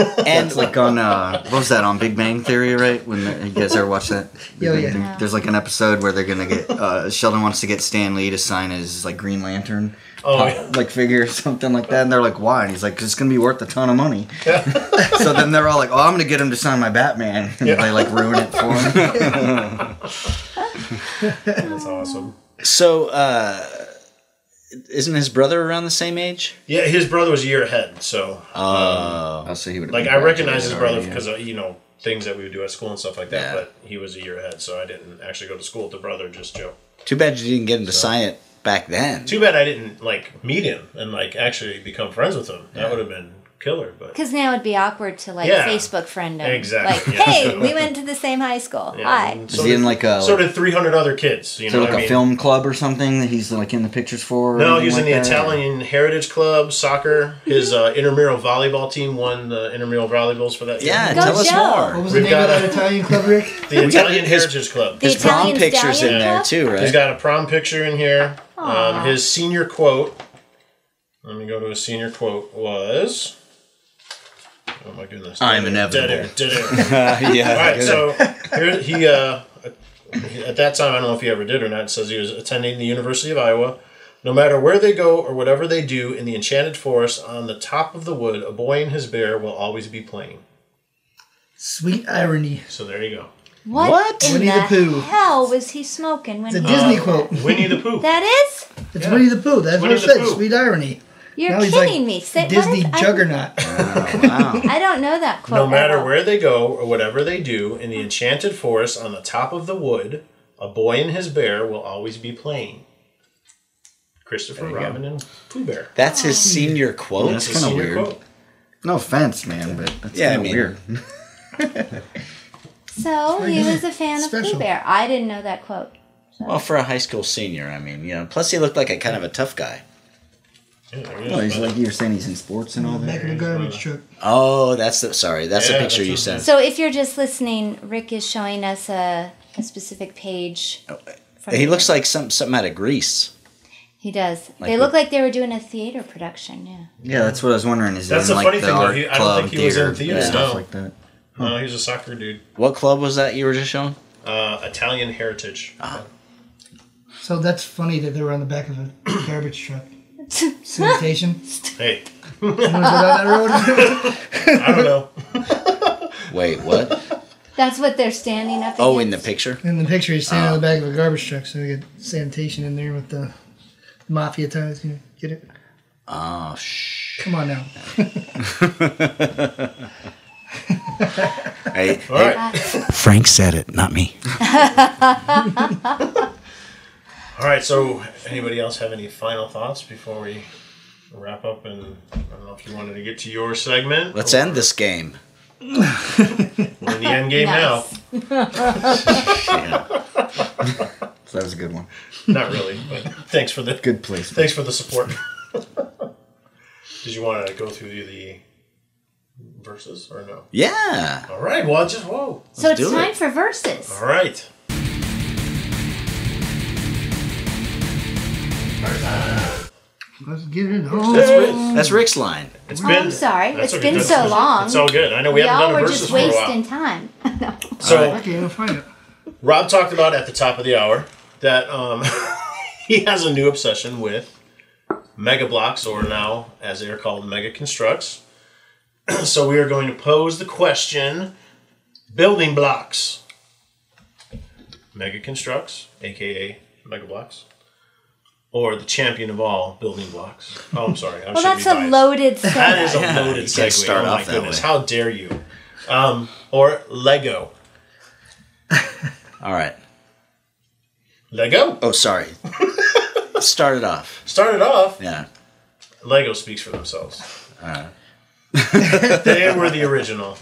go.
And like on uh, what was that on Big Bang Theory, right? When the, you guys ever
[LAUGHS]
watch that?
Oh,
Yeah, yeah.
There's- There's like an episode where they're gonna get uh, Sheldon wants to get Stan Lee to sign his like Green Lantern.
Oh,
pop-
yeah.
like figure or something like that, and they're like, "Why?" And he's like, "Cause it's gonna be worth a ton of money." so then they're all like, "Oh, I'm gonna get him to sign my Batman," and they like ruin it for him.
[LAUGHS]
[LAUGHS]
That's awesome.
So, uh, isn't his brother around the same age?
Yeah, his brother was a year ahead. So,
oh, so he would
like, I recognize his brother because of, you know, things that we would do at school and stuff like that.
Yeah.
But he was a year ahead. So, I didn't actually go to school with the brother, just Joe.
Too bad you didn't get him to sign it back then.
Too bad I didn't, like, meet him and, like, actually become friends with him. That would have been killer. But
Because now it'd be awkward to like
Yeah.
Facebook friend him.
Exactly,
Like,
yeah. [LAUGHS]
hey, we went to the same high school.
yeah,
Hi.
and
Is he in like a
so did 300 other kids. You
so
know
like
what I
a
mean?
film club or something that he's like in the pictures for? or
No,
anything
he was in
like
the
that?
Italian Heritage Club soccer. His uh, intramural volleyball team won the intramural volleyballs for that. year.
Yeah,
Go
tell us
Joe.
what
more.
was the
We've
name
got
of that Italian club, Rick?
the Italian
his-
Heritage Club.
The
His prom
Italian
pictures in
Stallion
there
Club?
too,
He's
right?
got a prom picture in here. Um, his senior quote. Let me go to his senior quote was. Oh my goodness!
I'm
Dead air,
inevitable.
Dead air. Dead
[LAUGHS]
air.
yeah.
All right, so here he uh, at that time I don't know if he ever did or not. It says he was attending the University of Iowa. No matter where they go or whatever they do in the enchanted forest on the top of the wood, a boy and his bear will always be playing.
Sweet irony.
So there you go.
What,
What?
in
Winnie
the,
the Pooh.
hell was he smoking when
It's a
he
Disney quote.
Winnie the Pooh.
That is?
It's Winnie the Pooh. That's
Winnie
what I
the
said.
Pooh.
Sweet irony.
You're
Now he's like
kidding me. Say, what
Disney
if
[LAUGHS]
I-
juggernaut.
wow.
I don't know that quote.
No matter
well.
where they go or whatever they do, in the enchanted forest on the top of the wood, a boy and his bear will always be playing. Christopher Robin and Pooh Bear.
That's his
Oh.
senior quote.
Oh, That's
It's
kind of
in your
weird.
quote.
No offense, man, but that's
Yeah, I
kind of
mean-
weird.
So he was a fan of
Special.
Pooh Bear. I didn't know that quote.
Well, for a high school senior, I mean, you know. Plus, he looked like a kind of a tough guy.
Yeah, there it
No,
is,
Oh, he's
but-
like you were saying he's in sports and all
Back
that.
in the garbage truck.
Oh, that's the sorry. That's
Yeah,
the picture
that's
you
what-
sent.
So if you're just listening, Rick is showing us a, a specific page. from-
Oh, He looks like some something out of Greece.
He does.
like
they
the-
look like they were doing a theater production. Yeah.
Yeah, that's what I was wondering. Is he
That's
in,
the
like
funny
the
thing, though,
art
he- I don't
club,
think he was in
theater,
theater,
and stuff
no.
like that?
No, Oh, he's a soccer dude.
What club was that you were just showing?
Uh, Italian heritage.
Ah.
So that's funny that they were on the back of a [COUGHS] garbage truck.
[LAUGHS]
Sanitation.
Hey,
Anyone go down
[LAUGHS]
that road? [LAUGHS]
I don't know. [LAUGHS]
Wait, what?
That's what they're standing up.
oh, in the
against.
picture.
in the picture, he's standing
Ah.
on the back of a garbage truck, so we get sanitation in there with the mafia ties. You know, get it?
Ah,
Oh, shh.
Come on now.
Hey,
All right,
Frank said it, not me.
all right. So, anybody else have any final thoughts before we wrap up? And I don't know if you wanted to get to your segment.
Let's end this game.
We're in the end game
Nice.
So that was a good one.
now. Not really, but thanks for the
Good place.
Thanks for the support. [LAUGHS] Did you want to go through the verses or no?
Yeah.
All right. Well, just whoa.
So it's
do
time
it.
for verses.
All right.
Let's get it
That's,
on.
Rick.
That's Rick's line.
It's
Oh, I'm sorry.
that's
It's
okay.
been
That's-
so long.
It's all good. I know we,
We
haven't
all
done a
were
verses
just
for a while.
wasting time.
So
Okay, I'll find it.
Rob talked about at the top of the hour that um, [LAUGHS] he has a new obsession with mega blocks, or now as they are called, mega constructs. [CLEARS THROAT] so we are going to pose the question: building blocks, mega constructs, aka mega blocks, or the champion of all building blocks. Oh, I'm sorry. I
Well,
should
that's
be
a
biased.
loaded
That is
[LAUGHS]
segue.
a loaded
you can't
segue.
start
oh my
off that
goodness!
way.
How dare you? Um, or Lego.
All right.
Lego
Oh, sorry. Start it off.
started off
Yeah.
Lego speaks for themselves. they were the original.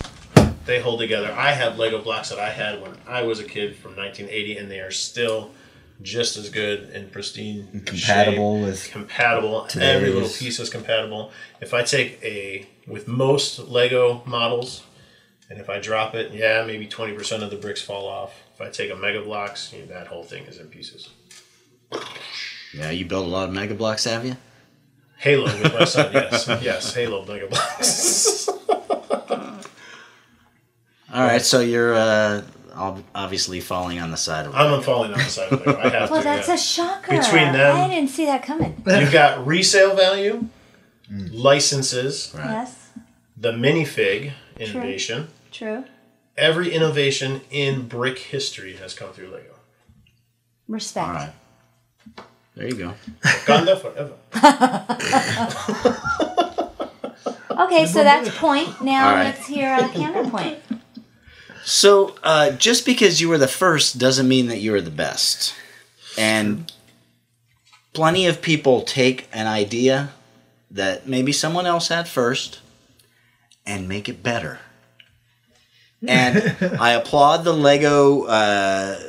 They hold together. I have Lego blocks that I had when I was a kid from 1980, and they are still just as good and pristine. shape.
Compatible with
compatible. Every little
today's-
piece is compatible. If I take a with most Lego models, and if I drop it, yeah, maybe 20% of the bricks fall off. If I take a Mega Blocks, you know, that whole thing is in pieces.
Yeah, you built a lot of mega blocks, have you?
Halo with my son,
[LAUGHS]
yes, yes, Halo Lego blocks.
All right, so you're uh, ob- obviously falling on the side of.
I'm falling on the side of Lego. I have
Well,
to.
that's
yeah.
a shocker.
Between them-
I didn't see that coming.
You've got
[LAUGHS]
resale value, licenses,
Yes,
the minifig innovation.
true.
Every innovation in brick history has come through Lego.
Respect.
All right. There you go.
Wakanda forever.
Okay, so that's point. Now
All right.
let's hear a counterpoint.
So, uh, just because you were the first doesn't mean that you were the best. And plenty of people take an idea that maybe someone else had first and make it better. And I applaud the Lego uh,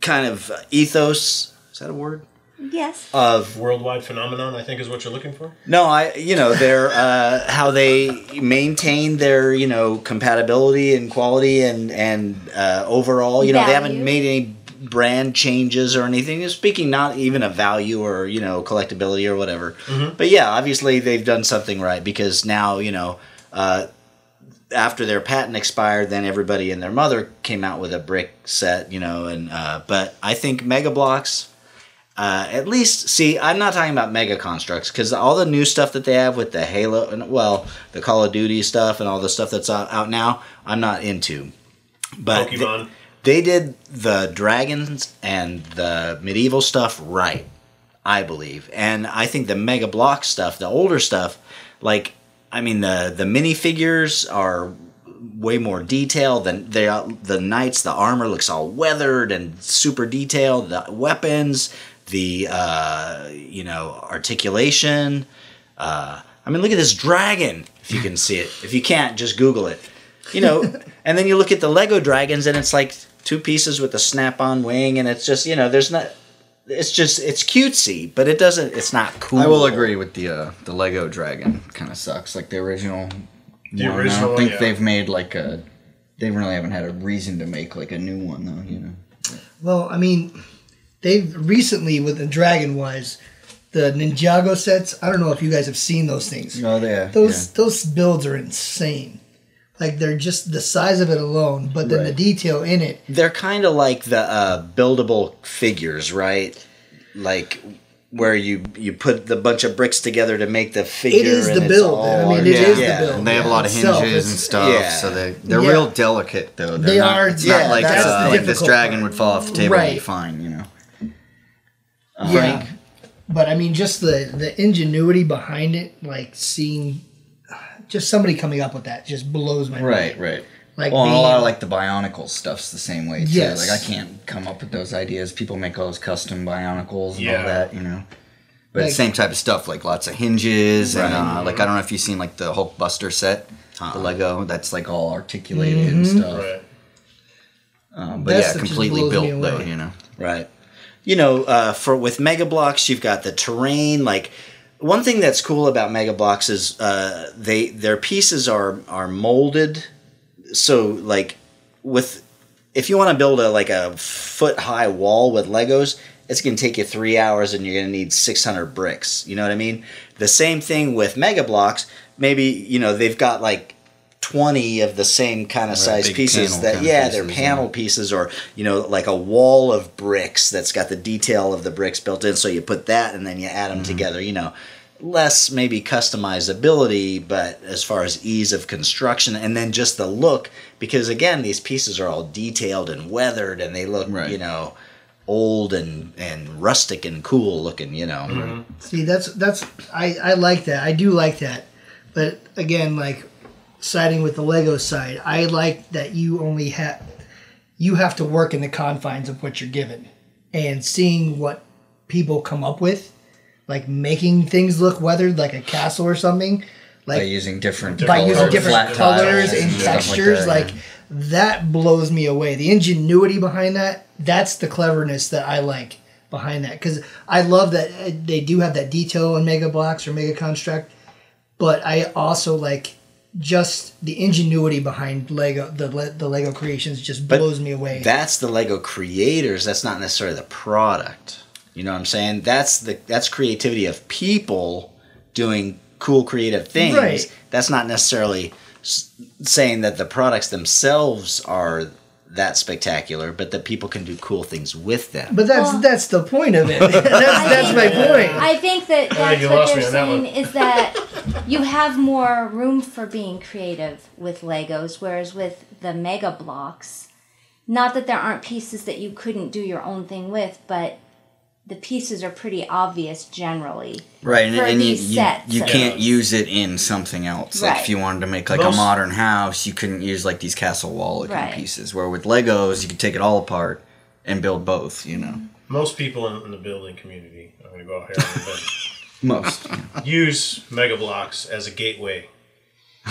kind of ethos. Is that a word?
Yes.
Of
Worldwide phenomenon, I think, is what you're looking for.
No, I you know their uh, how they maintain their you know compatibility and quality and and uh, overall you know they haven't
Value.
made any brand changes or anything. Speaking not even of value or you know collectability or whatever, but yeah, obviously they've done something right because now you know. Uh, after their patent expired, then everybody and their mother came out with a brick set, you know. And uh, but I think Mega Blocks, uh, at least see, I'm not talking about Mega Constructs because all the new stuff that they have with the Halo and well, the Call of Duty stuff and all the stuff that's out, out now, I'm not into. But th-
Pokemon.
they did the dragons and the medieval stuff right. I believe. And I think the Mega Block stuff, the older stuff, like I mean the the minifigures are way more detailed than they are- the knights. The armor looks all weathered and super detailed. The weapons, the uh, you know articulation. Uh, I mean, look at this dragon. If you can see it, if you can't, just Google it. You know, and then you look at the Lego dragons, and it's like two pieces with a snap-on wing, and it's just you know, there's not. It's just it's cutesy, but it doesn't. It's not cool.
I will agree with the uh, the Lego Dragon. Kind of sucks. Like the original.
The
one. I
original
don't
one,
think
yeah.
they've made like a. They really haven't had a reason to make like a new one though. You know.
Well, I mean, they've recently with the Dragon Wise, the Ninjago sets. I don't know if you guys have seen those things.
Oh yeah.
Those those builds are insane. Like they're just the size of it alone, but then the
Right.
detail in it.
They're kind of like the uh, buildable figures, right? Like where you you put the bunch of bricks together to make the figure.
It is
and
the
it's
build. I
all-
mean, it is
yeah.
the
Yeah.
build.
And they have a lot of
itself.
hinges and
It's-
stuff,
yeah.
so they they're
Yeah.
real delicate though. They're
They
not,
are-
It's
yeah,
not like,
that's
uh,
the
like this
difficult
dragon
part.
would fall off the table and be
Right.
fine. You know.
Yeah. But I mean, just the the ingenuity behind it, like seeing just somebody coming up with that, just blows my
Right.
Mind.
Right.
Like
well, and a
being-
lot of like the Bionicle stuff's the same way too.
Yes.
Like I can't come up with those ideas. People make all those custom Bionicles and
Yeah.
all that, you know. But
Like-
same type of stuff, like lots of hinges and uh, like I don't know if you've seen like the Hulk Buster set, the Lego that's like all articulated and
Mm-hmm.
stuff.
Right.
Um, but
That
yeah,
stuff just
completely
blows me
built though,
away.
you know.
Right. You know, uh, for with Mega Blocks, you've got the terrain. Like one thing that's cool about Mega Blocks is uh, they their pieces are are molded. So like with if you want to build a like a foot high wall with Legos, it's going to take you three hours, and you're going to need 600 bricks. You know what I mean? The same thing with Mega Blocks. Maybe you know they've got like 20 of the same kind of size
big
pieces
panel
that
kinda
yeah
pieces,
they're
yeah.
panel pieces or you know like a wall of bricks that's got the detail of the bricks built in so you put that and then you add them together you know less maybe customizability but as far as ease of construction and then just the look because again these pieces are all detailed and weathered and they look
Right.
you know old and and rustic and cool looking you know
See, that's that's I I like that. I do like that. But again, like siding with the Lego side, I like that you only have you have to work in the confines of what you're given, and seeing what people come up with, like making things look weathered, like a castle or something,
By
like
using different
by
colors,
using different
flat
colors
tiles
and
stuff like
textures,
that,
like. that blows me away. The ingenuity behind that, that's the cleverness that I like behind that. Because I love that uh, they do have that detail in Mega Blocks or Mega Construct, but I also like just the ingenuity behind Lego, the, Le- the Lego creations just blows me away.
that's the lego creators that's not necessarily the product you know what i'm saying that's the that's creativity of people doing cool creative things
Right.
that's not necessarily s- saying that the products themselves are that spectacular but that people can do cool things with them
but that's
Well-
that's the point of it. [LAUGHS] that's that's my point.
I think that that's
you
what
lost
they're
me on that
saying
one.
is that you have more room for being creative with Legos, whereas with the Mega Blocks, not that there aren't pieces that you couldn't do your own thing with, but the pieces are pretty obvious generally.
Right, and,
for
and you,
these
you,
sets
you
of
can't
those.
use it in something else. Like
Right.
if you wanted to make like
Most-
a modern house, you couldn't use like these castle wall looking
Right.
pieces. Where with Legos, you could take it all apart and build both. You know,
Mm-hmm.
Most people in, in the building community, I'm going to go out here on a limb,
most.
[LAUGHS]
use mega blocks as a gateway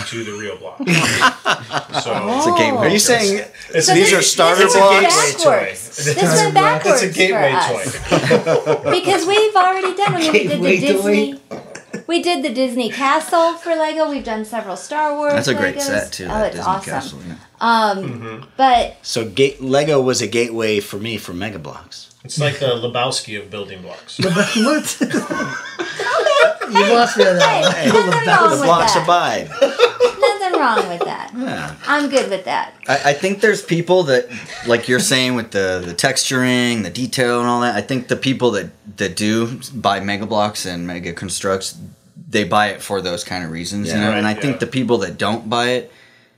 to the real block. so
It's a gateway.
are you saying
it's,
Oh. So
these
this-
are starter
this went
blocks
gateway toy.
backwards. This went backwards
it's a gateway
for us.
toy.
Oh, because we've already done. I mean, we did the
Gateway
Disney. We did the Disney Castle for Lego. We've done several Star Wars.
That's a great
Legos.
set too.
Oh,
that
it's
Disney
awesome.
Castle, yeah.
But
so gate, lego was a gateway for me for mega blocks
It's like the Lebowski of building blocks.
But what? you lost me on that. one.
hey, nothing wrong
the
with
blocks
that.
abide [LAUGHS]
Nothing wrong with that. I'm good with that.
I, I think there's people that, like you're saying, with the the texturing, the detail, and all that. I think the people that that do buy Mega Blocks and Mega Constructs, they buy it for those kind of reasons, you
Yeah.
know. and I
Right, yeah.
think the people that don't buy it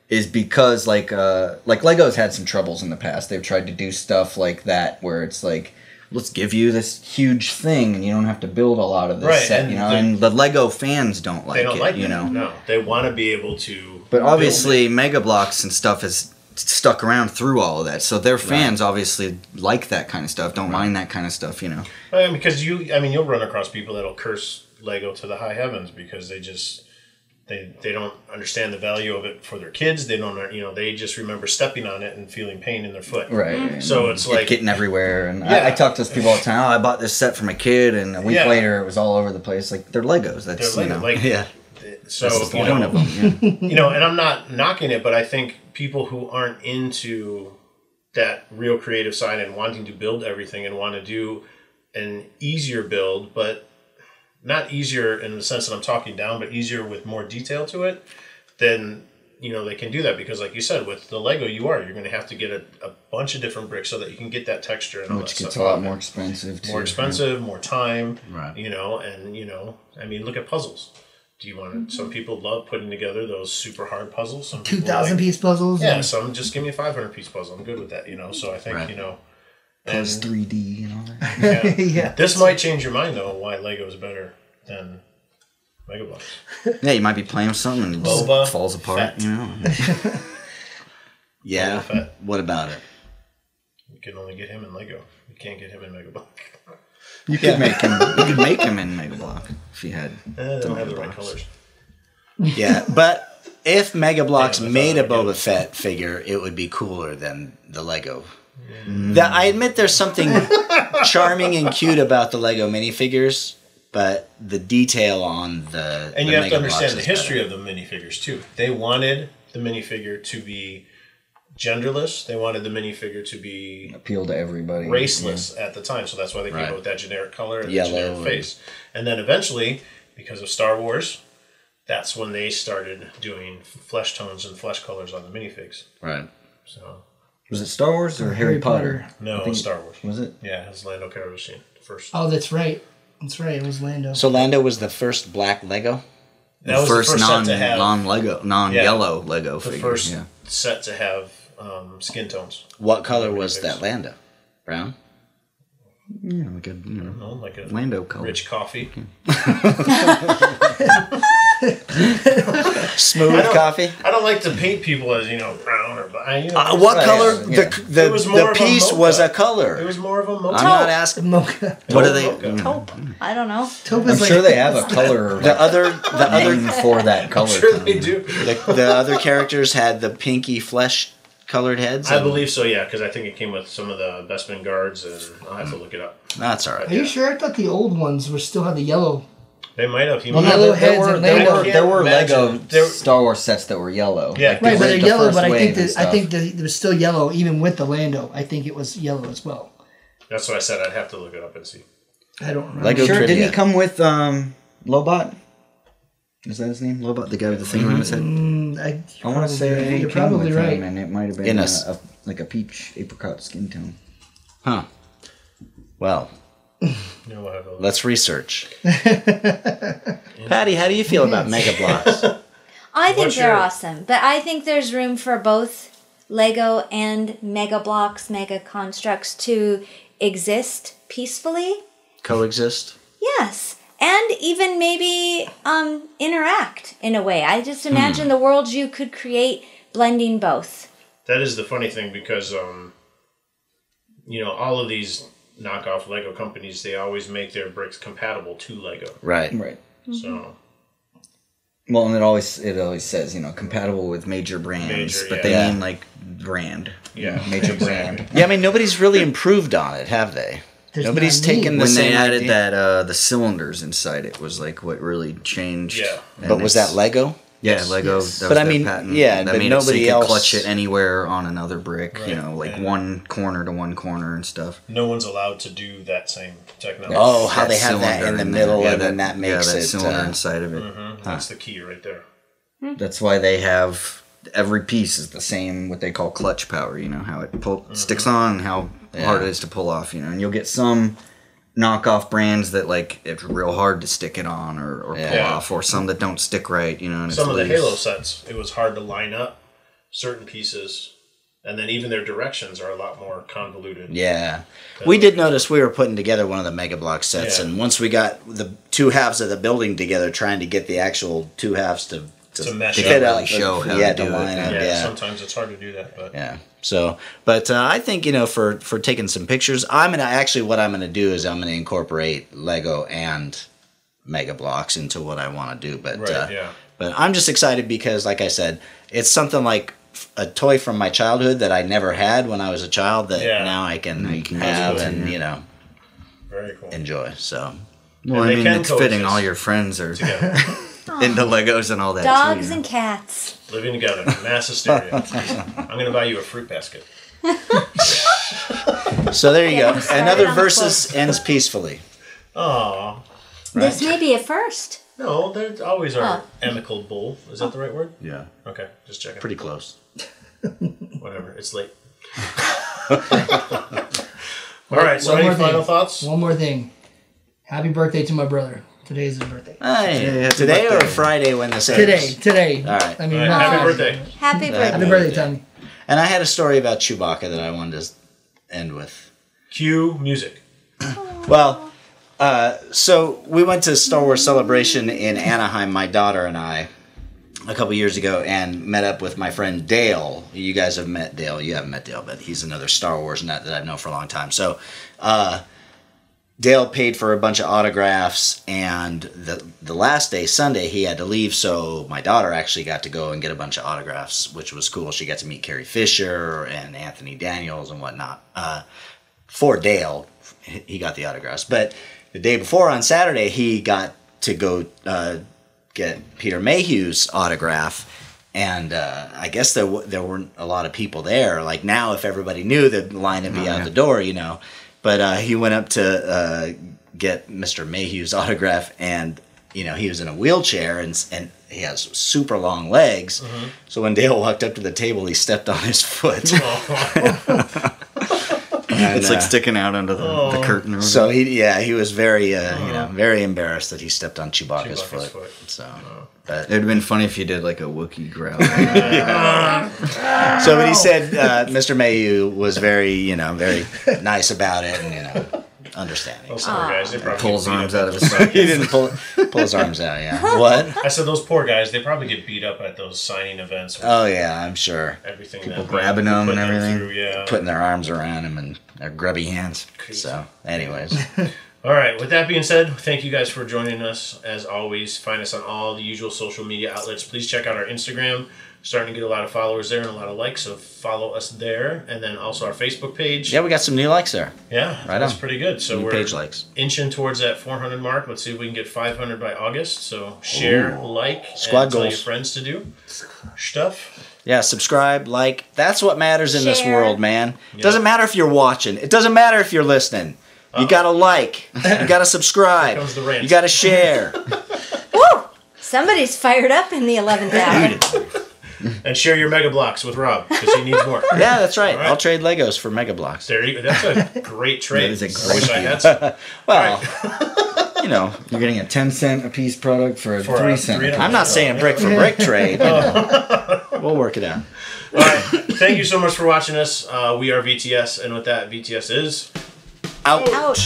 is because like uh like Lego's had some troubles in the past. They've tried to do stuff like that where it's like let's give you this huge thing and you don't have to build a lot of this
Right,
set,
and
you know.
the-
and the Lego fans don't like
They don't
it,
like
you
that.
know.
No, they want to be able to.
But
build
obviously,
it.
Mega Blocks and stuff is stuck around through all of that, so their fans obviously like that kind of stuff, don't mind that kind of stuff, you know.
I mean, because you, I mean, you'll run across people that'll curse Lego to the high heavens because they just they they don't understand the value of it for their kids. They don't, you know, they just remember stepping on it and feeling pain in their foot.
Right.
So it's
it
like-
getting everywhere, and
Yeah.
I, I talk to those people all the time. Oh, I bought this set for my kid, and a week
Yeah.
later it was all over the place. Like they're Legos. That's
They're
you
Lego,
know,
like-
yeah.
So
That's the
you
point
know,
of them. yeah.
you know, and I'm not knocking it, but I think people who aren't into that real creative side and wanting to build everything and want to do an easier build, but not easier in the sense that I'm talking down, but easier with more detail to it, then you know they can do that because, like you said, with the Lego, you are you're going to have to get a, a bunch of different bricks so that you can get that texture and all [LAUGHS]
Which
that
gets a
stuff.
lot more expensive. Too.
more expensive, more time,
Right.
you know, and you know, I mean, look at puzzles. Do you want to, some people love putting together those super hard puzzles? Some
Mm-hmm. Two
people
thousand
like-
piece puzzles.
Yeah, some just give me a 500 piece puzzle. I'm good with that, you know. So I think, you
[LAUGHS]
know, and
It's 3D and all that.
yeah.
yeah.
this might change your mind though, why Lego is better than Mega Bloks.
yeah, you might be playing with something and it
Boba
just falls apart.
Fett.
You [LAUGHS] know.
Yeah.
Boba Fett.
What about it?
You can only get him in Lego. You can't get him in Mega Block.
You could make him. You could make him in Mega Block if you had.
Eh, [LAUGHS] they don't have the right
Box.
colors.
[LAUGHS] Yeah, but if Mega Bloks
Yeah, that's
made a
what I
Boba Fett figure, it would be cooler than the Lego. The, I admit there's
[LAUGHS]
something charming and cute about the Lego minifigures, but the detail on the
And
the
you have
Mega
to
Bloks
understand the
is
history of the minifigures too. They wanted the minifigure to be genderless. They wanted the minifigure to be
Appeal to everybody.
raceless at the time, so that's why they came
Right.
up with that generic color and
Yellow
the generic
and-
face. And then eventually, because of Star Wars, that's when they started doing flesh tones and flesh colors on the minifigs.
better. right.
So
Was it Star Wars or Harry Potter?
no, Star Wars.
Was it?
Yeah, it's Lando Calrissian first.
Oh, that's right. That's right. It was Lando.
So Lando was the first black Lego.
That was
first,
the first
non
set to have
non Lego non yellow Lego
the
figure.
first
yeah.
set to have um, skin tones.
What color was
Minifigs.
that Lando? Brown.
Yeah, like a you know
No, Oh, like a
Lando color.
rich coffee.
Smooth coffee.
I don't like to paint people as you know brown or black. You know,
Uh, what color?
yeah.
The the,
It was
the
more of a
piece was a
mocha.
color.
It was more of a mocha.
I'm not asking.
Mocha.
What are they?
Mocha. [LAUGHS]
yeah.
Taupe. I don't know.
Tope
I'm
is like
sure they have a color
[LAUGHS]
The
like,
other the
name
other
for that color.
sure
code.
they do.
the, the other characters had the pinky flesh colored heads.
I
and-
believe so, yeah, because I think it came with some of the Bestman guards, and I'll have to look it up.
That's all
Are
right.
you sure? I thought the old ones were still had the yellow.
They might have. He
Well,
might
no,
have-
Yellow
There- there
heads
were-
and
there
Lego.
were- There were
Imagine.
Lego
There-
Star Wars sets that were yellow.
Yeah.
like
Right,
the
but
red-
they're
the
yellow.
first
But I
wave
think
and
that I
stuff.
think that it was still yellow, even with the Lando. I think it was yellow as well.
That's what I said. I'd have to look it up and see.
I don't remember.
Lego
sure. Didn't
trivia.
he come with um Lobot? Is that his name? Lobot, the guy with the thing around his head.
I,
I want to say he
you're
came
probably
with
right.
him, and it might have been
In a
uh,
s-
a, like a peach apricot skin tone.
huh? Well,
You know, we'll have a look.
let's research. Patty, how do you feel about Mega Blocks?
I think
What's
they're
your-
awesome, but I think there's room for both Lego and Mega Blocks, Mega Constructs to exist peacefully.
Coexist.
Yes, and even maybe um, interact in a way. I just imagine the world you could create blending both.
That is the funny thing because, um, you know, all of these knockoff Lego companies, they always make their bricks compatible to Lego.
Right.
Mm.
Right.
So
Well, and it always it always says you know compatible with major brands,
Major,
but
yeah.
they
Yeah.
mean like brand.
Yeah,
major
exactly.
brand.
Yeah, I mean nobody's really improved on it, have they?
There's
nobody's
not many.
taken the
When
same
they added
idea.
that uh the cylinders inside it was like what really changed.
Yeah.
And
But was
it's-
that Lego?
Yeah, Lego. That
But
was
I
their
mean,
patent.
yeah,
that
but
made it so
nobody
you could
else-
clutch it anywhere on another brick. You know, like
Yeah.
one corner to one corner and stuff.
no one's allowed to do that same technology.
Oh, how they have that
cylinder
in the
there.
middle,
Yeah,
and then that makes
yeah, that
it,
cylinder
uh,
inside of it.
Mhm, That's the key right there.
That's why they have every piece is the same what they call clutch power. You know how it pull,
Mm-hmm.
sticks on, how hard it is to pull off. You know, and you'll get some knockoff brands that like it's real hard to stick it on or, or pull
Yeah.
off, or some that don't stick right. You know, and
Some of
it's
the
loose.
Halo sets, it was hard to line up certain pieces and then even their directions are a lot more convoluted.
Yeah. We did notice we were putting together one of the mega block sets,
Yeah.
and once we got the two halves of the building together, trying to get the actual two halves to
To mesh
fit
up.
out,
Really show how
yeah,
to do it.
line up,
Yeah,
yeah, yeah.
sometimes it's hard to do that, but
So, but uh, I think you know for for taking some pictures, I'm gonna actually what I'm gonna do is I'm gonna incorporate Lego and mega blocks into what I want to do. But
Right,
uh,
yeah.
but I'm just excited because, like I said, it's something like f- a toy from my childhood that I never had when I was a child that
Yeah.
now I can
can
have
use it,
and
yeah.
you know
very cool.
enjoy. So
Well,
And
I
they
mean,
can
it's fitting.
coexist.
All your friends
[LAUGHS]
are
Together.
[LAUGHS] into Legos and all that.
Dogs
too, you know?
and cats.
Living together, mass
[LAUGHS]
hysteria. I'm gonna buy you a fruit basket.
so there you
Yeah,
go.
I'm sorry,
Another
I'm a
versus ends peacefully.
Aw.
This may be a first.
No, there's always our
Oh.
amicable. Is that the right word?
Yeah,
Okay, just checking.
pretty close.
Whatever. It's
[LAUGHS]
late. All right. So,
One
any
more thing.
final thoughts?
One more thing. Happy birthday to my brother. Today is his birthday.
Hey, today or Friday when this airs?
Today, today.
All right.
I
All
mean,
right,
not
happy
Friday.
birthday.
Happy
Happy
birthday.
birthday, Tommy.
And I had a story about Chewbacca that I wanted to end with.
Cue music.
Well, uh, so we went to Star Wars Celebration in Anaheim, my daughter and I, a couple years ago, and met up with my friend Dale. You guys have met Dale. You haven't met Dale, but he's another Star Wars nut that I've known for a long time. So, uh, Dale paid for a bunch of autographs, and the the last day, Sunday, he had to leave. So my daughter actually got to go and get a bunch of autographs, which was cool. She got to meet Carrie Fisher and Anthony Daniels and whatnot. Uh, for Dale, he got the autographs. But the day before on Saturday, he got to go uh, get Peter Mayhew's autograph. And uh, I guess there w- there weren't a lot of people there. Like now, if everybody knew, the line would be
Oh,
out the door, you know. But uh, he went up to uh, get Mr. Mayhew's [LAUGHS] autograph, and you know he was in a wheelchair and s- and he has super long legs.
Mm-hmm.
So when Dale walked up to the table, he stepped on his [LAUGHS] foot.
Oh,
And,
Oh, It's like
uh,
sticking out under the,
Oh.
the curtain. Or
so he, yeah, he was very, uh, you know, very embarrassed that he stepped on Chewbacca's,
Uh-huh. Chewbacca's
foot.
foot. Uh-huh.
So, but,
it'd have been funny if you did like a Wookiee
[LAUGHS]
growl.
so, but he said uh, Mr. Mayu was very, you know, very nice about it, and you
[LAUGHS]
know, understanding.
Oh, sorry, guys. They probably
Pulls
get beat
arms
up
out of
at
his
those [LAUGHS]
socket.
He didn't pull pull his arms out. Yeah, what?
I said those poor guys. They probably get beat up at those signing events. With
Oh yeah, I'm sure.
everything.
Uh, People
that
grabbing
we
them
put
and everything.
Through, yeah.
Putting their arms around him and their grubby hands. So, anyways,
All right. With that being said, thank you guys for joining us. As always, find us on all the usual social media outlets. Please check out our Instagram. Starting to get a lot of followers there and a lot of likes, so follow us there, and then also our Facebook page.
yeah, we got some new likes there.
Yeah,
Right
that's
on.
pretty good. So
New
we're
page likes.
inching towards that 400 mark. Let's see if we can get 500 by August. So share, like,
Squad
and tell your
goals.
friends to do stuff.
Yeah, subscribe, like. That's what matters in this
Share.
world, man. Doesn't matter if you're watching. It doesn't matter if you're listening. You gotta like. You
[LAUGHS]
gotta subscribe.
comes the rant.
You gotta
[LAUGHS]
share.
Woo! Somebody's fired up in the 11th hour.
And share your mega blocks with Rob because he needs more.
[LAUGHS] yeah, that's right.
right.
I'll trade Legos for Mega Blocks.
There you, that's a great trade.
That is a
I wish
great
I had some.
Well, you know,
You're getting a ten cent a piece product for a
For a
three cent.
three and a
I'm not saying brick for
[LAUGHS]
brick trade. you know.
Oh.
We'll work it out.
All right. Thank you so much for watching us. Uh, we are VTS, and with that, VTS is.
Out.
Out.